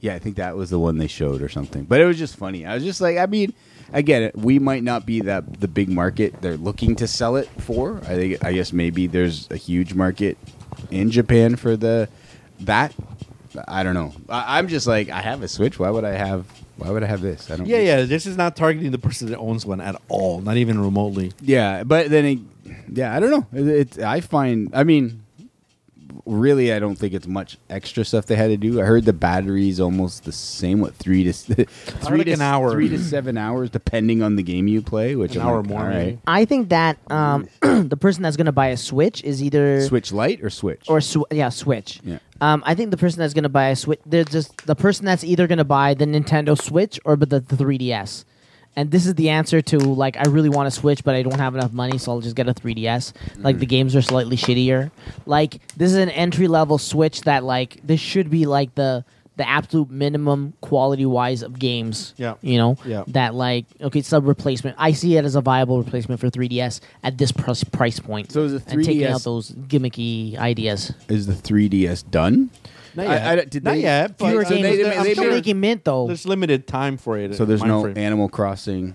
Speaker 9: yeah. I think that was the one they showed or something. But it was just funny. I was just like, I mean, I get it. We might not be that the big market they're looking to sell it for. I think I guess maybe there's a huge market in Japan for the that. I don't know. I, I'm just like, I have a Switch. Why would I have? Why would I have this? I don't.
Speaker 7: Yeah, yeah. This is not targeting the person that owns one at all. Not even remotely.
Speaker 9: Yeah, but then it, yeah, I don't know. It, it, I find, I mean, really, I don't think it's much extra stuff they had to do. I heard the battery's almost the same, what three to s- three
Speaker 7: like
Speaker 9: to
Speaker 7: an
Speaker 9: s-
Speaker 7: hour.
Speaker 9: three to seven hours, depending on the game you play. Which
Speaker 7: An
Speaker 9: I'm
Speaker 7: hour
Speaker 9: like,
Speaker 7: more,
Speaker 9: all right.
Speaker 4: I think that um, the person that's going to buy a Switch is either
Speaker 9: Switch light or switch
Speaker 4: or sw- yeah, Switch.
Speaker 9: Yeah.
Speaker 4: Um, I think the person that's gonna buy a Switch, there's just the person that's either gonna buy the Nintendo Switch or but the, the 3DS. And this is the answer to like I really want a Switch, but I don't have enough money, so I'll just get a 3DS. Like the
Speaker 9: Mm.
Speaker 4: games are slightly shittier. Like this is an entry level Switch that like this should be like the the absolute minimum quality wise of games.
Speaker 7: Yeah.
Speaker 4: You know?
Speaker 7: Yeah.
Speaker 4: That like okay, it's a replacement. I see it as a viable replacement for 3DS at this price price point.
Speaker 9: So is the
Speaker 4: and taking
Speaker 9: 3DS
Speaker 4: out those gimmicky ideas.
Speaker 9: is the 3ds done?
Speaker 7: Not
Speaker 9: I-
Speaker 7: yet.
Speaker 9: I don't- did
Speaker 7: Not
Speaker 9: they-
Speaker 7: yet. But
Speaker 4: Fewer
Speaker 7: uh,
Speaker 4: games.
Speaker 9: they-
Speaker 4: I'm
Speaker 9: they-
Speaker 4: still
Speaker 9: they-
Speaker 4: making mint though.
Speaker 7: There's limited time for it.
Speaker 9: So there's
Speaker 7: mind
Speaker 9: no
Speaker 7: frame.
Speaker 9: Animal Crossing.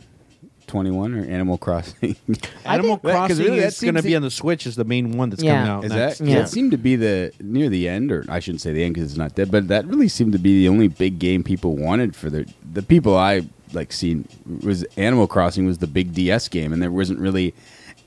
Speaker 9: 21 or Animal Crossing
Speaker 7: Animal
Speaker 9: That- 'cause
Speaker 7: Crossing
Speaker 9: really that
Speaker 7: is going to
Speaker 9: seems-
Speaker 7: be on the Switch. Is the main one that's
Speaker 4: Yeah.
Speaker 7: coming out.
Speaker 9: is
Speaker 7: next.
Speaker 9: that
Speaker 4: Yeah.
Speaker 9: that seemed to be the near the end or I shouldn't say the end because it's not dead but that really seemed to be the only big game people wanted for their the people I like seen was Animal Crossing was the big DS game and there wasn't really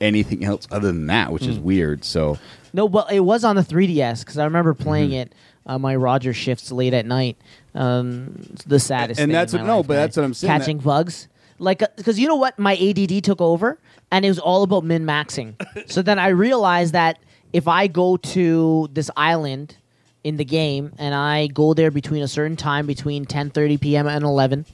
Speaker 9: anything else other than that which
Speaker 4: Hmm.
Speaker 9: is weird so
Speaker 4: no, but it was on the 3DS because I remember playing
Speaker 9: Mm-hmm.
Speaker 4: it on my Roger shifts late at night. Um, it's the saddest.
Speaker 9: And
Speaker 4: thing
Speaker 9: that's
Speaker 4: in my
Speaker 9: what- no,
Speaker 4: life,
Speaker 9: but
Speaker 4: man.
Speaker 9: that's what I'm saying,
Speaker 4: Catching bugs, like because you know what, my ADD took over, and it was all about min maxing. so then I realized that if I go to this island in the game and I go there between a certain time between 10:30 p.m. and 11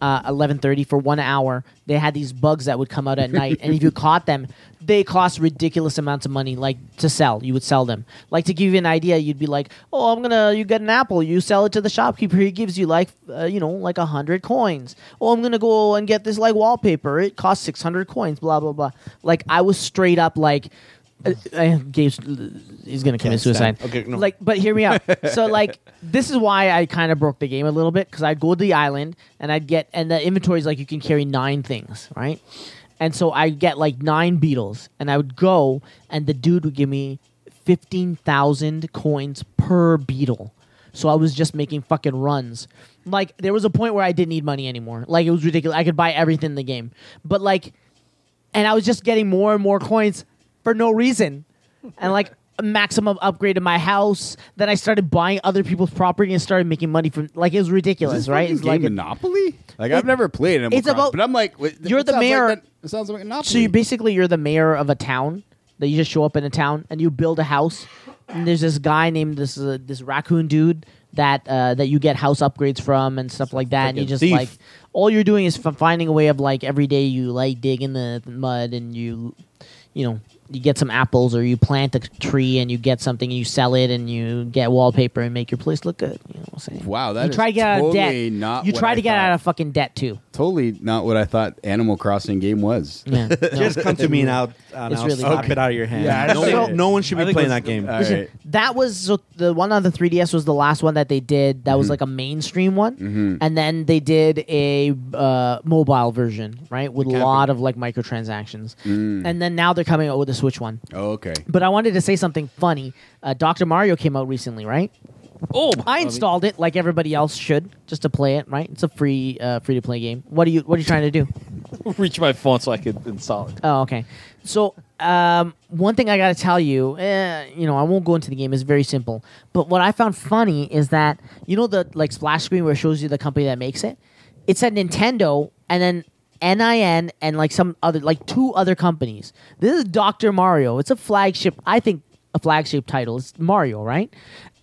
Speaker 4: uh, 11:30 for 1 hour they had these bugs that would come out at night and if you caught them they cost ridiculous amounts of money like to sell you would sell them like to give you an idea you'd be like oh I'm going to you get an apple you sell it to the shopkeeper he gives you like uh, you know like 100 coins oh I'm going to go and get this like wallpaper it costs 600 coins blah blah blah like I was straight up like uh, uh, Gabe's he's gonna commit suicide.
Speaker 7: Okay, no.
Speaker 4: Like, but hear me out. so, like, this is why I kind of broke the game a little bit because I'd go to the island and I'd get, and the inventory's like you can carry nine things, right? And so I get like nine beetles, and I would go, and the dude would give me fifteen thousand coins per beetle. So I was just making fucking runs. Like there was a point where I didn't need money anymore. Like it was ridiculous. I could buy everything in the game, but like and I was just getting more and more coins for no reason. And like maximum upgrade in my house. Then I started buying other people's property and started making money from like it was ridiculous,
Speaker 9: Is this
Speaker 4: right?
Speaker 9: fucking
Speaker 4: It's like
Speaker 9: game Monopoly like I've never played Animal
Speaker 4: it's
Speaker 9: Crossing
Speaker 4: about-
Speaker 9: but I'm like wait,
Speaker 4: you're
Speaker 9: it
Speaker 4: the
Speaker 9: sounds
Speaker 4: mayor.
Speaker 9: like, that- it sounds like Monopoly
Speaker 4: so you basically you're the mayor of a town that you just show up in a town and you build a house. And there's this guy named this uh, this raccoon dude that uh, that you get house upgrades from and stuff like that. And you
Speaker 7: Freaking
Speaker 4: just
Speaker 7: thief.
Speaker 4: like all you're doing is f- finding a way of like every day you like dig in the mud and you you know you get some apples or you plant a tree and you get something and you sell it and you get wallpaper and make your place look good. You know what I'm saying?
Speaker 9: Wow, that
Speaker 4: you
Speaker 9: is
Speaker 4: try to get
Speaker 9: totally
Speaker 4: out of debt.
Speaker 9: not
Speaker 4: you
Speaker 9: what
Speaker 4: try
Speaker 9: I
Speaker 4: to get
Speaker 9: thought.
Speaker 4: out of fucking debt too.
Speaker 9: Totally not what I thought Animal Crossing game was.
Speaker 4: Yeah. No.
Speaker 7: Just come to me and I'll, and
Speaker 4: It's
Speaker 7: I'll
Speaker 4: really
Speaker 7: slap
Speaker 4: not.
Speaker 7: it out of your hand.
Speaker 8: Yeah, I
Speaker 7: no,
Speaker 8: don't
Speaker 7: one,
Speaker 8: think-
Speaker 7: no one should
Speaker 8: I
Speaker 7: be
Speaker 8: think
Speaker 7: playing
Speaker 8: it was-
Speaker 7: that game.
Speaker 9: All
Speaker 4: Listen,
Speaker 9: right.
Speaker 4: that was so the one on the 3DS was the last one that they did. That was like a mainstream one, and then they did a uh, mobile version, right, with a lot of like microtransactions, and then now they're coming out with a Switch one.
Speaker 9: Oh, okay.
Speaker 4: But I wanted to say something funny. Uh, Doctor Mario came out recently, right?
Speaker 5: Oh,
Speaker 4: I installed it like everybody else should, just to play it, right? It's a free uh, free to play game. What are you What are you trying to do?
Speaker 5: reach my phone so I could install it.
Speaker 4: Oh, okay. So, um, one thing I got to tell you, eh, you know, I won't go into the game. It's very simple. But what I found funny is that you know the like splash screen where it shows you the company that makes it. It said Nintendo and then NIN and like some other like two other companies. This is Doctor Mario. It's a flagship. I think a flagship title. It's Mario, right?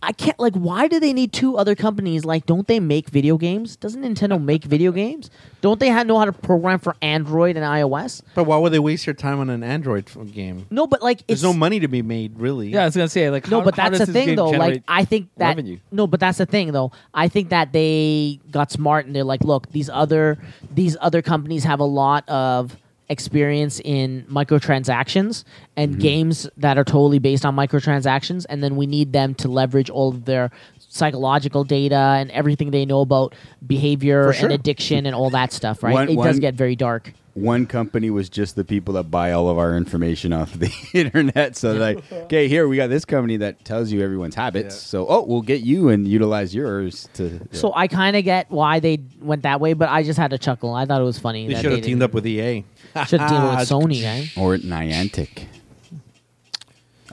Speaker 4: I can't like. Why do they need two other companies? Like, don't they make video games? Doesn't Nintendo make video games? Don't they ha- know how to program for Android and iOS?
Speaker 7: But why would they waste your time on an Android f- game?
Speaker 4: No, but like it's
Speaker 7: There's no money to be made, really.
Speaker 5: Yeah, I was gonna say like
Speaker 4: no,
Speaker 5: how,
Speaker 4: but
Speaker 5: how
Speaker 4: that's
Speaker 5: does
Speaker 4: the
Speaker 5: this
Speaker 4: thing
Speaker 5: game
Speaker 4: though. Like
Speaker 5: generate-
Speaker 4: I think that
Speaker 5: revenue?
Speaker 4: no, but that's the thing though. I think that they got smart and they're like, look, these other these other companies have a lot of experience in microtransactions and
Speaker 5: Mm-hmm.
Speaker 4: games that are totally based on microtransactions, and then we need them to leverage all of their psychological data and everything they know about behavior and addiction and all that stuff. Right?
Speaker 9: One-
Speaker 4: it does
Speaker 9: one-
Speaker 4: get very dark.
Speaker 9: One company was just the people that buy all of our information off the internet. So they're like, okay, here we got this company that tells you everyone's habits. So oh, we'll get you and utilize yours to.
Speaker 4: So I kind of get why they went that way, but I just had to chuckle. I thought it was funny.
Speaker 7: They
Speaker 4: that
Speaker 7: should have
Speaker 4: didn't-
Speaker 7: teamed up with E EA.
Speaker 4: Should deal
Speaker 7: Ah,
Speaker 4: with Sony, eh? right?
Speaker 9: or Niantic.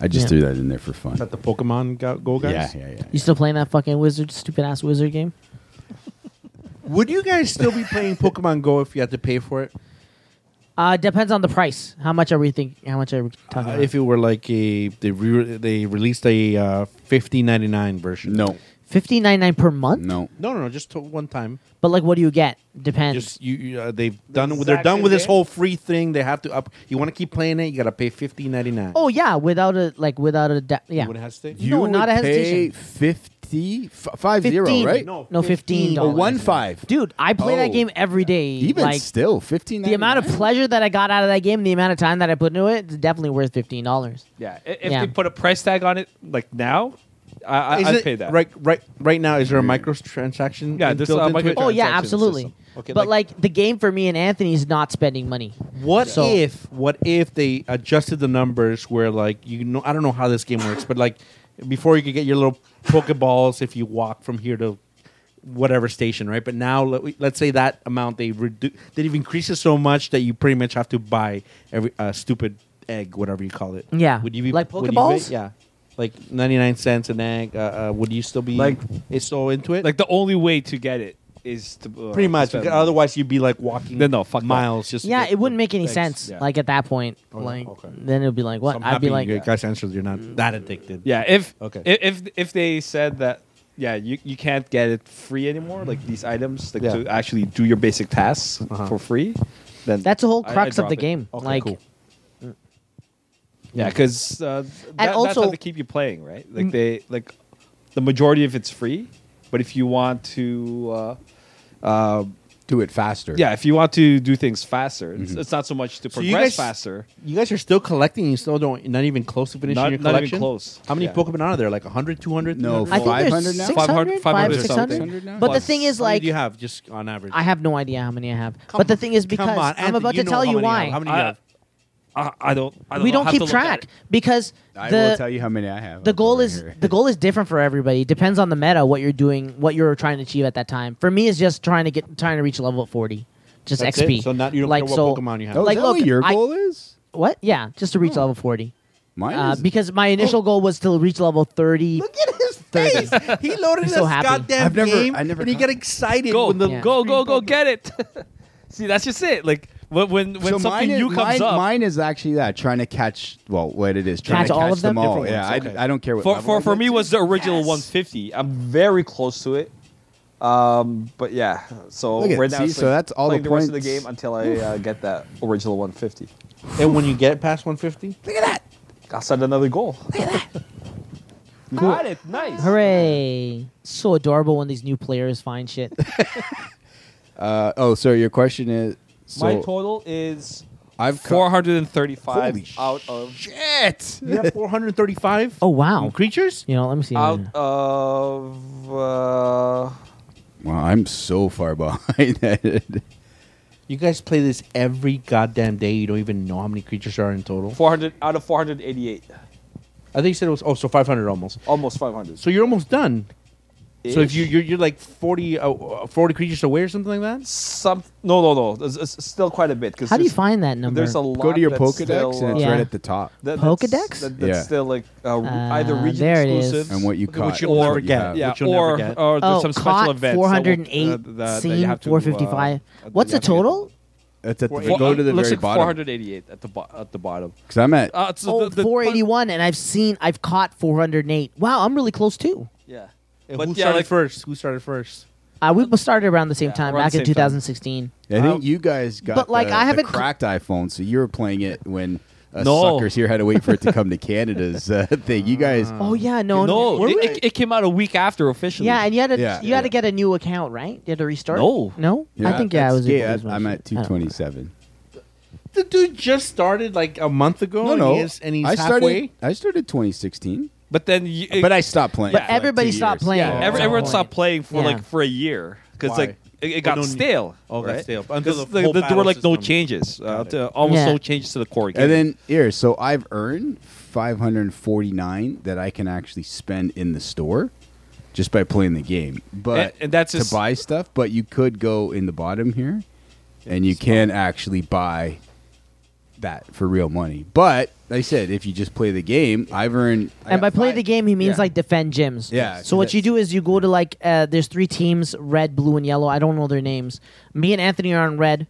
Speaker 9: I just
Speaker 4: Yeah.
Speaker 9: threw that in there for fun.
Speaker 7: That the Pokemon go- Go guys?
Speaker 9: Yeah, yeah, yeah.
Speaker 4: You still playing that fucking wizard, stupid ass wizard game?
Speaker 7: Would you guys still be playing Pokemon Go if you had to pay for it?
Speaker 4: Uh, depends on the price. How much are we think? How much are we talking?
Speaker 7: Uh,
Speaker 4: about?
Speaker 7: if it were like a they re- they released a uh, fifteen ninety nine version.
Speaker 9: No,
Speaker 4: fifty nine nine per month.
Speaker 9: no.
Speaker 7: no, no, no, just to one time.
Speaker 4: But like, what do you get? Depends.
Speaker 7: Just you, you uh, they've done. they're done with this whole free thing. They have to up. You want to keep playing it? You got to pay fifteen ninety nine.
Speaker 4: oh yeah, without a like, without a de- yeah.
Speaker 7: you would have to stay.
Speaker 4: No, not
Speaker 9: would
Speaker 4: a hesitation.
Speaker 9: Pay 50, f- five zero,
Speaker 4: 15.
Speaker 9: right?
Speaker 4: No, fifteen
Speaker 9: Oh,
Speaker 4: dollars.
Speaker 9: one five.
Speaker 4: Dude, I play that
Speaker 9: Oh.
Speaker 4: game every day.
Speaker 9: Even
Speaker 4: like
Speaker 9: still, fifteen.
Speaker 4: the amount of pleasure that I got out of that game, the amount of time that I put into it, it's definitely worth fifteen dollars.
Speaker 5: yeah, i- if
Speaker 4: Yeah.
Speaker 5: they put a price tag on it like now, I, I
Speaker 7: Is
Speaker 5: I'd
Speaker 7: it-
Speaker 5: pay that.
Speaker 7: Right, right, right now. Is there a microtransaction?
Speaker 5: Yeah,
Speaker 7: in-
Speaker 5: there's
Speaker 7: built
Speaker 5: a
Speaker 7: into it?
Speaker 5: microtransaction.
Speaker 4: Oh yeah,
Speaker 5: Transaction
Speaker 4: absolutely.
Speaker 5: system. Okay,
Speaker 4: but
Speaker 5: like-
Speaker 4: like the game for me and Anthony is not spending money.
Speaker 7: What
Speaker 4: So-
Speaker 7: if what if they adjusted the numbers where like you know I don't know how this game works, but like before you could get your little pokeballs if you walk from here to whatever station, right? But now let, we- let's say that amount they reduce they've increased it so much that you pretty much have to buy every uh, stupid egg, whatever you call it.
Speaker 4: Yeah.
Speaker 7: would you be
Speaker 4: Like
Speaker 7: would you be-
Speaker 4: Pokeballs?
Speaker 7: yeah, like ninety nine cents an egg. Uh, uh, would you still be
Speaker 8: Like-
Speaker 7: it's so into it?
Speaker 5: Like the only way to get it is to uh,
Speaker 7: pretty much.
Speaker 5: spend
Speaker 7: because
Speaker 5: money.
Speaker 7: Otherwise, you'd be like walking
Speaker 5: Then no, fuck that.
Speaker 7: miles just to
Speaker 4: Yeah,
Speaker 7: get
Speaker 4: it wouldn't
Speaker 7: the-
Speaker 4: make any
Speaker 7: Thanks. Oh,
Speaker 4: sense.
Speaker 5: Yeah.
Speaker 4: Like at that point,
Speaker 7: yeah,
Speaker 4: like
Speaker 7: okay.
Speaker 4: then it would be like what?
Speaker 7: So I'm
Speaker 4: I'd be
Speaker 7: happy
Speaker 4: like,
Speaker 7: you guys answered. You're not that addicted.
Speaker 5: Yeah, if
Speaker 7: Okay.
Speaker 5: okay, if if, if they said that, yeah, you, you can't get it free anymore. Like these items, like
Speaker 7: Yeah. Uh-huh.
Speaker 5: to actually do your basic tasks for free. Then
Speaker 4: That's the whole
Speaker 5: I- I
Speaker 4: crux of
Speaker 5: drop
Speaker 4: the
Speaker 5: it.
Speaker 4: game.
Speaker 7: Okay,
Speaker 4: like,
Speaker 7: cool.
Speaker 5: Yeah, because uh, that, that's
Speaker 4: also- Mm.
Speaker 5: how they keep you playing, right? Like they like the majority of it's free, but if you want to. Uh,
Speaker 9: Do it faster.
Speaker 5: yeah, if you want to do things faster, it's, it's not so much to
Speaker 7: you
Speaker 5: progress
Speaker 7: guys-
Speaker 5: faster.
Speaker 7: You guys are still collecting. You still don't. Not even close to finishing
Speaker 5: Not-
Speaker 7: your
Speaker 5: not even
Speaker 7: collection.
Speaker 5: close.
Speaker 7: How many
Speaker 5: Yeah.
Speaker 7: Pokemon are there? Like 100, 200?
Speaker 9: No,
Speaker 7: 300?
Speaker 4: I think there's
Speaker 9: 500 now?
Speaker 4: 600,
Speaker 5: 500,
Speaker 4: 500,
Speaker 5: 600.
Speaker 4: 600.
Speaker 9: now?
Speaker 4: But the
Speaker 5: Plus-
Speaker 4: thing is,
Speaker 7: How many
Speaker 4: like,
Speaker 7: do you have just on average?
Speaker 4: I have no idea how many I have.
Speaker 7: Come
Speaker 4: but the thing is,
Speaker 7: Come
Speaker 4: because
Speaker 7: on,
Speaker 4: I'm
Speaker 7: Anthony,
Speaker 4: about
Speaker 7: you
Speaker 4: to
Speaker 7: know
Speaker 4: tell
Speaker 7: how
Speaker 4: you
Speaker 7: many
Speaker 4: why.
Speaker 7: have. How many
Speaker 5: I-
Speaker 7: do you have?
Speaker 5: I, I don't. I don't
Speaker 4: we
Speaker 5: know.
Speaker 4: don't
Speaker 5: Have to
Speaker 4: keep
Speaker 5: look at
Speaker 4: track
Speaker 5: it.
Speaker 4: because
Speaker 9: I
Speaker 4: the
Speaker 9: will tell you how many I have.
Speaker 4: the goal
Speaker 9: over
Speaker 4: is
Speaker 9: here.
Speaker 4: the goal is different for everybody. It depends on the meta, what you're doing, what you're trying to achieve at that time. For me, it's just trying to get trying to reach level at 40, just
Speaker 7: That's
Speaker 4: XP.
Speaker 7: it? So not- you don't
Speaker 4: like
Speaker 7: care what
Speaker 4: so,
Speaker 7: Pokemon you have. Oh.
Speaker 9: Oh,
Speaker 4: Like
Speaker 9: is that
Speaker 4: look,
Speaker 9: what your
Speaker 4: I-
Speaker 9: goal is?
Speaker 4: what? Yeah, just to reach level 40.
Speaker 9: Mine
Speaker 4: Uh,
Speaker 9: is
Speaker 4: because my initial goal was to reach level 30.
Speaker 7: Look at his face. he loaded
Speaker 4: I'm so
Speaker 7: this
Speaker 4: happy.
Speaker 7: goddamn
Speaker 9: I've never-
Speaker 7: game,
Speaker 9: I never
Speaker 7: and he got
Speaker 9: got-
Speaker 7: excited
Speaker 5: Go,
Speaker 7: when the
Speaker 4: Yeah.
Speaker 5: go, go, go, get it. See, that's just it. Like When when, when something
Speaker 9: mine
Speaker 5: new
Speaker 9: is,
Speaker 5: comes
Speaker 9: mine,
Speaker 5: up
Speaker 9: Mine is catch that, trying to catch well, what it is, trying
Speaker 4: Catch
Speaker 9: to
Speaker 4: all
Speaker 9: catch
Speaker 4: of them?
Speaker 9: them all.
Speaker 4: Different
Speaker 9: Yeah,
Speaker 4: ones, okay.
Speaker 9: I, I don't care what.
Speaker 5: for
Speaker 9: level
Speaker 5: for,
Speaker 9: it
Speaker 5: for
Speaker 9: is.
Speaker 5: me was the original
Speaker 6: Yes.
Speaker 5: 150.
Speaker 8: I'm very close to it. Um, but yeah, so
Speaker 9: Look at-
Speaker 8: right now,
Speaker 9: see,
Speaker 8: it's
Speaker 9: so
Speaker 8: like
Speaker 9: that's all the
Speaker 8: playing the rest of the
Speaker 9: points.
Speaker 8: game until I uh, get that original 150.
Speaker 7: and when you get past 150,
Speaker 8: I'll set another goal. Got it. Nice.
Speaker 4: Hooray! So adorable when these new players find shit.
Speaker 9: Uh, oh, so your question is. So
Speaker 8: My total is
Speaker 9: I've co-
Speaker 8: 435
Speaker 9: Holy
Speaker 8: out of
Speaker 9: shit.
Speaker 7: you have 435
Speaker 4: Oh wow!
Speaker 7: creatures.
Speaker 4: You know, let me see.
Speaker 8: out of uh,
Speaker 9: Wow, I'm so far behind. that.
Speaker 7: You guys play this every goddamn day. You don't even know how many creatures are in total.
Speaker 8: 400 out of 488,
Speaker 7: I think you said it was oh, so 500 almost.
Speaker 8: almost 500.
Speaker 7: So you're almost done. So if
Speaker 8: Ish.
Speaker 7: you you're, you're like 40 uh, uh, 40 creatures away or something like that.
Speaker 8: some no no no, it's, it's still quite a bit. 'cause
Speaker 4: How do you
Speaker 8: there's-
Speaker 4: find that number?
Speaker 8: There's a lot.
Speaker 9: Go to your
Speaker 8: that's
Speaker 9: Pokedex
Speaker 8: still,
Speaker 9: and it's
Speaker 4: uh,
Speaker 9: right
Speaker 4: Yeah.
Speaker 9: at the top.
Speaker 8: that- that's-
Speaker 4: Pokedex?
Speaker 8: That, that's
Speaker 9: Yeah.
Speaker 8: still like uh, re- either
Speaker 4: Uh,
Speaker 8: region
Speaker 4: there it is.
Speaker 8: exclusive
Speaker 9: And what you
Speaker 7: Okay, what
Speaker 9: caught.
Speaker 7: you
Speaker 9: what
Speaker 7: or-
Speaker 9: you
Speaker 7: yeah,
Speaker 9: have.
Speaker 7: yeah.
Speaker 8: which
Speaker 7: you'll never
Speaker 8: or,
Speaker 7: get.
Speaker 8: or there's
Speaker 4: oh,
Speaker 8: some special
Speaker 4: caught
Speaker 8: events.
Speaker 4: four hundred eight,
Speaker 8: that will- uh, that- that you
Speaker 4: scene
Speaker 8: have to,
Speaker 4: four fifty five.
Speaker 8: uh,
Speaker 4: What's the
Speaker 8: that you have to-
Speaker 4: total?
Speaker 9: That's at the,
Speaker 8: Four-
Speaker 9: go to the
Speaker 8: looks
Speaker 9: very
Speaker 8: like
Speaker 9: bottom.
Speaker 8: 488 at the bo- at the bottom.
Speaker 9: Because I'm at.
Speaker 8: Uh, so
Speaker 4: Oh,
Speaker 8: the- the-
Speaker 4: 481, and I've seen, I've caught 408. Wow, I'm really close too.
Speaker 8: Yeah.
Speaker 7: And
Speaker 8: But
Speaker 7: who
Speaker 8: yeah,
Speaker 7: started
Speaker 8: like-
Speaker 7: first? Who started first?
Speaker 4: Uh, we both started around the same time,
Speaker 8: around
Speaker 4: back
Speaker 8: the
Speaker 4: in
Speaker 8: same time. Uh,
Speaker 4: 2016.
Speaker 9: I
Speaker 5: uh,
Speaker 9: think you guys got
Speaker 4: But, like,
Speaker 9: the,
Speaker 4: I
Speaker 9: the
Speaker 4: haven't-
Speaker 9: cracked iPhone, so you were playing it when us
Speaker 5: No.
Speaker 9: suckers here had to wait for it to come to Canada's uh, thing. You guys,
Speaker 4: Oh yeah, no,
Speaker 5: No,
Speaker 4: were
Speaker 5: it,
Speaker 4: we-
Speaker 5: it, it came out a week after officially.
Speaker 4: yeah, and you had to,
Speaker 9: Yeah,
Speaker 4: you had to
Speaker 9: yeah.
Speaker 4: get a new account, right? You had to restart.
Speaker 5: No.
Speaker 4: no, I think yeah, I
Speaker 9: that's-
Speaker 4: was.
Speaker 9: Yeah,
Speaker 4: able to
Speaker 9: I'm at
Speaker 4: I don't know.
Speaker 9: 227.
Speaker 7: The dude just started like a month ago.
Speaker 9: No,
Speaker 7: and
Speaker 9: no,
Speaker 7: Oh, he is, and he's
Speaker 9: I started.
Speaker 7: halfway.
Speaker 9: I started 2016,
Speaker 5: But then you,
Speaker 9: but I stopped playing.
Speaker 4: But
Speaker 9: for, like,
Speaker 4: everybody
Speaker 9: two
Speaker 4: stopped
Speaker 9: years.
Speaker 4: playing.
Speaker 5: yeah, every,
Speaker 4: Oh.
Speaker 5: everyone stopped playing for
Speaker 4: Yeah.
Speaker 5: like for a year because
Speaker 7: Why?
Speaker 5: like it, it
Speaker 7: Oh,
Speaker 5: got
Speaker 7: no need.
Speaker 5: stale.
Speaker 7: Oh, it got
Speaker 5: right?
Speaker 7: stale. Until
Speaker 5: 'Cause
Speaker 7: the
Speaker 5: the-
Speaker 7: whole
Speaker 5: the- there
Speaker 7: battle
Speaker 5: were like no
Speaker 7: system.
Speaker 5: changes, uh,
Speaker 7: Got it.
Speaker 5: to- almost
Speaker 4: Yeah.
Speaker 5: no changes to the core game.
Speaker 9: And then here, so I've earned 549 that I can actually spend in the store just by playing the game. But
Speaker 5: And- and that's just-
Speaker 9: to buy stuff. But you could go in the bottom here, and you can actually buy that for real money. But like I said, if you just play the game, I've earned. I
Speaker 4: And by
Speaker 9: got
Speaker 4: play
Speaker 9: five-
Speaker 4: the game, he means
Speaker 9: yeah.
Speaker 4: like defend gyms.
Speaker 9: Yeah,
Speaker 4: So what
Speaker 9: that's-
Speaker 4: you do is you go to like uh, there's three teams: red, blue, and yellow. I don't know their names. Me and Anthony are on red.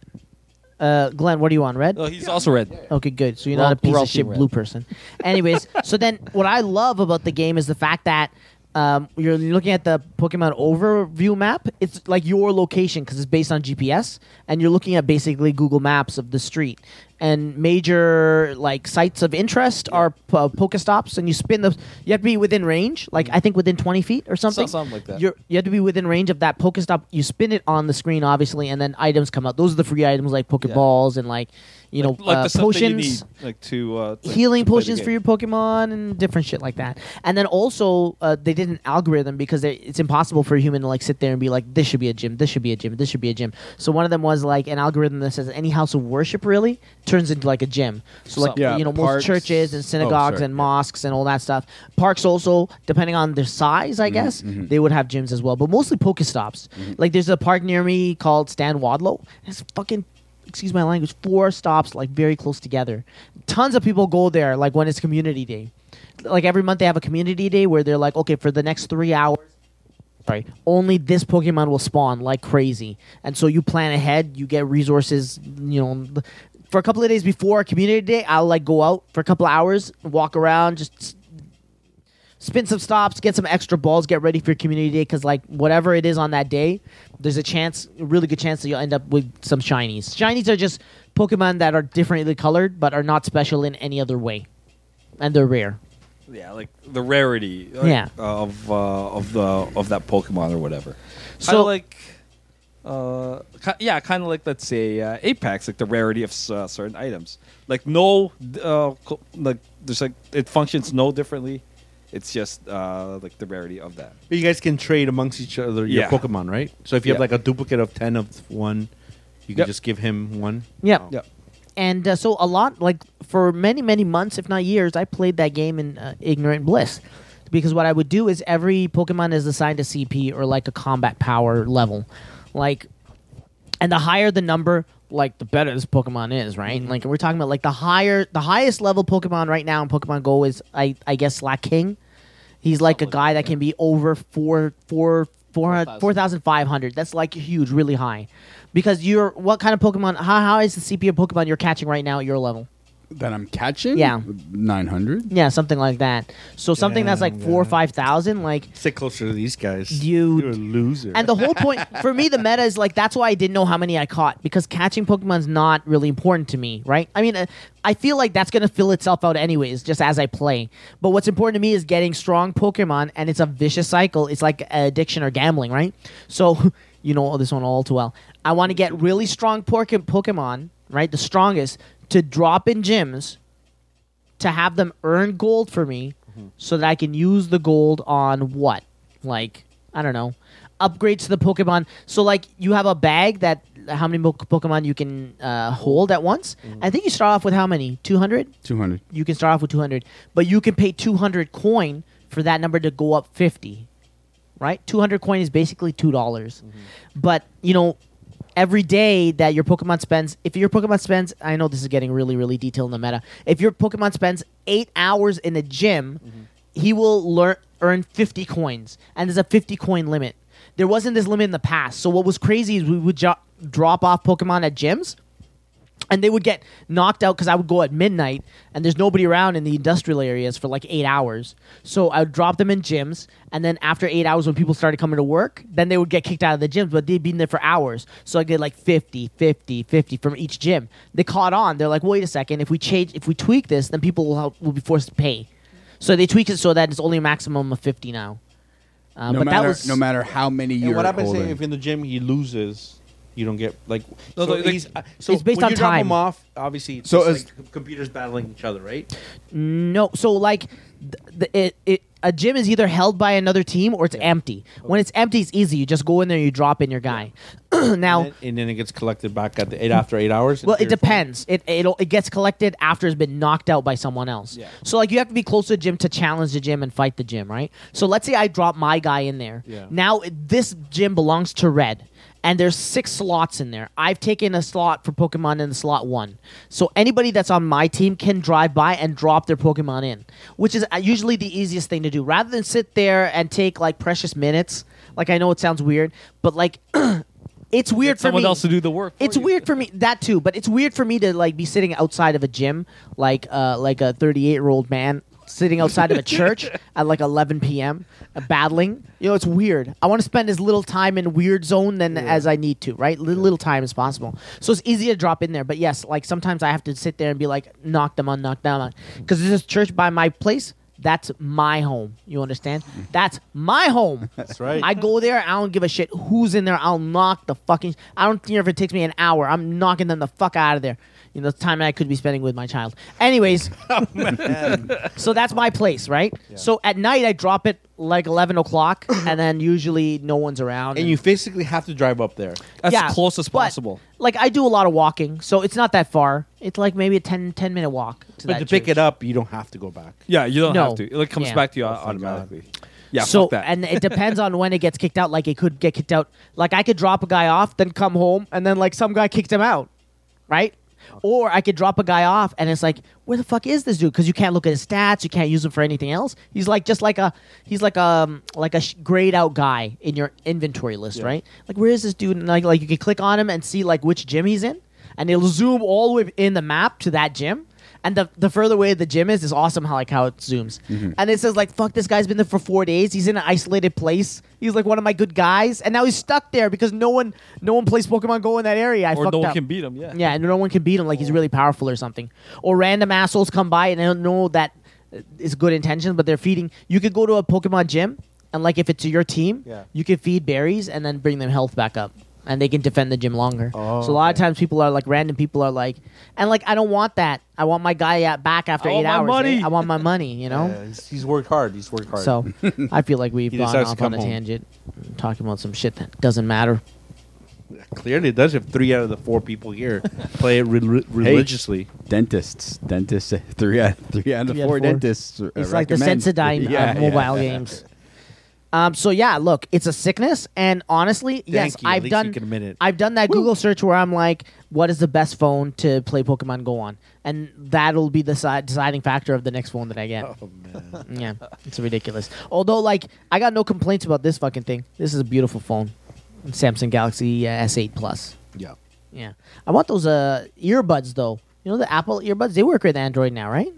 Speaker 4: Uh, Glenn, what are you on? Red.
Speaker 5: no, he's also red.
Speaker 4: Okay, good. So you're
Speaker 5: We're
Speaker 4: not
Speaker 5: all-
Speaker 4: a piece
Speaker 5: we're all
Speaker 4: of shit
Speaker 5: team red.
Speaker 4: blue person. Anyways, so then what I love about the game is the fact that um, you're looking at the Pokemon overview map. It's like your location because it's based on GPS, and you're looking at basically Google Maps of the street. And major like sites of interest are p- uh, Pokestops, and you spin the. You have to be within range, like I think within 20 feet or something.
Speaker 5: something like that.
Speaker 4: You're, you have to be within range of that Pokestop. You spin it on the screen, obviously, and then items come out. Those are the free items like Pokeballs and like you know
Speaker 5: Like
Speaker 4: uh,
Speaker 5: the stuff that you
Speaker 4: potions
Speaker 5: need, like to uh, like,
Speaker 4: healing
Speaker 5: to play the
Speaker 4: potions for
Speaker 5: game.
Speaker 4: your Pokemon and different shit like that. And then also uh, they did an algorithm because they, it's impossible for a human to like sit there and be like, this should be a gym, this should be a gym, this should be a gym. So one of them was like an algorithm that says any house of worship really turns into like a gym. So like
Speaker 9: Yeah,
Speaker 4: you know
Speaker 9: parks-
Speaker 4: most churches
Speaker 9: oh,
Speaker 4: and synagogues
Speaker 9: sorry,
Speaker 4: and
Speaker 9: yeah.
Speaker 4: mosques and all that stuff. Parks also depending on their size,
Speaker 9: Mm-hmm,
Speaker 4: I guess they would have gyms as well, but mostly Pokestops. Like there's a park near me called Stan Wadlow. It's fucking excuse my language, four stops like very close together. Tons of people go there like when it's community day. Like every month they have a community day where they're like, okay, for the next three hours, sorry, only this Pokemon will spawn like crazy. And so you plan ahead, you get resources, you know. For a couple of days before community day, I'll like go out for a couple of hours, walk around, just s- spin some stops, get some extra balls, get ready for your community day because like whatever it is on that day, there's a chance, a really good chance that you'll end up with some shinies. Shinies are just Pokemon that are differently colored but are not special in any other way, and they're rare.
Speaker 5: yeah, like the rarity, like,
Speaker 4: Yeah.
Speaker 5: of uh, of the of that Pokemon or whatever. So
Speaker 4: So-
Speaker 5: like. Uh, ki- yeah, kind of like let's say uh, Apex, like the rarity of s- uh, certain items. Like no, uh, co- like there's like it functions no differently. It's just uh, like the rarity of that.
Speaker 7: But you guys can trade amongst each other your
Speaker 5: Yeah.
Speaker 7: Pokemon, right? So if you have
Speaker 5: Yeah.
Speaker 7: like a duplicate of ten of one, you can
Speaker 5: Yep.
Speaker 7: just give him one.
Speaker 4: Yeah.
Speaker 7: Oh.
Speaker 5: Yep.
Speaker 4: And uh, so a lot, like for many, many months, if not years, I played that game in uh, ignorant bliss. Because what I would do is every Pokemon is assigned a CP or like a combat power level. Like, and the higher the number, like the better this Pokemon is, right? Like we're talking about like the higher, the highest level Pokemon right now in Pokemon Go is I, I guess Slack King. He's like a guy that can be over four, four, four 4,500. That's like huge, really high. Because you're, what kind of Pokemon, how, how is the CP of Pokemon you're catching right now at your level?
Speaker 9: That I'm catching?
Speaker 4: Yeah.
Speaker 9: 900?
Speaker 4: Yeah, something like that. So something that's like four or 5,000, like,
Speaker 7: Sit closer to these guys.
Speaker 4: Dude.
Speaker 7: You're a loser.
Speaker 4: And the whole point for me, the meta is like that's why I didn't know how many I caught because catching Pokemon's not really important to me, right? I mean, uh, I feel like that's gonna fill itself out anyways, just as I play. But what's important to me is getting strong Pokemon, and it's a vicious cycle. It's like addiction or gambling, right? So you know oh, this one all too well. I want to get really strong pork- Pokemon, right? The strongest to drop in gyms to have them earn gold for me so that I can use the gold on what? Like, I don't know. Upgrades to the Pokemon. So, like, you have a bag that how many mo- Pokemon you can uh, hold at once. I think you start off with how many? 200?
Speaker 9: 200.
Speaker 4: You can start off with 200, but you can pay 200 coin for that number to go up 50, right? 200 coin is basically $2. dollars But, you know, every day that your Pokemon spends, if your Pokemon spends, I know this is getting really, really detailed in the meta. If your Pokemon spends eight hours in a gym, he will learn, earn 50 coins, and there's a 50 coin limit. There wasn't this limit in the past. So what was crazy is we would jo- drop off Pokemon at gyms, and they would get knocked out because I would go at midnight and there's nobody around in the industrial areas for like eight hours. So I would drop them in gyms, and then after eight hours, when people started coming to work, then they would get kicked out of the gyms, but they'd been there for hours. So I get like 50, 50, 50 from each gym. They caught on. They're like, wait a second, if we change, if we tweak this, then people will, help, will be forced to pay. So they tweaked it so that it's only a maximum of 50 now. Uh,
Speaker 9: No
Speaker 4: but
Speaker 9: matter,
Speaker 4: that was
Speaker 9: no matter how many
Speaker 7: And
Speaker 9: you're
Speaker 7: what happens
Speaker 9: holding.
Speaker 7: if in the gym he loses? You don't get like
Speaker 5: No,
Speaker 7: so
Speaker 5: like- like-
Speaker 7: he's, uh, so
Speaker 4: It's based
Speaker 7: when
Speaker 4: on
Speaker 7: you drop
Speaker 4: time.
Speaker 7: him off, obviously. It's
Speaker 9: So
Speaker 7: so
Speaker 9: as-
Speaker 7: like c- computers battling each other, right?
Speaker 4: No, so like th- the, it, it, a gym is either held by another team or it's empty. When it's empty, it's easy. You just go in there, you drop in your guy. now,
Speaker 7: And, and then it gets collected back at the eight after eight hours.
Speaker 4: well, it
Speaker 7: Your phone-
Speaker 4: depends. It it'll, it gets collected after it's been knocked out by someone else. So like you have to be close to the gym to challenge the gym and fight the gym, right? So let's say I drop my guy in there. Now it- this gym belongs to Red. And there's six slots in there. I've taken a slot for Pokemon in slot one, so anybody that's on my team can drive by and drop their Pokemon in, which is uh, usually the easiest thing to do. Rather than sit there and take like precious minutes, like I know it sounds weird, but like it's weird for
Speaker 5: someone
Speaker 4: me.
Speaker 5: else to do the work. for
Speaker 4: It's
Speaker 5: you.
Speaker 4: weird for me that too, but it's weird for me to like be sitting outside of a gym, like uh, like a 38 year old man sitting outside of a church at like 11 p.m. uh, battling. You know, it's weird. I want to spend as little time in weird zone than as I need to, right? Little, little time as possible. So it's easy to drop in there, but yes, like sometimes I have to sit there and be like, knock them on, knock them on, because there's this church by my place. That's my home. You understand? That's my home. That's
Speaker 7: right.
Speaker 4: I go there. I don't give a shit who's in there. I'll knock the fucking. I don't care if it takes me an hour. I'm knocking them the fuck out of there. You know, the time I could be spending with my child. Anyways, so that's my place, right? So at night I drop it like eleven o'clock, and then usually no one's around.
Speaker 7: And you basically have to drive up there.
Speaker 5: As
Speaker 4: Yeah,
Speaker 5: close as
Speaker 4: but,
Speaker 5: possible.
Speaker 4: like I do a lot of walking, so it's not that far. It's like maybe a 10, 10 minute walk to
Speaker 7: But
Speaker 4: that
Speaker 7: to pick
Speaker 4: church.
Speaker 7: it up, you don't have to go back.
Speaker 5: Yeah, you don't
Speaker 4: No.
Speaker 5: have to. It like, comes
Speaker 4: Yeah.
Speaker 5: back to you au- automatically. Yeah,
Speaker 4: so
Speaker 5: fuck that.
Speaker 4: and it depends on when it gets kicked out. Like it could get kicked out. Like I could drop a guy off, then come home, and then like some guy kicked him out, right? Or I could drop a guy off, and it's like, where the fuck is this dude? Because you can't look at his stats, you can't use him for anything else. He's like just like a he's like a um, like a sh- grayed out guy in your inventory list, right? Like where is this dude? And like like you can click on him and see like which gym he's in, and it'll zoom all the way in the map to that gym. And the, the further away the gym is, is awesome how like how it zooms.
Speaker 5: Mm-hmm.
Speaker 4: And it says like, "Fuck, this guy's been there for four days. He's in an isolated place. He's like one of my good guys, and now he's stuck there because no one no one plays Pokemon Go in that area. I
Speaker 5: or
Speaker 4: fucked
Speaker 5: no one
Speaker 4: up.
Speaker 5: can beat him. Yeah.
Speaker 4: Yeah, and no one can beat him. Like he's really powerful or something. Or random assholes come by and they don't know that uh, it's good intentions, but they're feeding. You could go to a Pokemon gym and like if it's your team,
Speaker 7: Yeah.
Speaker 4: you can feed berries and then bring them health back up, and they can defend the gym longer. so a
Speaker 7: Oh,
Speaker 4: lot of times people are like random people are like, and like I don't want that. I want my guy at back after
Speaker 5: I
Speaker 4: eight
Speaker 5: want my
Speaker 4: hours.
Speaker 5: money.
Speaker 4: eh? I want my money. You know.
Speaker 7: Yeah, he's, he's worked hard. He's worked hard.
Speaker 4: So I feel like we've
Speaker 7: He
Speaker 4: gone
Speaker 7: decides to
Speaker 4: off on
Speaker 7: come
Speaker 4: a
Speaker 7: home.
Speaker 4: tangent, talking about some shit that doesn't matter.
Speaker 7: clearly, it does. If three out of the four people here play it re- re- religiously,
Speaker 9: Dentists. Dentists. Three out, three out of
Speaker 4: Three out of
Speaker 9: four,
Speaker 4: four.
Speaker 9: dentists. uh,
Speaker 4: It's like the
Speaker 9: recommend-
Speaker 4: Sensodyne
Speaker 9: Yeah,
Speaker 4: of
Speaker 9: yeah.
Speaker 4: mobile games. Um, so yeah, look, it's a sickness, and honestly, yes,
Speaker 7: you. At
Speaker 4: I've
Speaker 7: least
Speaker 4: done.
Speaker 7: you can admit it.
Speaker 4: I've done that Google search where I'm like, "What is the best phone to play Pokemon Go on?" And that'll be the si- deciding factor of the next phone that I get.
Speaker 7: Oh,
Speaker 4: yeah, it's ridiculous. Although, like, I got no complaints about this fucking thing. This is a beautiful phone, Samsung Galaxy uh, S8 Plus.
Speaker 7: Yeah.
Speaker 4: Yeah, I want those uh, earbuds though. You know the Apple earbuds? They work with Android now, right?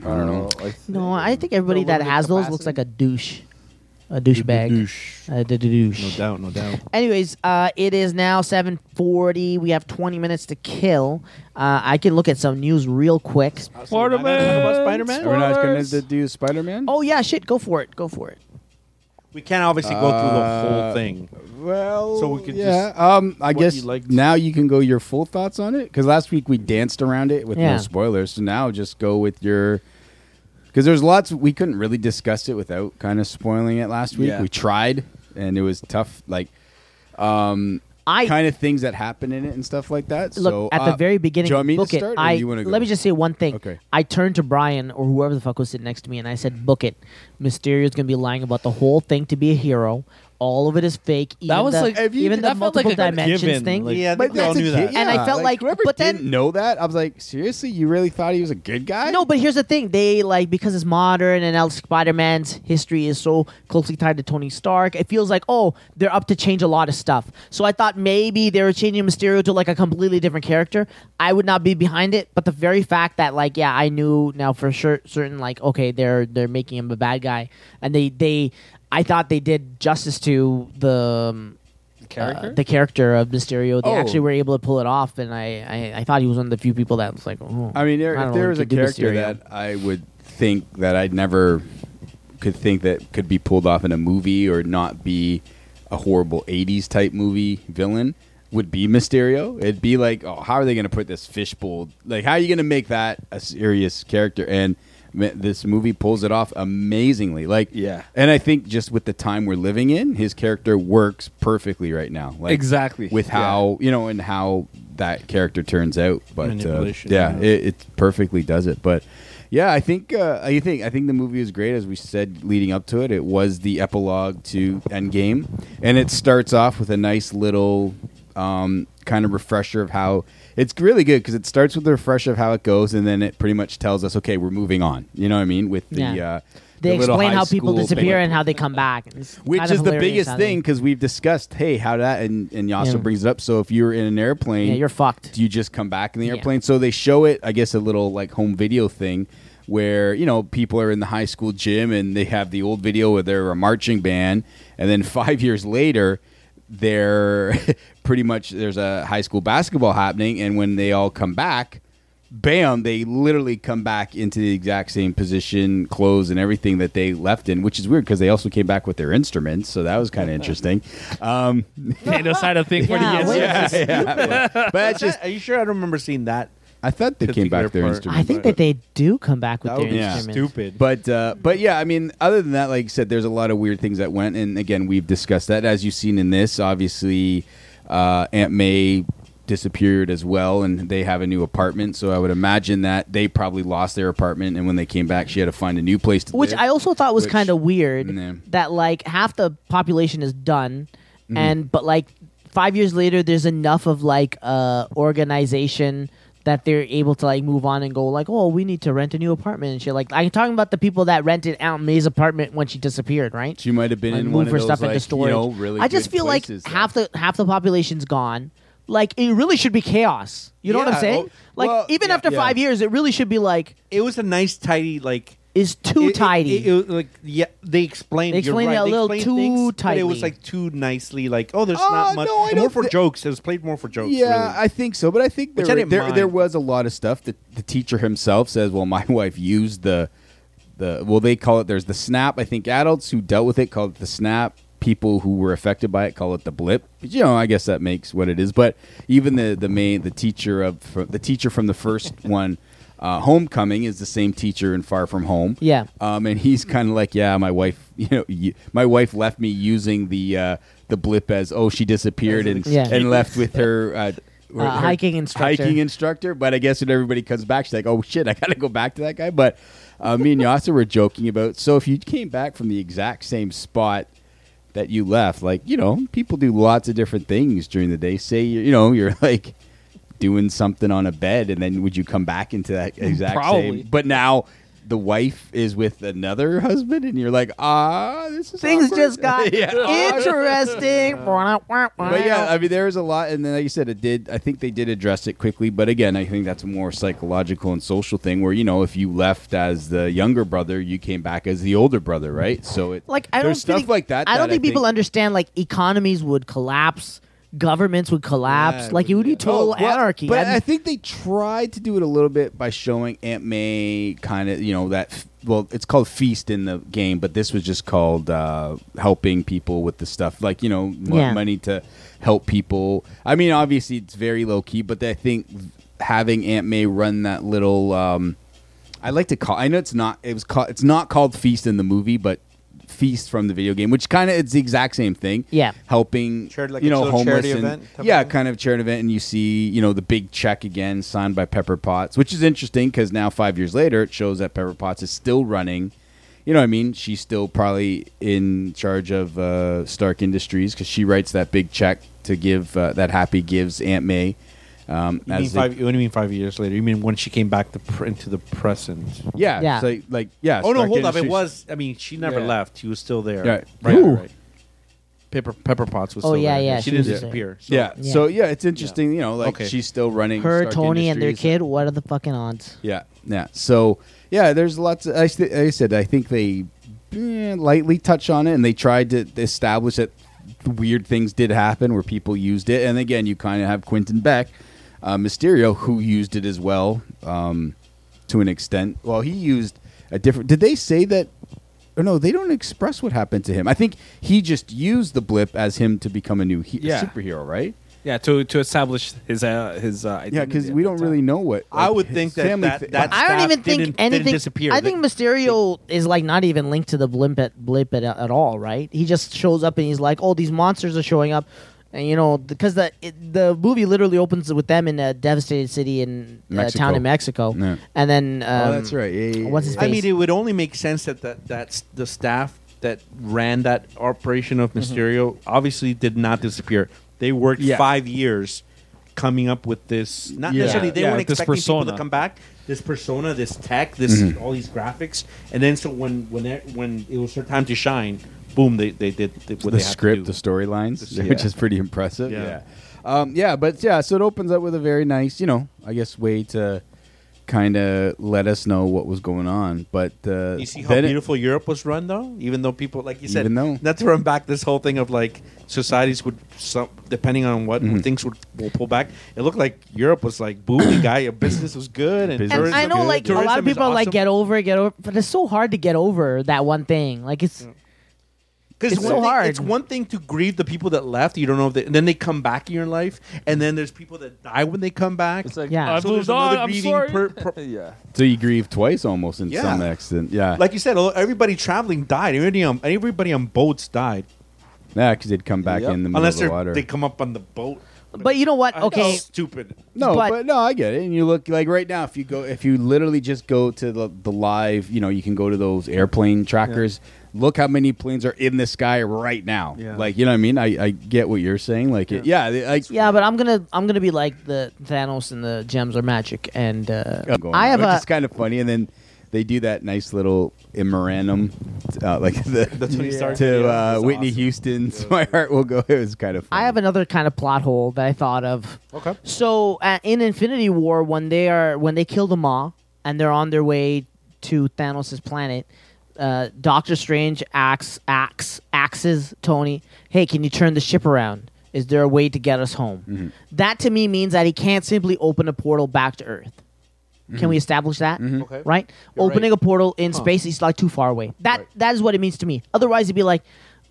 Speaker 9: I don't know.
Speaker 4: No, I think everybody that
Speaker 6: limited
Speaker 4: has those looks like
Speaker 6: capacity?
Speaker 4: a douche, a douchebag,
Speaker 7: Douche.
Speaker 4: a d- d- douche.
Speaker 7: No doubt, no doubt.
Speaker 4: Anyways, uh, it is now 7:40. We have 20 minutes to kill. Uh, I can look at some news real quick.
Speaker 7: About Spider-Man?
Speaker 9: We're not going to do Spider Man?
Speaker 4: Oh yeah, shit, go for it. Go for it.
Speaker 7: We can't obviously go through the whole
Speaker 9: Uh,
Speaker 7: thing.
Speaker 9: Well,
Speaker 7: So we could
Speaker 9: yeah.
Speaker 7: just-
Speaker 9: um, I
Speaker 7: what
Speaker 9: guess
Speaker 7: you liked.
Speaker 9: now you can go your full thoughts on it because last week we danced around it with
Speaker 4: Yeah.
Speaker 9: no spoilers. So now just go with your because there's lots we couldn't really discuss it without kind of spoiling it last week.
Speaker 7: Yeah.
Speaker 9: We tried and it was tough, like
Speaker 4: I
Speaker 9: kind of things that happen in it and stuff like that.
Speaker 4: look
Speaker 9: so,
Speaker 4: at
Speaker 9: uh,
Speaker 4: the very beginning.
Speaker 9: Do you want me
Speaker 4: book
Speaker 9: to start?
Speaker 4: it.
Speaker 9: or
Speaker 4: I
Speaker 9: you wanna go?
Speaker 4: let me just say one thing.
Speaker 9: Okay.
Speaker 4: I turned to Brian or whoever the fuck was sitting next to me, and I said, "Book it. Mysterio's gonna be lying about the whole thing to be a hero. All of it is fake. Even
Speaker 5: was
Speaker 4: the,
Speaker 5: like- If you-
Speaker 4: even the
Speaker 5: that felt like
Speaker 4: multiple
Speaker 5: a
Speaker 4: dimensions
Speaker 5: given,
Speaker 4: thing.
Speaker 5: like-
Speaker 7: Yeah, I think we
Speaker 9: that's
Speaker 7: all
Speaker 9: a
Speaker 7: knew
Speaker 9: kid-
Speaker 7: that.
Speaker 4: And I felt like-
Speaker 9: whoever
Speaker 4: but
Speaker 9: didn't
Speaker 4: then-
Speaker 9: know that I was like, seriously, you really thought he was a good guy?
Speaker 4: No, but here's the thing. They like because it's modern and now Spider-Man's history is so closely tied to Tony Stark. It feels like oh, they're up to change a lot of stuff. So I thought maybe they were changing Mysterio to like a completely different character. I would not be behind it, but the very fact that like yeah, I knew now for sure certain like okay, they're they're making him a bad guy and they they I thought they did justice to the um,
Speaker 6: Character?
Speaker 4: uh, the character of Mysterio. They
Speaker 9: Oh.
Speaker 4: actually were able to pull it off, and I, I, I thought he was one of the few people that was like, oh,
Speaker 9: I mean, there,
Speaker 4: don't
Speaker 9: if
Speaker 4: know,
Speaker 9: there was a
Speaker 4: could do
Speaker 9: character
Speaker 4: Mysterio.
Speaker 9: that I would think that I'd never could think that could be pulled off in a movie or not be a horrible '80s type movie villain would be Mysterio. It'd be like, oh, how are they going to put this fishbowl? Like, how are you going to make that a serious character? And ma- this movie pulls it off amazingly. Like,
Speaker 8: Yeah.
Speaker 9: And I think just with the time we're living in, his character works perfectly right now. Like,
Speaker 8: Exactly.
Speaker 9: with
Speaker 8: Yeah.
Speaker 9: how you know and how that character turns out. But uh,
Speaker 7: Manipulation,
Speaker 9: yeah,
Speaker 7: yeah.
Speaker 9: it, it perfectly does it. But yeah, I think uh, I think I think the movie is great. As we said leading up to it, it was the epilogue to Endgame, and it starts off with a nice little um, kind of refresher of how it's really good because it starts with a refresher of how it goes, and then it pretty much tells us, okay, we're moving on. You know what I mean? With the
Speaker 4: Yeah.
Speaker 9: uh,
Speaker 4: they
Speaker 9: the little
Speaker 4: explain
Speaker 9: high
Speaker 4: how people
Speaker 9: school
Speaker 4: disappear
Speaker 9: thing.
Speaker 4: and how they come back. It's
Speaker 9: which
Speaker 4: kind of
Speaker 9: is the
Speaker 4: hilarious
Speaker 9: biggest
Speaker 4: how they-
Speaker 9: thing because we've discussed hey how that and, and Yasa
Speaker 4: Yeah.
Speaker 9: brings it up so if you're in an airplane
Speaker 4: Yeah, you're fucked.
Speaker 9: do you just come back in the
Speaker 4: Yeah.
Speaker 9: airplane so they show it i guess a little like home video thing where you know people are in the high school gym and they have the old video where they're a marching band and then five years later they're pretty much there's a high school basketball happening and when they all come back bam, they literally come back into the exact same position, clothes, and everything that they left in, which is weird because they also came back with their instruments. So that was kind of interesting. Um,
Speaker 5: Nintendo side of thing for
Speaker 4: Yeah,
Speaker 5: the
Speaker 4: what-
Speaker 5: yes.
Speaker 9: but that's just,
Speaker 7: Are you sure I don't remember seeing that?
Speaker 9: I thought they came back with their
Speaker 7: Particular part.
Speaker 9: instruments.
Speaker 4: I think that they do come back with
Speaker 7: That
Speaker 4: their
Speaker 7: would be
Speaker 9: Yeah.
Speaker 4: instruments.
Speaker 7: stupid.
Speaker 9: But uh, but yeah, I mean, other than that, like I said, there's a lot of weird things that went, and again, we've discussed that as you've seen in this. Obviously, uh, Aunt May disappeared as well, and they have a new apartment. So I would imagine that they probably lost their apartment, and when they came back, she had to find a new place to
Speaker 4: Which
Speaker 9: live.
Speaker 4: I also thought was
Speaker 9: Which-
Speaker 4: kind of weird
Speaker 9: Nah.
Speaker 4: that like half the population is done,
Speaker 9: Mm.
Speaker 4: and but like five years later, there's enough of like uh, organization that they're able to like move on and go like, oh, we need to rent a new apartment and shit. Like I'm talking about the people that rented Aunt May's apartment when she disappeared, right?
Speaker 9: She might have been
Speaker 4: like,
Speaker 9: in
Speaker 4: move
Speaker 9: one of
Speaker 4: her
Speaker 9: those
Speaker 4: stuff
Speaker 9: like,
Speaker 4: into storage.
Speaker 9: You know, really
Speaker 4: I just
Speaker 9: good
Speaker 4: feel like
Speaker 9: places, though.
Speaker 4: half the half the population's gone. Like it really should be chaos. You know what
Speaker 7: Yeah,
Speaker 4: I'm saying?
Speaker 7: oh,
Speaker 4: like
Speaker 7: well,
Speaker 4: even
Speaker 7: yeah,
Speaker 4: after
Speaker 7: yeah.
Speaker 4: five years, it really should be like
Speaker 7: It was a nice, tidy, like
Speaker 4: is too
Speaker 7: it- it-
Speaker 4: tidy.
Speaker 7: It, it was like yeah, they explained.
Speaker 4: They
Speaker 7: you're
Speaker 4: explained
Speaker 7: right,
Speaker 4: it a
Speaker 7: they
Speaker 4: little
Speaker 7: explained
Speaker 4: too
Speaker 7: things, But it
Speaker 4: tightly.
Speaker 7: was like too nicely. Like oh, there's
Speaker 9: Uh,
Speaker 7: not much.
Speaker 9: no, I
Speaker 7: And more
Speaker 9: don't
Speaker 7: for
Speaker 9: thi-
Speaker 7: jokes. It was played more for jokes.
Speaker 9: Yeah,
Speaker 7: really.
Speaker 9: I think so. But I think
Speaker 7: Which
Speaker 9: there,
Speaker 7: I didn't
Speaker 9: there,
Speaker 7: mind.
Speaker 9: there was a lot of stuff that the teacher himself says. Well, my wife used the the well, they call it. There's the snap. I think adults who dealt with it call it the snap. People who were affected by it call it the blip. But, you know, I guess that makes what it is. But even the the main the teacher of fr- the teacher from the first one. Uh, homecoming is the same teacher in Far From Home.
Speaker 4: Yeah.
Speaker 9: um, and he's kind of like, yeah, my wife, you know, you, my wife left me using the uh, the blip as, oh, she disappeared and
Speaker 4: Yeah.
Speaker 9: and left with her, uh, her
Speaker 4: hiking instructor.
Speaker 9: Hiking instructor, but I guess when everybody comes back, she's like, "Oh shit, I gotta go back to that guy." But uh, me and Yasa were joking about. So if you came back from the exact same spot that you left. Like you know, people do lots of different things during the day. Say you you know you're like doing something on a bed, and then would you come back into that
Speaker 4: Mm,
Speaker 9: exact
Speaker 5: Probably.
Speaker 9: same? But now. The wife is with another husband, and you're like, ah, this is
Speaker 4: Things
Speaker 9: awkward."
Speaker 4: just got
Speaker 9: Yeah.
Speaker 4: interesting.
Speaker 9: But yeah, I mean, there is a lot, and then like you said, it did. I think they did address it quickly, but again, I think that's a more psychological and social thing where you know, if you left as the younger brother, you came back as the older brother, right? So it
Speaker 4: like I
Speaker 9: there's
Speaker 4: don't
Speaker 9: stuff
Speaker 4: think,
Speaker 9: like that.
Speaker 4: I don't
Speaker 9: that
Speaker 4: think people understand like economies would collapse, governments would collapse.
Speaker 9: Yeah,
Speaker 4: like it would be total
Speaker 9: Oh, well,
Speaker 4: anarchy.
Speaker 9: But
Speaker 4: I-
Speaker 9: I think they tried to do it a little bit by showing Aunt May kind of, you know, that. f- Well, it's called feast in the game, but this was just called uh, helping people with the stuff, like you know, mo-
Speaker 4: Yeah.
Speaker 9: money to help people. I mean, obviously it's very low key, but I think having Aunt May run that little. Um, I like to call. I know it's not. It was called. It's not called feast in the movie, but feast from the video game, which kind of it's the exact same thing.
Speaker 4: Yeah.
Speaker 9: helping
Speaker 7: Shared, like, a
Speaker 9: you know
Speaker 7: little
Speaker 9: homeless
Speaker 7: charity
Speaker 9: and-
Speaker 7: event type of
Speaker 9: yeah,
Speaker 7: thing?
Speaker 9: kind of charity event, and you see you know the big check again signed by Pepper Potts, which is interesting because now five years later it shows that Pepper Potts is still running. You know, what I mean, she's still probably in charge of uh, Stark Industries because she writes that big check to give uh, that Happy gives Aunt May. Um,
Speaker 7: You mean
Speaker 9: they-
Speaker 7: five, what do you mean five years later? You mean when she came back to pr- into the present?
Speaker 9: yeah,
Speaker 4: Yeah.
Speaker 9: so, like yeah.
Speaker 7: Oh no,
Speaker 9: Stark
Speaker 7: hold up! It
Speaker 9: Industries-
Speaker 7: was. I mean, she never
Speaker 9: Yeah.
Speaker 7: left. She was still there.
Speaker 9: Yeah.
Speaker 7: Right.
Speaker 9: Ooh.
Speaker 7: right. Pepper Pepper Potts was.
Speaker 4: Oh,
Speaker 7: still
Speaker 4: yeah,
Speaker 7: there.
Speaker 4: yeah,
Speaker 7: She,
Speaker 4: she
Speaker 7: didn't
Speaker 4: was there.
Speaker 7: disappear. so-
Speaker 9: Yeah.
Speaker 4: Yeah.
Speaker 9: So yeah, it's interesting. You know, like
Speaker 7: Okay.
Speaker 9: she's still running
Speaker 4: her,
Speaker 9: Stark
Speaker 4: Tony, and their
Speaker 9: Industries. uh,
Speaker 4: kid. What are the fucking odds?
Speaker 9: Yeah, yeah. So yeah, there's lots. Of, I, st- I said I think they eh, lightly touch on it, and they tried to establish that weird things did happen where people used it. And again, you kind of have Quentin Beck, uh, Mysterio, who used it as well um, to an extent. Well, he used a different. Did they say that? Or no, they don't express what happened to him. I think he just used the blip as him to become a new he-
Speaker 8: Yeah.
Speaker 9: superhero, right?
Speaker 8: Yeah, to to establish his uh, his uh, identity.
Speaker 9: Yeah, because
Speaker 8: at
Speaker 9: we
Speaker 8: the
Speaker 9: don't
Speaker 8: time.
Speaker 9: really know what.
Speaker 7: I
Speaker 9: like,
Speaker 7: would
Speaker 9: his
Speaker 7: think that
Speaker 9: family
Speaker 7: that-
Speaker 9: thi-
Speaker 7: that-
Speaker 4: I don't
Speaker 7: staff
Speaker 4: even think
Speaker 7: didn't- didn't
Speaker 4: anything.
Speaker 7: disappear.
Speaker 4: I
Speaker 7: They-
Speaker 4: think Mysterio is like not even linked to the blimp at blip at, at all, right? He just shows up and he's like, "Oh, these monsters are showing up," and you know, because the it, the movie literally opens with them in a devastated city in uh,
Speaker 9: Mexico.
Speaker 4: town in Mexico,
Speaker 9: Yeah.
Speaker 4: and then um,
Speaker 9: oh, that's right. Yeah, yeah, yeah,
Speaker 4: what's his
Speaker 9: yeah.
Speaker 7: I mean,
Speaker 4: face.
Speaker 7: it would only make sense that that that's the staff that ran that operation of Mysterio obviously did not disappear. They worked
Speaker 8: Mm-hmm. Yeah.
Speaker 7: five years coming up with this. Not
Speaker 8: Yeah.
Speaker 7: necessarily they
Speaker 8: Yeah,
Speaker 7: weren't
Speaker 8: this
Speaker 7: expecting people to
Speaker 8: persona. Mm-hmm.
Speaker 7: come back. This persona, this tech, this all these graphics, and then so when when it, when it was their time to shine, boom, they they did what
Speaker 9: the
Speaker 7: they had to do.
Speaker 9: script, the storylines, which is pretty impressive. Yeah. Yeah. Um, yeah, but yeah, so it opens up with a very nice, you know, I guess way to kind of let us know what was going on. But uh,
Speaker 7: You see how
Speaker 9: then it-
Speaker 7: beautiful Europe was run, though. Even though people, like you said,
Speaker 9: Even though.
Speaker 7: not to run back this whole thing of like societies would, some, depending on what
Speaker 9: Mm-hmm.
Speaker 7: things would will pull back. It looked like Europe was like booming, guy. Your business was good, and,
Speaker 9: Business
Speaker 4: And
Speaker 9: Tourism
Speaker 4: I know,
Speaker 9: good.
Speaker 4: like, a lot of
Speaker 7: tourism is
Speaker 4: people are like,
Speaker 7: awesome.
Speaker 4: get over, it, get over, but it's so hard to get over that one thing. Like, it's
Speaker 7: 'Cause
Speaker 4: it's
Speaker 7: one
Speaker 4: so
Speaker 7: thing-
Speaker 4: hard.
Speaker 7: It's one thing to grieve the people that left. You don't know if they, and then they come back in your life, and then there's people that die when they come back.
Speaker 8: It's like,
Speaker 4: Yeah.
Speaker 8: I've
Speaker 7: So
Speaker 8: moved
Speaker 7: there's another
Speaker 8: on. I'm
Speaker 7: grieving
Speaker 8: sorry.
Speaker 7: per- per-
Speaker 8: yeah.
Speaker 9: so you grieve twice almost in
Speaker 7: Yeah.
Speaker 9: some extent. Yeah.
Speaker 7: like you said, everybody traveling died. Everybody on, everybody on boats died,
Speaker 9: yeah, because they'd come back
Speaker 8: Yep.
Speaker 9: in the middle
Speaker 7: unless
Speaker 9: of the
Speaker 7: they're,
Speaker 9: water.
Speaker 7: they come up on the boat.
Speaker 4: but you know what? Okay,
Speaker 7: stupid.
Speaker 9: No,
Speaker 4: But-
Speaker 9: but, no, I get it. And you look like right now, if you go, if you literally just go to the, the live, you know, you can go to those airplane trackers. Look how many planes are in the sky right now.
Speaker 7: Yeah.
Speaker 9: Like you know what I mean? I, I get what you're saying. Like it, yeah, they- like
Speaker 4: yeah, but I'm gonna, I'm gonna be like the Thanos and the gems are magic, and uh,
Speaker 9: I'm going
Speaker 4: I have
Speaker 9: on.
Speaker 4: a,
Speaker 9: It's kind of funny, and then they do that nice little memorandum, uh, like the,
Speaker 7: Tony Stark
Speaker 9: to
Speaker 7: video
Speaker 9: uh,
Speaker 7: is
Speaker 9: Whitney
Speaker 7: awesome.
Speaker 9: Houston's "My Heart Will Go." It was kind of. funny.
Speaker 4: I have another kind of plot hole that I thought of.
Speaker 7: Okay.
Speaker 4: So uh, in Infinity War, when they are when they kill the Maw and they're on their way to Thanos' planet, uh, Doctor Strange acts acts axes Tony. Hey, can you turn the ship around? Is there a way to get us home? That to me means that he can't simply open a portal back to Earth. Can we establish that?
Speaker 7: Okay.
Speaker 4: Right? Opening a portal in space is like too far away. That that is what it means to me. Otherwise, it'd be like,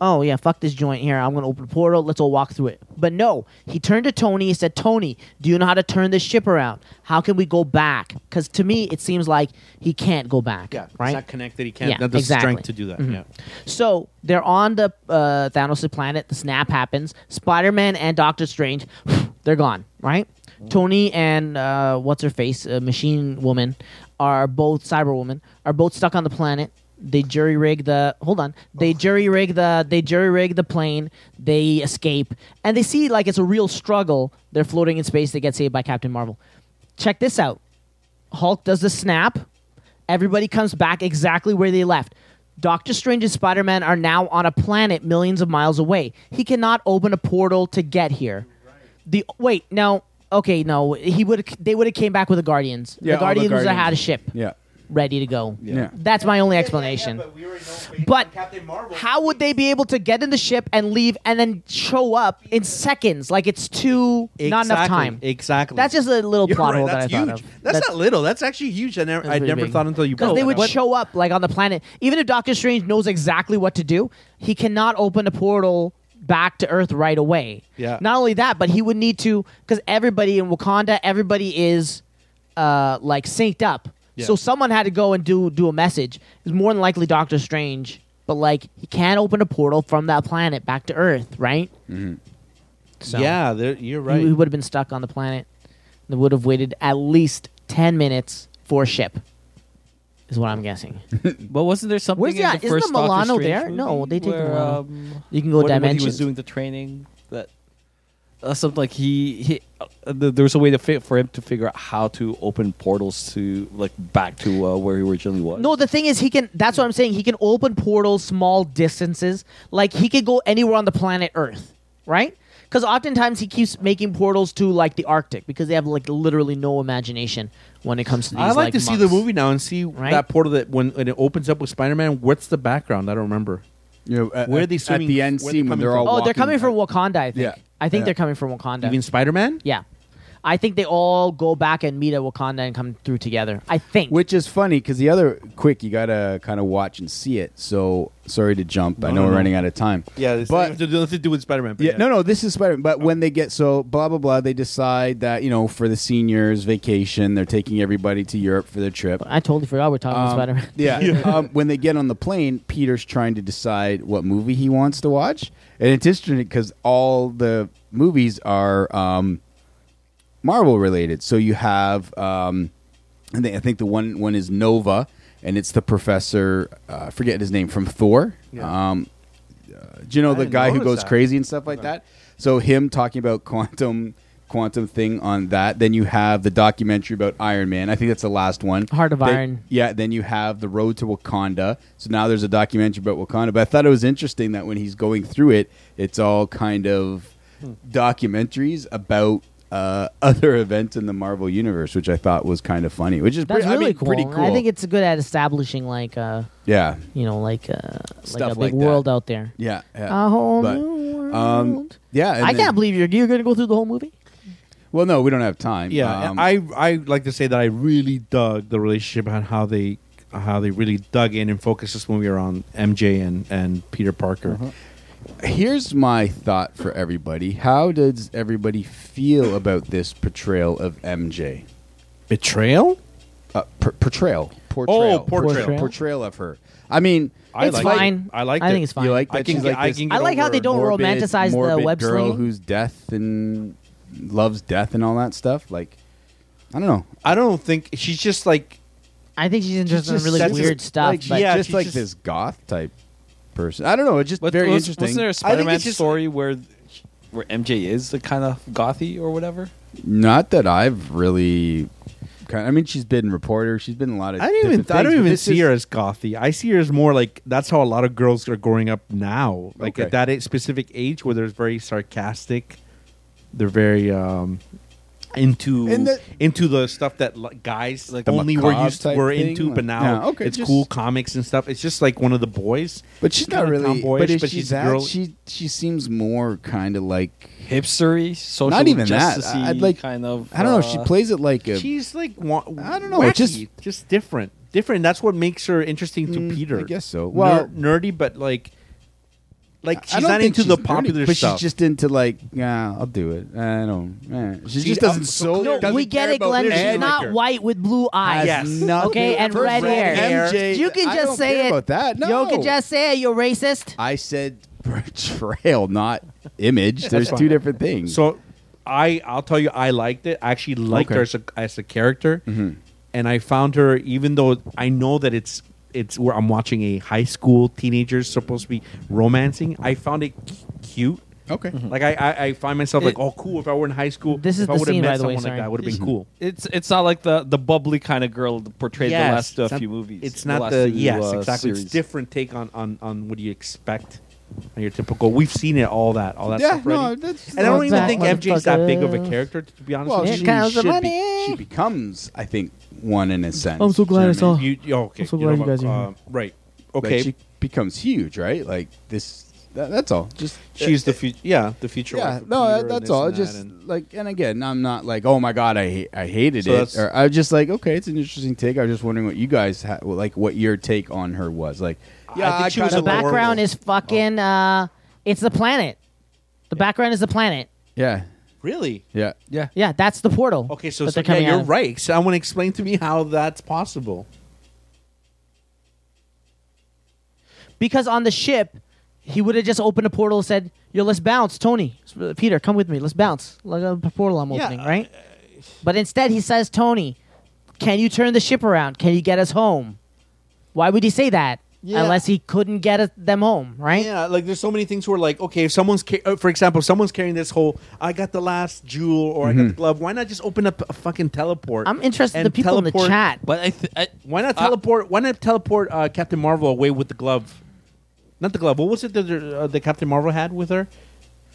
Speaker 4: oh yeah, fuck this joint here. I'm gonna open a portal. Let's all walk through it. But no, he turned to Tony. He said, Tony, do you know how to turn this ship around? How can we go back? Because to me, it seems like he can't go back.
Speaker 7: Yeah,
Speaker 4: Right.
Speaker 7: It's not connected. He can't.
Speaker 4: Yeah,
Speaker 7: not the
Speaker 4: exactly. Mm-hmm.
Speaker 7: strength to do that. Yeah.
Speaker 4: So they're on the uh, Thanos' planet. The snap happens. Spider Man and Doctor Strange, they're gone, right? Tony and uh, what's her face, uh, Machine Woman, are both Cyber Woman, are both stuck on the planet. they jury rig the hold on they jury rig the they jury rig the plane they escape and they see like it's a real struggle they're floating in space they get saved by captain marvel check this out hulk does the snap everybody comes back exactly where they left doctor strange and spider-man are now on a planet millions of miles away he cannot open a portal to get here the wait no okay no he would they would have came back with the guardians
Speaker 9: Yeah,
Speaker 4: the
Speaker 9: all the
Speaker 4: guardians,
Speaker 9: Guardians.
Speaker 4: had a ship
Speaker 9: Yeah.
Speaker 4: ready to go
Speaker 9: Yeah.
Speaker 4: that's my only explanation but how would they be able to get in the ship and leave and then show up in seconds? Like it's too not enough
Speaker 7: Exactly,
Speaker 4: time.
Speaker 7: Exactly.
Speaker 4: That's just a little
Speaker 7: You're
Speaker 4: plot
Speaker 7: right,
Speaker 4: hole
Speaker 7: that's
Speaker 4: that I
Speaker 7: huge.
Speaker 4: thought of.
Speaker 7: That's, not little. That's actually huge. I never, I never thought until you
Speaker 4: because
Speaker 7: brought
Speaker 4: they
Speaker 7: that
Speaker 4: would
Speaker 7: up.
Speaker 4: show up like on the planet. Even if Doctor Strange knows exactly what to do, he cannot open a portal back to Earth right away.
Speaker 7: Yeah.
Speaker 4: Not only that, but he would need to because everybody in Wakanda, everybody is uh, like synced up.
Speaker 7: Yeah.
Speaker 4: So someone had to go and do do a message. It's more than likely Doctor Strange, but like he can't open a portal from that planet back to Earth, right? So
Speaker 7: Mm-hmm. Yeah, there- you're
Speaker 4: he-
Speaker 7: right.
Speaker 4: he would have been stuck on the planet. They would have waited at least ten minutes for a ship. Is what I'm guessing.
Speaker 5: But wasn't there something
Speaker 4: Where's
Speaker 5: in
Speaker 4: that?
Speaker 5: the
Speaker 4: Isn't
Speaker 5: first
Speaker 4: the
Speaker 5: Doctor
Speaker 4: Milano
Speaker 5: Strange
Speaker 4: there? No,
Speaker 5: movie
Speaker 4: they take the
Speaker 5: where,
Speaker 4: Milano.
Speaker 5: um,
Speaker 4: You can go
Speaker 5: when- when
Speaker 4: dimensions.
Speaker 5: he was doing the training that uh, something like he, he uh, th- there was a way to fi- for him to figure out how to open portals to like back to uh, where he originally was.
Speaker 4: No, the thing is, he can. That's what I'm saying. He can open portals small distances. Like he could go anywhere on the planet Earth, right? Because oftentimes he keeps making portals to like the Arctic because they have like literally no imagination when it comes to these.
Speaker 7: I like, to see the
Speaker 4: months.
Speaker 7: movie now and see
Speaker 4: Right?
Speaker 7: that portal that when, when it opens up with Spider-Man. What's the background? I don't remember.
Speaker 9: You know, at,
Speaker 7: Where are they
Speaker 9: at
Speaker 7: swimming-
Speaker 9: the end
Speaker 7: where are they
Speaker 9: scene when
Speaker 7: coming
Speaker 9: they're
Speaker 7: from?
Speaker 9: all
Speaker 4: Oh, they're
Speaker 9: walking-
Speaker 4: coming from Wakanda. I think.
Speaker 9: Yeah.
Speaker 4: I think
Speaker 9: Yeah.
Speaker 4: they're coming from Wakanda.
Speaker 7: Even Spider-Man.
Speaker 4: yeah. I think they all go back and meet at Wakanda and come through together. I think.
Speaker 9: Which is funny because the other quick, you gotta kind of watch and see it. So sorry to jump. I know we're running out of time. but
Speaker 7: to do, nothing to do with Spider-Man.
Speaker 9: yeah, no, no, this is Spider. But when they get so blah blah blah, they decide that you know for the seniors vacation, they're taking everybody to Europe for their trip.
Speaker 4: I totally forgot we're talking about Spider
Speaker 9: Um,
Speaker 4: Man.
Speaker 9: Yeah. Um, when they get on the plane, Peter's trying to decide what movie he wants to watch, and it's interesting because all the movies are um, Marvel related. So you have, um, and they, I think the one one is Nova, and it's the professor. Uh, I forget his name from Thor. Um, uh, do you know the
Speaker 7: didn't
Speaker 9: guy who
Speaker 7: notice
Speaker 9: goes
Speaker 7: that.
Speaker 9: crazy and stuff like that? So him talking about quantum quantum thing on that. Then you have the documentary about Iron Man. I think that's the last one.
Speaker 4: Heart of
Speaker 9: They-
Speaker 4: Iron.
Speaker 9: yeah, then you have the road to Wakanda. So now there's a documentary about Wakanda. But I thought it was interesting that when he's going through it, it's all kind of
Speaker 7: Hmm.
Speaker 9: documentaries about uh, other events in the Marvel universe, which I thought was kind of funny. Which is
Speaker 4: That's
Speaker 9: pretty,
Speaker 4: really
Speaker 9: I mean,
Speaker 4: cool.
Speaker 9: pretty cool.
Speaker 4: I think it's good at establishing like uh,
Speaker 9: yeah,
Speaker 4: you know, like uh, like
Speaker 9: Stuff
Speaker 4: a big
Speaker 9: like that.
Speaker 4: world out there.
Speaker 9: yeah, yeah.
Speaker 4: A whole
Speaker 9: But,
Speaker 4: new world.
Speaker 9: um, yeah. and
Speaker 4: Oh. I
Speaker 9: then-
Speaker 4: can't believe you're you're gonna go through the whole movie.
Speaker 9: Well, no, we don't have time.
Speaker 7: Yeah,
Speaker 9: Um,
Speaker 7: I I like to say that I really dug the relationship and how they how they really dug in and focused this movie around MJ and and Peter Parker.
Speaker 9: here's my thought for everybody. How does everybody feel about this portrayal of MJ?
Speaker 7: Betrayal.
Speaker 9: uh, per- portrayal.
Speaker 7: Oh,
Speaker 9: Portrayal.
Speaker 7: portrayal.
Speaker 4: Portrayal.
Speaker 9: portrayal of her. I mean,
Speaker 7: I
Speaker 4: it's
Speaker 7: liked it.
Speaker 4: fine.
Speaker 7: I liked
Speaker 4: I
Speaker 7: it.
Speaker 4: think it's fine.
Speaker 9: you like
Speaker 7: I
Speaker 9: that
Speaker 7: can
Speaker 9: she's
Speaker 7: get-
Speaker 9: like
Speaker 7: I
Speaker 9: this
Speaker 7: can get
Speaker 4: I like how they
Speaker 7: Oh,
Speaker 4: don't
Speaker 9: morbid,
Speaker 4: romanticize the
Speaker 9: morbid
Speaker 4: web
Speaker 9: girl
Speaker 4: slinging.
Speaker 9: who's death and loves death and all that stuff. Like, I don't know.
Speaker 7: I don't think she's just like
Speaker 4: I think she's interested
Speaker 9: Just
Speaker 4: in really
Speaker 9: that's
Speaker 4: weird
Speaker 9: just,
Speaker 4: stuff.
Speaker 9: Like,
Speaker 4: but
Speaker 9: yeah, just
Speaker 7: she's
Speaker 9: like
Speaker 7: just-
Speaker 9: this goth type person. I don't know. It's just very
Speaker 8: was,
Speaker 9: interesting.
Speaker 8: Wasn't there a
Speaker 7: I think
Speaker 8: Spider-Man
Speaker 7: it's just-
Speaker 8: story where where MJ is the kind of gothy or whatever?
Speaker 9: Not that I've really. Kind I mean, she's been reporter. She's been a lot of.
Speaker 7: I don't even
Speaker 9: different
Speaker 7: I don't
Speaker 9: things, but
Speaker 7: even
Speaker 9: this
Speaker 7: see
Speaker 9: is-
Speaker 7: her as gothy. I see her as more like that's how a lot of girls are growing up now. Like
Speaker 9: Okay.
Speaker 7: at that a- specific age where they're very sarcastic, they're very um into
Speaker 9: And that-
Speaker 7: into the stuff that like, guys like
Speaker 9: The
Speaker 7: only were
Speaker 9: macabre
Speaker 7: used to,
Speaker 9: type
Speaker 7: were
Speaker 9: thing,
Speaker 7: into,
Speaker 9: like-
Speaker 7: but now
Speaker 9: Yeah, okay,
Speaker 7: it's
Speaker 9: just-
Speaker 7: cool comics and stuff. It's just like one of the boys.
Speaker 9: But she's not
Speaker 7: kinda
Speaker 9: really.
Speaker 7: tomboyish,
Speaker 9: But, is
Speaker 7: but
Speaker 9: she
Speaker 7: she's a
Speaker 9: that?
Speaker 7: girl-
Speaker 9: She she seems more kind of like
Speaker 8: Hipstery, social
Speaker 9: not even that.
Speaker 8: justice-y
Speaker 9: I'd like
Speaker 8: kind of.
Speaker 9: I don't know if she
Speaker 8: uh,
Speaker 9: plays it like a.
Speaker 7: She's like wa-
Speaker 9: I don't know, it's
Speaker 7: wacky, just different, different. That's what makes her interesting to Peter.
Speaker 9: Mm, I guess so.
Speaker 7: Well,
Speaker 9: Well-
Speaker 7: nerdy, but like, like
Speaker 9: I
Speaker 7: she's
Speaker 9: don't
Speaker 7: not
Speaker 9: think
Speaker 7: into the
Speaker 9: she's nerdy,
Speaker 7: popular
Speaker 9: but
Speaker 7: stuff.
Speaker 9: she's just into like, yeah, I'll do it. I don't. eh. She
Speaker 7: She's
Speaker 9: just doesn't
Speaker 7: up-
Speaker 9: so.
Speaker 7: No,
Speaker 9: doesn't
Speaker 4: we get
Speaker 9: care
Speaker 4: it,
Speaker 9: about
Speaker 4: Glenn.
Speaker 9: this.
Speaker 4: She's
Speaker 7: Liquor.
Speaker 9: And
Speaker 4: not white with blue eyes.
Speaker 7: Yes.
Speaker 9: nothing-
Speaker 4: Okay, and
Speaker 9: First
Speaker 4: red
Speaker 9: of all,
Speaker 4: hair.
Speaker 9: MJ,
Speaker 4: You can
Speaker 9: I
Speaker 4: just
Speaker 9: don't
Speaker 4: say
Speaker 9: care
Speaker 4: it.
Speaker 9: about that. No.
Speaker 4: You can just say it. You're racist.
Speaker 9: I said portrayal, not image. There's two different things.
Speaker 7: So I I'll tell you I liked it. I actually liked
Speaker 9: Okay.
Speaker 4: Mm-hmm.
Speaker 7: her as a, as a character, and I found her even though I know that it's it's where I'm watching a high school teenager supposed to be romancing. I found it c- cute.
Speaker 9: Okay.
Speaker 7: Like I, I, I find myself like,
Speaker 5: It-
Speaker 7: oh, cool. If I were in high school,
Speaker 4: This is
Speaker 7: if I
Speaker 4: the
Speaker 7: would've
Speaker 4: scene,
Speaker 7: met
Speaker 4: by the way,
Speaker 7: someone
Speaker 4: sorry. Mm-hmm.
Speaker 7: like that, would have been cool.
Speaker 5: It's it's not like the the bubbly kind of girl that portrayed the last uh,
Speaker 7: Some-
Speaker 5: few movies.
Speaker 7: It's not
Speaker 5: last
Speaker 7: the,
Speaker 5: few,
Speaker 7: yes,
Speaker 5: uh,
Speaker 7: exactly.
Speaker 5: series.
Speaker 7: It's different take on on on what do you expect on your typical. We've seen it all that all that
Speaker 9: Yeah,
Speaker 7: stuff.
Speaker 9: no,
Speaker 7: Already.
Speaker 9: that's
Speaker 7: and I don't even
Speaker 4: Exact
Speaker 7: think MJ's that big of a
Speaker 4: motherfucker.
Speaker 7: character. To be honest,
Speaker 9: well,
Speaker 7: with
Speaker 9: Oh, she,
Speaker 7: you.
Speaker 4: Here comes the
Speaker 9: should be-
Speaker 4: money.
Speaker 9: she becomes, I think, one in a sense.
Speaker 4: I'm so glad
Speaker 9: you know
Speaker 4: I
Speaker 9: what
Speaker 4: saw-
Speaker 7: You, you- oh, okay.
Speaker 4: I'm so
Speaker 7: you know
Speaker 4: glad you
Speaker 7: about-
Speaker 4: guys are
Speaker 7: uh, right.
Speaker 9: Like,
Speaker 7: Okay.
Speaker 9: she becomes huge, right? Like this. That, that's all. Just
Speaker 7: she's the future. uh, Yeah, the future.
Speaker 9: yeah.
Speaker 7: wife of
Speaker 9: No,
Speaker 7: Peter
Speaker 9: that,
Speaker 7: and
Speaker 9: that's
Speaker 7: this
Speaker 9: all.
Speaker 7: and that
Speaker 9: just
Speaker 7: and-
Speaker 9: like, and again, I'm not like, oh my god, I ha- I hated
Speaker 7: So
Speaker 9: it.
Speaker 7: that's-
Speaker 9: Or I was just like, okay, it's an interesting take. I was just wondering what you guys ha- well, like, what your take on her was. Like, yeah,
Speaker 7: think she was
Speaker 9: kinda
Speaker 4: The
Speaker 7: a little
Speaker 9: like-
Speaker 4: background
Speaker 7: horrible.
Speaker 4: is fucking.
Speaker 7: Oh.
Speaker 4: Uh, it's the planet. The background is the planet.
Speaker 9: yeah,
Speaker 7: really.
Speaker 9: yeah.
Speaker 5: Yeah.
Speaker 4: Yeah, that's the portal.
Speaker 7: Okay, so,
Speaker 4: that
Speaker 7: so
Speaker 4: they're
Speaker 7: yeah,
Speaker 4: coming out
Speaker 7: you're
Speaker 4: of.
Speaker 7: right. So I want to explain to me how that's possible.
Speaker 4: Because on the ship, he would have just opened a portal and said, "Yo, let's bounce, Tony, S- Peter, come with me. Let's bounce. Like a portal I'm opening, right?"
Speaker 7: uh,
Speaker 4: But instead, he says, "Tony, can you turn the ship around? Can you get us home?" Why would he say that?
Speaker 7: Yeah.
Speaker 4: Unless he couldn't get us- them home, right?
Speaker 7: Yeah, like there's so many things where like, okay, if someone's, ca- uh, for example, if someone's carrying this whole, I got the last jewel or I got the glove. Why not just open up a fucking teleport?
Speaker 4: Mm-hmm. I'm interested in
Speaker 7: and
Speaker 4: the people in the
Speaker 7: teleport-
Speaker 4: chat.
Speaker 5: But I, th- I
Speaker 7: Why not teleport? why not teleport uh, Captain Marvel away with the glove? Not the glove. What was it that uh, the Captain Marvel had with her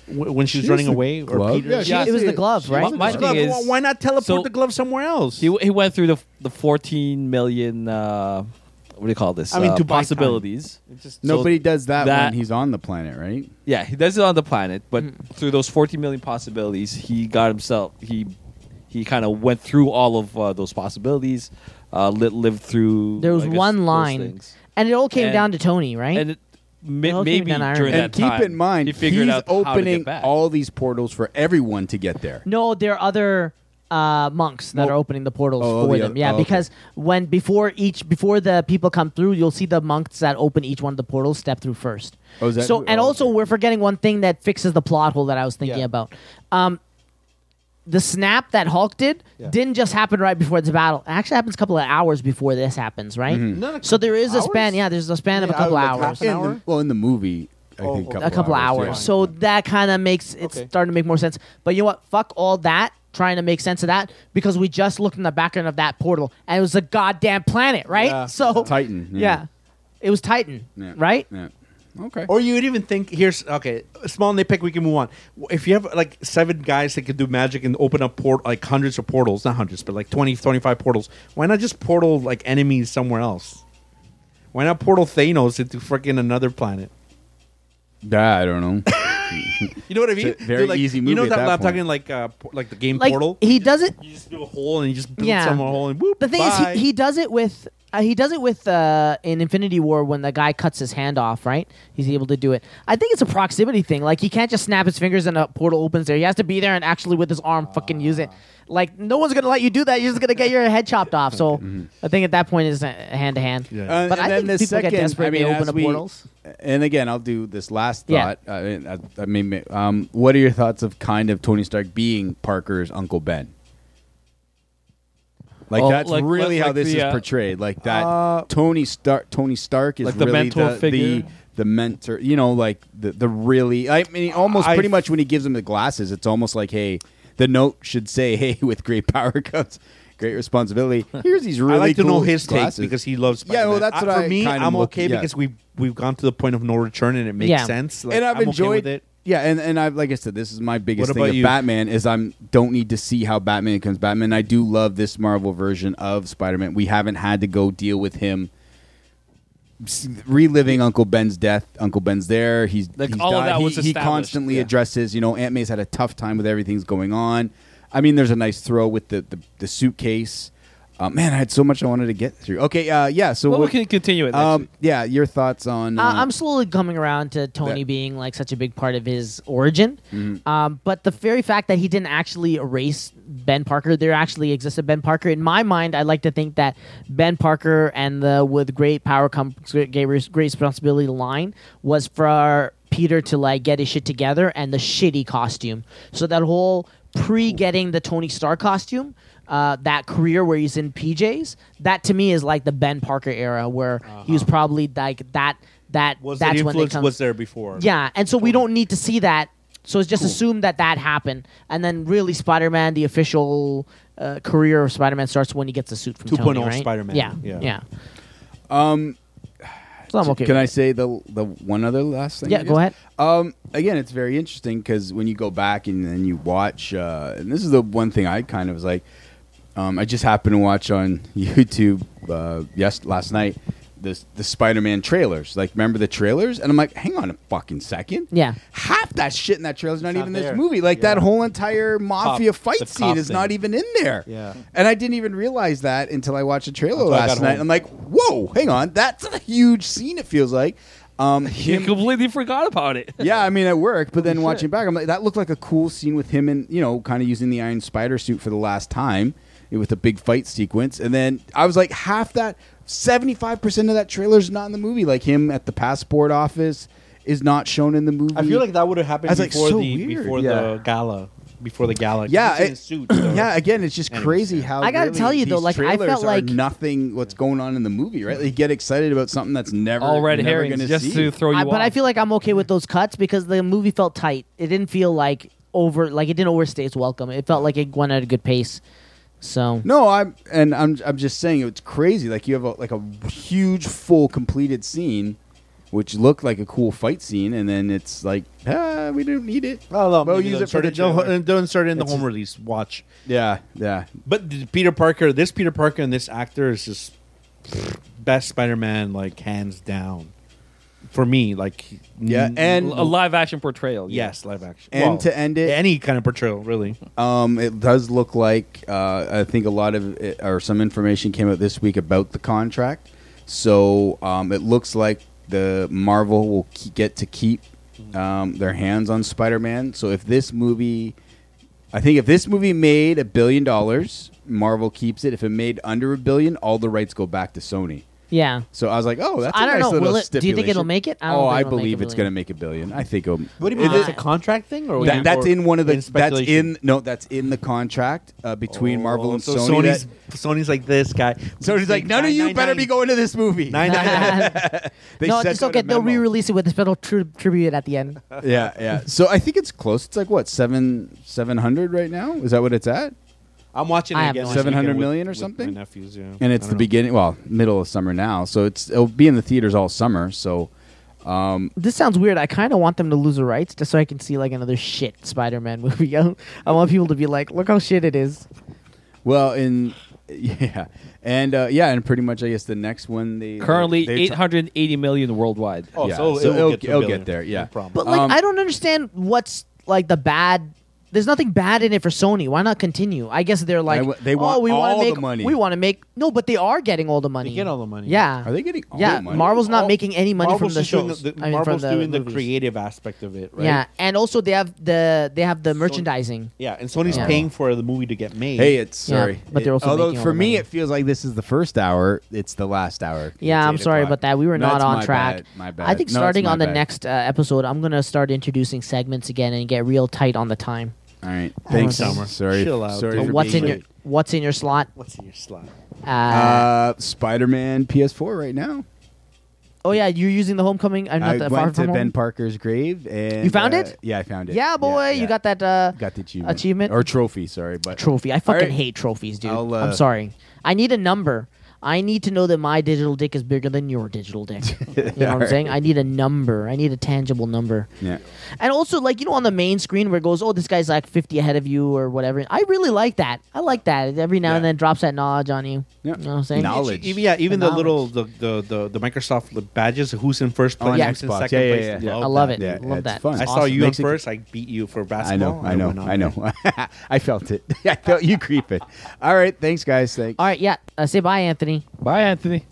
Speaker 7: Wh- when she was
Speaker 9: She was
Speaker 7: running
Speaker 9: the
Speaker 7: away?
Speaker 9: glove?
Speaker 7: Or Peter?
Speaker 9: Yeah, she
Speaker 4: it was the glove, right?
Speaker 5: my, my
Speaker 7: Glove.
Speaker 5: thing is
Speaker 7: Why- why not teleport
Speaker 5: so-
Speaker 7: the glove somewhere else?
Speaker 5: He he went through the the 14 million. Uh, what do you call this?
Speaker 7: I mean,
Speaker 5: uh,
Speaker 7: to buy time.
Speaker 5: possibilities. So
Speaker 9: Nobody does that,
Speaker 5: that-
Speaker 9: when he's on the planet, right?
Speaker 5: Yeah, he does it on the planet, but
Speaker 7: Mm.
Speaker 5: through those 14 million possibilities, he got himself. He he kind of went through all of uh, those possibilities. Uh, li- lived through.
Speaker 4: there was
Speaker 5: I guess,
Speaker 4: one
Speaker 5: those
Speaker 4: line,
Speaker 5: things.
Speaker 4: and it all came
Speaker 5: And-
Speaker 4: down to Tony, right?
Speaker 5: and it,
Speaker 4: It all
Speaker 5: ma-
Speaker 4: came
Speaker 5: maybe
Speaker 4: down to Iron
Speaker 5: during
Speaker 4: Man.
Speaker 5: that
Speaker 9: and keep
Speaker 5: time,
Speaker 9: in mind,
Speaker 5: he figured
Speaker 9: he's
Speaker 5: out how to
Speaker 9: opening
Speaker 5: get back.
Speaker 9: all these portals for everyone to get there.
Speaker 4: No, there are other uh, monks that
Speaker 9: Mo-
Speaker 4: are opening the portals
Speaker 9: Oh,
Speaker 4: for
Speaker 9: the
Speaker 4: them.
Speaker 9: oth-
Speaker 4: yeah,
Speaker 9: oh, okay.
Speaker 4: because when before each before the people come through, you'll see the monks that open each one of the portals step through first.
Speaker 9: Oh, is that
Speaker 4: so
Speaker 9: who-
Speaker 4: and
Speaker 9: oh,
Speaker 4: also
Speaker 9: okay.
Speaker 4: we're forgetting one thing that fixes the plot hole that I was thinking
Speaker 7: Yeah.
Speaker 4: about. Um, the snap that Hulk did didn't just happen right before the battle. It actually happens a couple of hours before this happens, right?
Speaker 9: Mm-hmm.
Speaker 7: Not a
Speaker 4: So there is a
Speaker 7: couple
Speaker 4: span.
Speaker 7: hours?
Speaker 4: Yeah, there's a span of a
Speaker 7: Yeah,
Speaker 4: couple
Speaker 7: like half
Speaker 4: hours.
Speaker 7: an
Speaker 9: In the-
Speaker 7: hour?
Speaker 9: well, in the movie, I
Speaker 7: Oh,
Speaker 9: think
Speaker 7: okay.
Speaker 9: couple
Speaker 4: a couple hours.
Speaker 9: yeah.
Speaker 4: So that kind of makes it's
Speaker 7: Okay.
Speaker 4: starting to make more sense. But you know what? Fuck all that trying to make sense of that because we just looked in the background of that portal and it was a goddamn planet, right?
Speaker 7: Yeah.
Speaker 4: So
Speaker 9: Titan,
Speaker 4: Yeah.
Speaker 9: yeah.
Speaker 4: It was Titan,
Speaker 9: Yeah.
Speaker 4: right?
Speaker 9: Yeah. Okay.
Speaker 7: Or you would even think here's okay, a small nitpick we can move on. If you have like seven guys that can do magic and open up port like hundreds of portals, not hundreds, but like 20, 25 portals, why not just portal like enemies somewhere else? Why not portal Thanos into freaking another planet?
Speaker 9: Yeah, I don't know.
Speaker 7: You know what I mean?
Speaker 9: It's a very
Speaker 7: They're like,
Speaker 9: easy
Speaker 7: You know
Speaker 9: movie at that
Speaker 7: I'm
Speaker 9: point.
Speaker 7: talking like uh, por- like the game
Speaker 4: Like
Speaker 7: portal.
Speaker 4: he does it
Speaker 7: you just do a hole and you just build
Speaker 4: Yeah.
Speaker 7: some hole and whoop.
Speaker 4: The thing
Speaker 7: bye.
Speaker 4: is, he, he does it with uh, he does it with uh, in Infinity War when the guy cuts his hand off. Right, he's able to do it. I think it's a proximity thing. Like he can't just snap his fingers and a portal opens there. He has to be there and actually with his arm fucking use
Speaker 9: Ah.
Speaker 4: it. Like no one's gonna let you do that. You're just gonna get your head chopped off. So I think at that point it's hand to hand.
Speaker 9: Uh,
Speaker 4: But I think people get desperate. and they
Speaker 9: as
Speaker 4: open up
Speaker 9: we-
Speaker 4: portals.
Speaker 9: And again, I'll do this last
Speaker 4: Yeah.
Speaker 9: thought. I mean, I, I mean, um, what are your thoughts of kind of Tony Stark being Parker's Uncle Ben? Like
Speaker 5: Oh,
Speaker 9: that's
Speaker 5: like-
Speaker 9: really
Speaker 5: like-
Speaker 9: how
Speaker 5: like
Speaker 9: this
Speaker 5: the,
Speaker 9: is
Speaker 5: uh,
Speaker 9: portrayed. Like that
Speaker 7: uh,
Speaker 9: Tony Stark. Tony Stark is
Speaker 5: Like the
Speaker 9: really
Speaker 5: mentor
Speaker 9: the,
Speaker 5: figure?
Speaker 9: the the mentor. You know, like the the really. I mean, almost
Speaker 7: I-
Speaker 9: pretty much when he gives him the glasses, it's almost like, hey, the note should say, hey, with great power comes. Great responsibility. Here's these really
Speaker 7: I like to
Speaker 9: cool
Speaker 7: know his
Speaker 9: glasses.
Speaker 7: take because he loves.
Speaker 9: Yeah, well,
Speaker 7: Spider-Man.
Speaker 9: that's what
Speaker 7: for
Speaker 9: I
Speaker 7: me.
Speaker 9: kinda
Speaker 7: I'm
Speaker 9: look-
Speaker 7: okay
Speaker 9: yeah.
Speaker 7: because we we've gone to the point of no return and it makes
Speaker 4: Yeah.
Speaker 7: sense. Like,
Speaker 9: and I've
Speaker 7: I'm okay with
Speaker 9: enjoyed
Speaker 7: it.
Speaker 9: Yeah, and, and I've like I said, this is my biggest
Speaker 7: What
Speaker 9: thing
Speaker 7: about
Speaker 9: of
Speaker 7: you?
Speaker 9: Batman is I'm don't need to see how Batman becomes Batman. I do love this Marvel version of Spider Man. We haven't had to go deal with him s- reliving Uncle Ben's death. Uncle Ben's there. He's
Speaker 5: Like,
Speaker 9: he's
Speaker 5: all of
Speaker 9: died.
Speaker 5: that
Speaker 9: he,
Speaker 5: was
Speaker 9: he
Speaker 5: established,
Speaker 9: constantly
Speaker 5: yeah.
Speaker 9: addresses. You know, Aunt May's had a tough time with everything's going on. I mean, there's a nice throw with the the, the suitcase. Uh, man, I had so much I wanted to get through. Okay, uh, yeah. So
Speaker 5: Well, we
Speaker 9: what-
Speaker 5: can continue it. Next
Speaker 9: um,
Speaker 5: week.
Speaker 9: yeah, your thoughts on?
Speaker 4: Uh, I'm slowly coming around to Tony
Speaker 9: Mm-hmm. that-
Speaker 4: being like such a big part of his origin. Um, but the very fact that he didn't actually erase Ben Parker, there actually existed Ben Parker. In my mind, I like to think that Ben Parker and the with great power comes great, great responsibility line was for Peter to like get his shit together and the shitty costume. So that whole pre getting the Tony Stark costume, uh, that career where he's in PJs, that to me is like the Ben Parker era where he was probably like that. That
Speaker 7: Uh-huh. Was
Speaker 4: that's
Speaker 7: the
Speaker 4: when they
Speaker 7: influence
Speaker 4: come.
Speaker 7: was there before?
Speaker 4: Yeah, and so we don't need to see that. So it's just assume that that happened, and then really Spider-Man, the official uh, career of Spider-Man starts when he gets the suit from
Speaker 7: 2.0
Speaker 4: Tony, right?
Speaker 7: Spider-Man.
Speaker 4: Yeah, yeah.
Speaker 7: Yeah. Um,
Speaker 4: so I'm okay.
Speaker 9: Can
Speaker 4: with
Speaker 9: I
Speaker 4: it.
Speaker 9: say the the one other last thing?
Speaker 4: Yeah,
Speaker 9: I
Speaker 4: go
Speaker 9: guess?
Speaker 4: ahead.
Speaker 9: Um, again, it's very interesting because when you go back and then you watch, uh, and this is the one thing I kind of was like, um, I just happened to watch on YouTube uh, yes last night the the Spider Man trailers. Like, remember the trailers? And I'm like, hang on a fucking second.
Speaker 4: Yeah.
Speaker 9: half that shit in that trailer's not even in
Speaker 7: there.
Speaker 9: this movie. Like that whole entire
Speaker 7: the
Speaker 9: mafia fight scene
Speaker 7: cop
Speaker 9: is
Speaker 7: thing.
Speaker 9: not even in there.
Speaker 7: Yeah.
Speaker 9: and I didn't even realize that until I watched a trailer
Speaker 7: Until I
Speaker 9: last
Speaker 7: got
Speaker 9: night.
Speaker 7: home.
Speaker 9: I'm like, whoa, hang on, that's a huge scene. It feels like, um,
Speaker 5: You
Speaker 9: him-
Speaker 5: completely forgot about it.
Speaker 9: yeah, I mean at work, but then watching back, I'm like, that looked like a cool scene with him and you know, kind of using the Iron Spider suit for the last time eh, with a big fight sequence, and then I was like, half that, seventy five percent of that trailer is not in the movie. Like him at the passport office is not shown in the movie.
Speaker 7: I feel like that would have
Speaker 9: I
Speaker 7: happened
Speaker 9: was like,
Speaker 7: before
Speaker 9: so
Speaker 7: the
Speaker 9: weird.
Speaker 7: before
Speaker 6: Yeah.
Speaker 7: the gala, before the gala. 'cause
Speaker 9: Yeah,
Speaker 7: he's in
Speaker 9: it-
Speaker 7: a suit, so-
Speaker 9: yeah, again, it's just
Speaker 7: Anyways,
Speaker 9: crazy
Speaker 7: yeah.
Speaker 9: how
Speaker 4: I gotta
Speaker 9: really
Speaker 4: tell you, though,
Speaker 9: these
Speaker 4: like, I
Speaker 9: trailers
Speaker 4: felt
Speaker 9: are
Speaker 4: like-
Speaker 9: nothing what's going on in the movie, right? Like, you get excited about something that's never
Speaker 5: All red
Speaker 9: you're never
Speaker 5: herrings
Speaker 9: gonna
Speaker 5: just
Speaker 9: see.
Speaker 5: to throw you
Speaker 4: I-
Speaker 5: off.
Speaker 4: but I feel like I'm okay with those cuts because the movie felt tight. It didn't feel like over, like it didn't overstay its welcome. It felt like it went at a good pace. So
Speaker 9: No, I'm and I'm I'm just saying it's crazy. Like you have a, like a huge full completed scene, which looked like a cool fight scene, and then it's like ah, we don't need it.
Speaker 7: Oh no!
Speaker 9: we'll
Speaker 7: maybe
Speaker 9: use
Speaker 7: don't
Speaker 9: it for
Speaker 7: start
Speaker 9: the
Speaker 7: it- don't,
Speaker 9: trailer.
Speaker 7: don't start it in the
Speaker 9: It's
Speaker 7: home
Speaker 9: just-
Speaker 7: release. Watch,
Speaker 9: Yeah, yeah.
Speaker 7: but th- Peter Parker, this Peter Parker and this actor is just best Spider-Man, like hands down, for me. Like
Speaker 9: Yeah,
Speaker 7: n-
Speaker 9: and-
Speaker 5: a live action portrayal. yeah.
Speaker 7: yes, live action
Speaker 9: And
Speaker 7: Well,
Speaker 9: to end it,
Speaker 7: any kind of portrayal, really.
Speaker 9: Um, it does look like uh, I think a lot of it, or some information came out this week about the contract. So um, it looks like the Marvel will ke- get to keep um, their hands on Spider-Man. So if this movie, I think if this movie made a billion dollars, Marvel keeps it. If it made under a billion, all the rights go back to Sony.
Speaker 4: yeah,
Speaker 9: So I was like, oh, that's
Speaker 4: I
Speaker 9: a
Speaker 4: don't
Speaker 9: nice
Speaker 4: know.
Speaker 9: little
Speaker 4: Will it- do you think
Speaker 9: stipulation.
Speaker 4: it'll make it? I don't
Speaker 9: oh,
Speaker 4: think
Speaker 9: I
Speaker 4: it'll make a
Speaker 9: believe it's
Speaker 4: billion.
Speaker 9: going to make a billion. I think. It'll,
Speaker 7: What do you mean?
Speaker 4: Uh,
Speaker 7: That's a contract thing, or
Speaker 9: that, that's in one of the. that's
Speaker 7: speculation? Oh,
Speaker 9: in no. That's in the contract uh, between Marvel and
Speaker 7: so
Speaker 9: Sony.
Speaker 7: Sony's
Speaker 9: that-
Speaker 7: Sony's like this guy.
Speaker 9: so he's like, none of you better be going to this movie.
Speaker 7: Nine nine nine.
Speaker 9: They
Speaker 4: no,
Speaker 9: sent
Speaker 4: it's
Speaker 9: out
Speaker 4: okay.
Speaker 9: a
Speaker 4: They'll
Speaker 9: memo.
Speaker 4: re-release it with a special tri- tribute at the end.
Speaker 9: Yeah, yeah. So I think it's close. It's like what seven seven hundred right now. Is that what it's at?
Speaker 7: I'm watching
Speaker 4: I
Speaker 7: it
Speaker 4: have
Speaker 7: again.
Speaker 4: no
Speaker 7: this
Speaker 4: idea.
Speaker 9: 700
Speaker 7: weekend with-
Speaker 9: million or
Speaker 7: with
Speaker 9: something?
Speaker 7: My nephews, yeah.
Speaker 9: And it's
Speaker 7: I
Speaker 9: the
Speaker 7: don't know.
Speaker 9: beginning. Well, middle of summer now. So it's it'll be in the theaters all summer. So
Speaker 4: This sounds weird. I kind of want them to lose the rights just so I can see like another shit Spider-Man movie. I I want people to be like, look how shit it is.
Speaker 9: well, in yeah, and uh, yeah, and pretty much I guess the next one they
Speaker 5: Currently
Speaker 9: they- they-
Speaker 5: 880 million worldwide.
Speaker 7: Oh,
Speaker 9: yeah,
Speaker 7: so,
Speaker 9: so
Speaker 7: it'll,
Speaker 9: it'll-
Speaker 7: get, to a
Speaker 9: it'll
Speaker 7: billion.
Speaker 9: get there, yeah.
Speaker 7: No problem.
Speaker 4: But like,
Speaker 9: Um,
Speaker 4: I don't understand what's like the bad. There's nothing bad in it for Sony. Why not continue? I guess they're like,
Speaker 9: They wa- they
Speaker 4: oh,
Speaker 9: want
Speaker 4: we wanna
Speaker 9: all the
Speaker 4: make,
Speaker 9: money.
Speaker 4: We want to make no, but they are getting all the money.
Speaker 7: They get all the money.
Speaker 4: Yeah.
Speaker 9: Are they getting all
Speaker 4: yeah,
Speaker 9: the money?
Speaker 4: Marvel's not
Speaker 7: All-
Speaker 4: making any money
Speaker 7: Marvel's
Speaker 4: from the
Speaker 7: just doing
Speaker 4: shows.
Speaker 7: The,
Speaker 4: I mean, from
Speaker 7: Marvel's
Speaker 4: the
Speaker 7: doing the
Speaker 4: movies.
Speaker 7: creative aspect of it, right?
Speaker 4: Yeah, and also they have the they have the merchandising.
Speaker 7: Yeah, and Sony's
Speaker 4: Yeah.
Speaker 7: paying for the movie to get made.
Speaker 9: Hey, it's
Speaker 4: Yeah,
Speaker 9: sorry.
Speaker 4: but they're also
Speaker 9: It- although
Speaker 4: making all
Speaker 9: for
Speaker 4: the
Speaker 9: me,
Speaker 4: money.
Speaker 9: it feels like this is the first hour. It's the last hour.
Speaker 4: Yeah,
Speaker 9: It's
Speaker 4: I'm
Speaker 9: eight
Speaker 4: sorry
Speaker 9: o'clock.
Speaker 4: about that. We were
Speaker 9: No,
Speaker 4: not
Speaker 9: it's
Speaker 4: on
Speaker 9: my
Speaker 4: track.
Speaker 9: bad, My bad.
Speaker 4: I think
Speaker 9: No, it's
Speaker 4: starting
Speaker 9: my
Speaker 4: on the
Speaker 9: bad.
Speaker 4: next uh, episode, I'm gonna start introducing segments again and get real tight on the time.
Speaker 9: All right. Thanks,
Speaker 4: Summer.
Speaker 9: Summer. Sorry.
Speaker 7: Chill out,
Speaker 9: Sorry
Speaker 7: dude.
Speaker 9: for
Speaker 4: What's
Speaker 9: being
Speaker 4: in your
Speaker 9: late.
Speaker 4: What's in your slot?
Speaker 7: what's in your slot?
Speaker 4: Uh,
Speaker 9: uh, Spider-Man PS4 right now?
Speaker 4: oh yeah, you're using the homecoming. I'm not
Speaker 9: I
Speaker 4: that far
Speaker 9: went to
Speaker 4: from
Speaker 9: Ben
Speaker 4: home.
Speaker 9: Parker's grave and
Speaker 4: You found
Speaker 9: uh,
Speaker 4: it?
Speaker 9: Yeah, I found it.
Speaker 4: yeah, boy,
Speaker 9: yeah.
Speaker 4: you got that uh,
Speaker 9: got the achievement.
Speaker 4: achievement?
Speaker 9: or trophy? Sorry, but
Speaker 4: trophy. I fucking
Speaker 9: right.
Speaker 4: hate trophies, dude.
Speaker 9: I'll,
Speaker 4: I'm
Speaker 9: uh,
Speaker 4: sorry. I need a number. I need to know that my digital dick is bigger than your digital dick. You know what I'm saying? I need a number. I need a tangible number.
Speaker 9: yeah.
Speaker 4: And also, like, you know, on the main screen where it goes, oh, this guy's like 50 ahead of you or whatever. I really like that. I like that. It Every now and
Speaker 7: Yeah.
Speaker 4: then drops that knowledge on you.
Speaker 9: Yeah.
Speaker 4: You know what I'm saying?
Speaker 9: Knowledge.
Speaker 7: Even, yeah, even the
Speaker 4: Knowledge.
Speaker 7: little the the, the, the Microsoft li- badges. Who's in first place?
Speaker 9: On
Speaker 4: Yeah.
Speaker 7: Who's in
Speaker 9: Xbox.
Speaker 7: second
Speaker 9: Yeah, yeah,
Speaker 7: place?
Speaker 9: yeah,
Speaker 4: I love
Speaker 7: that.
Speaker 4: it.
Speaker 9: Yeah,
Speaker 4: love
Speaker 9: it's
Speaker 4: that.
Speaker 9: fun.
Speaker 7: I
Speaker 9: It's
Speaker 7: saw
Speaker 9: awesome.
Speaker 7: you in
Speaker 9: Makes it-
Speaker 7: first. I beat you for
Speaker 9: I
Speaker 7: basketball.
Speaker 9: know, I know,
Speaker 7: went on.
Speaker 9: I know. I felt it. I felt you creeping. All right, thanks, guys. Thanks.
Speaker 4: All right, yeah. Uh, say bye, Anthony.
Speaker 8: Bye, Anthony.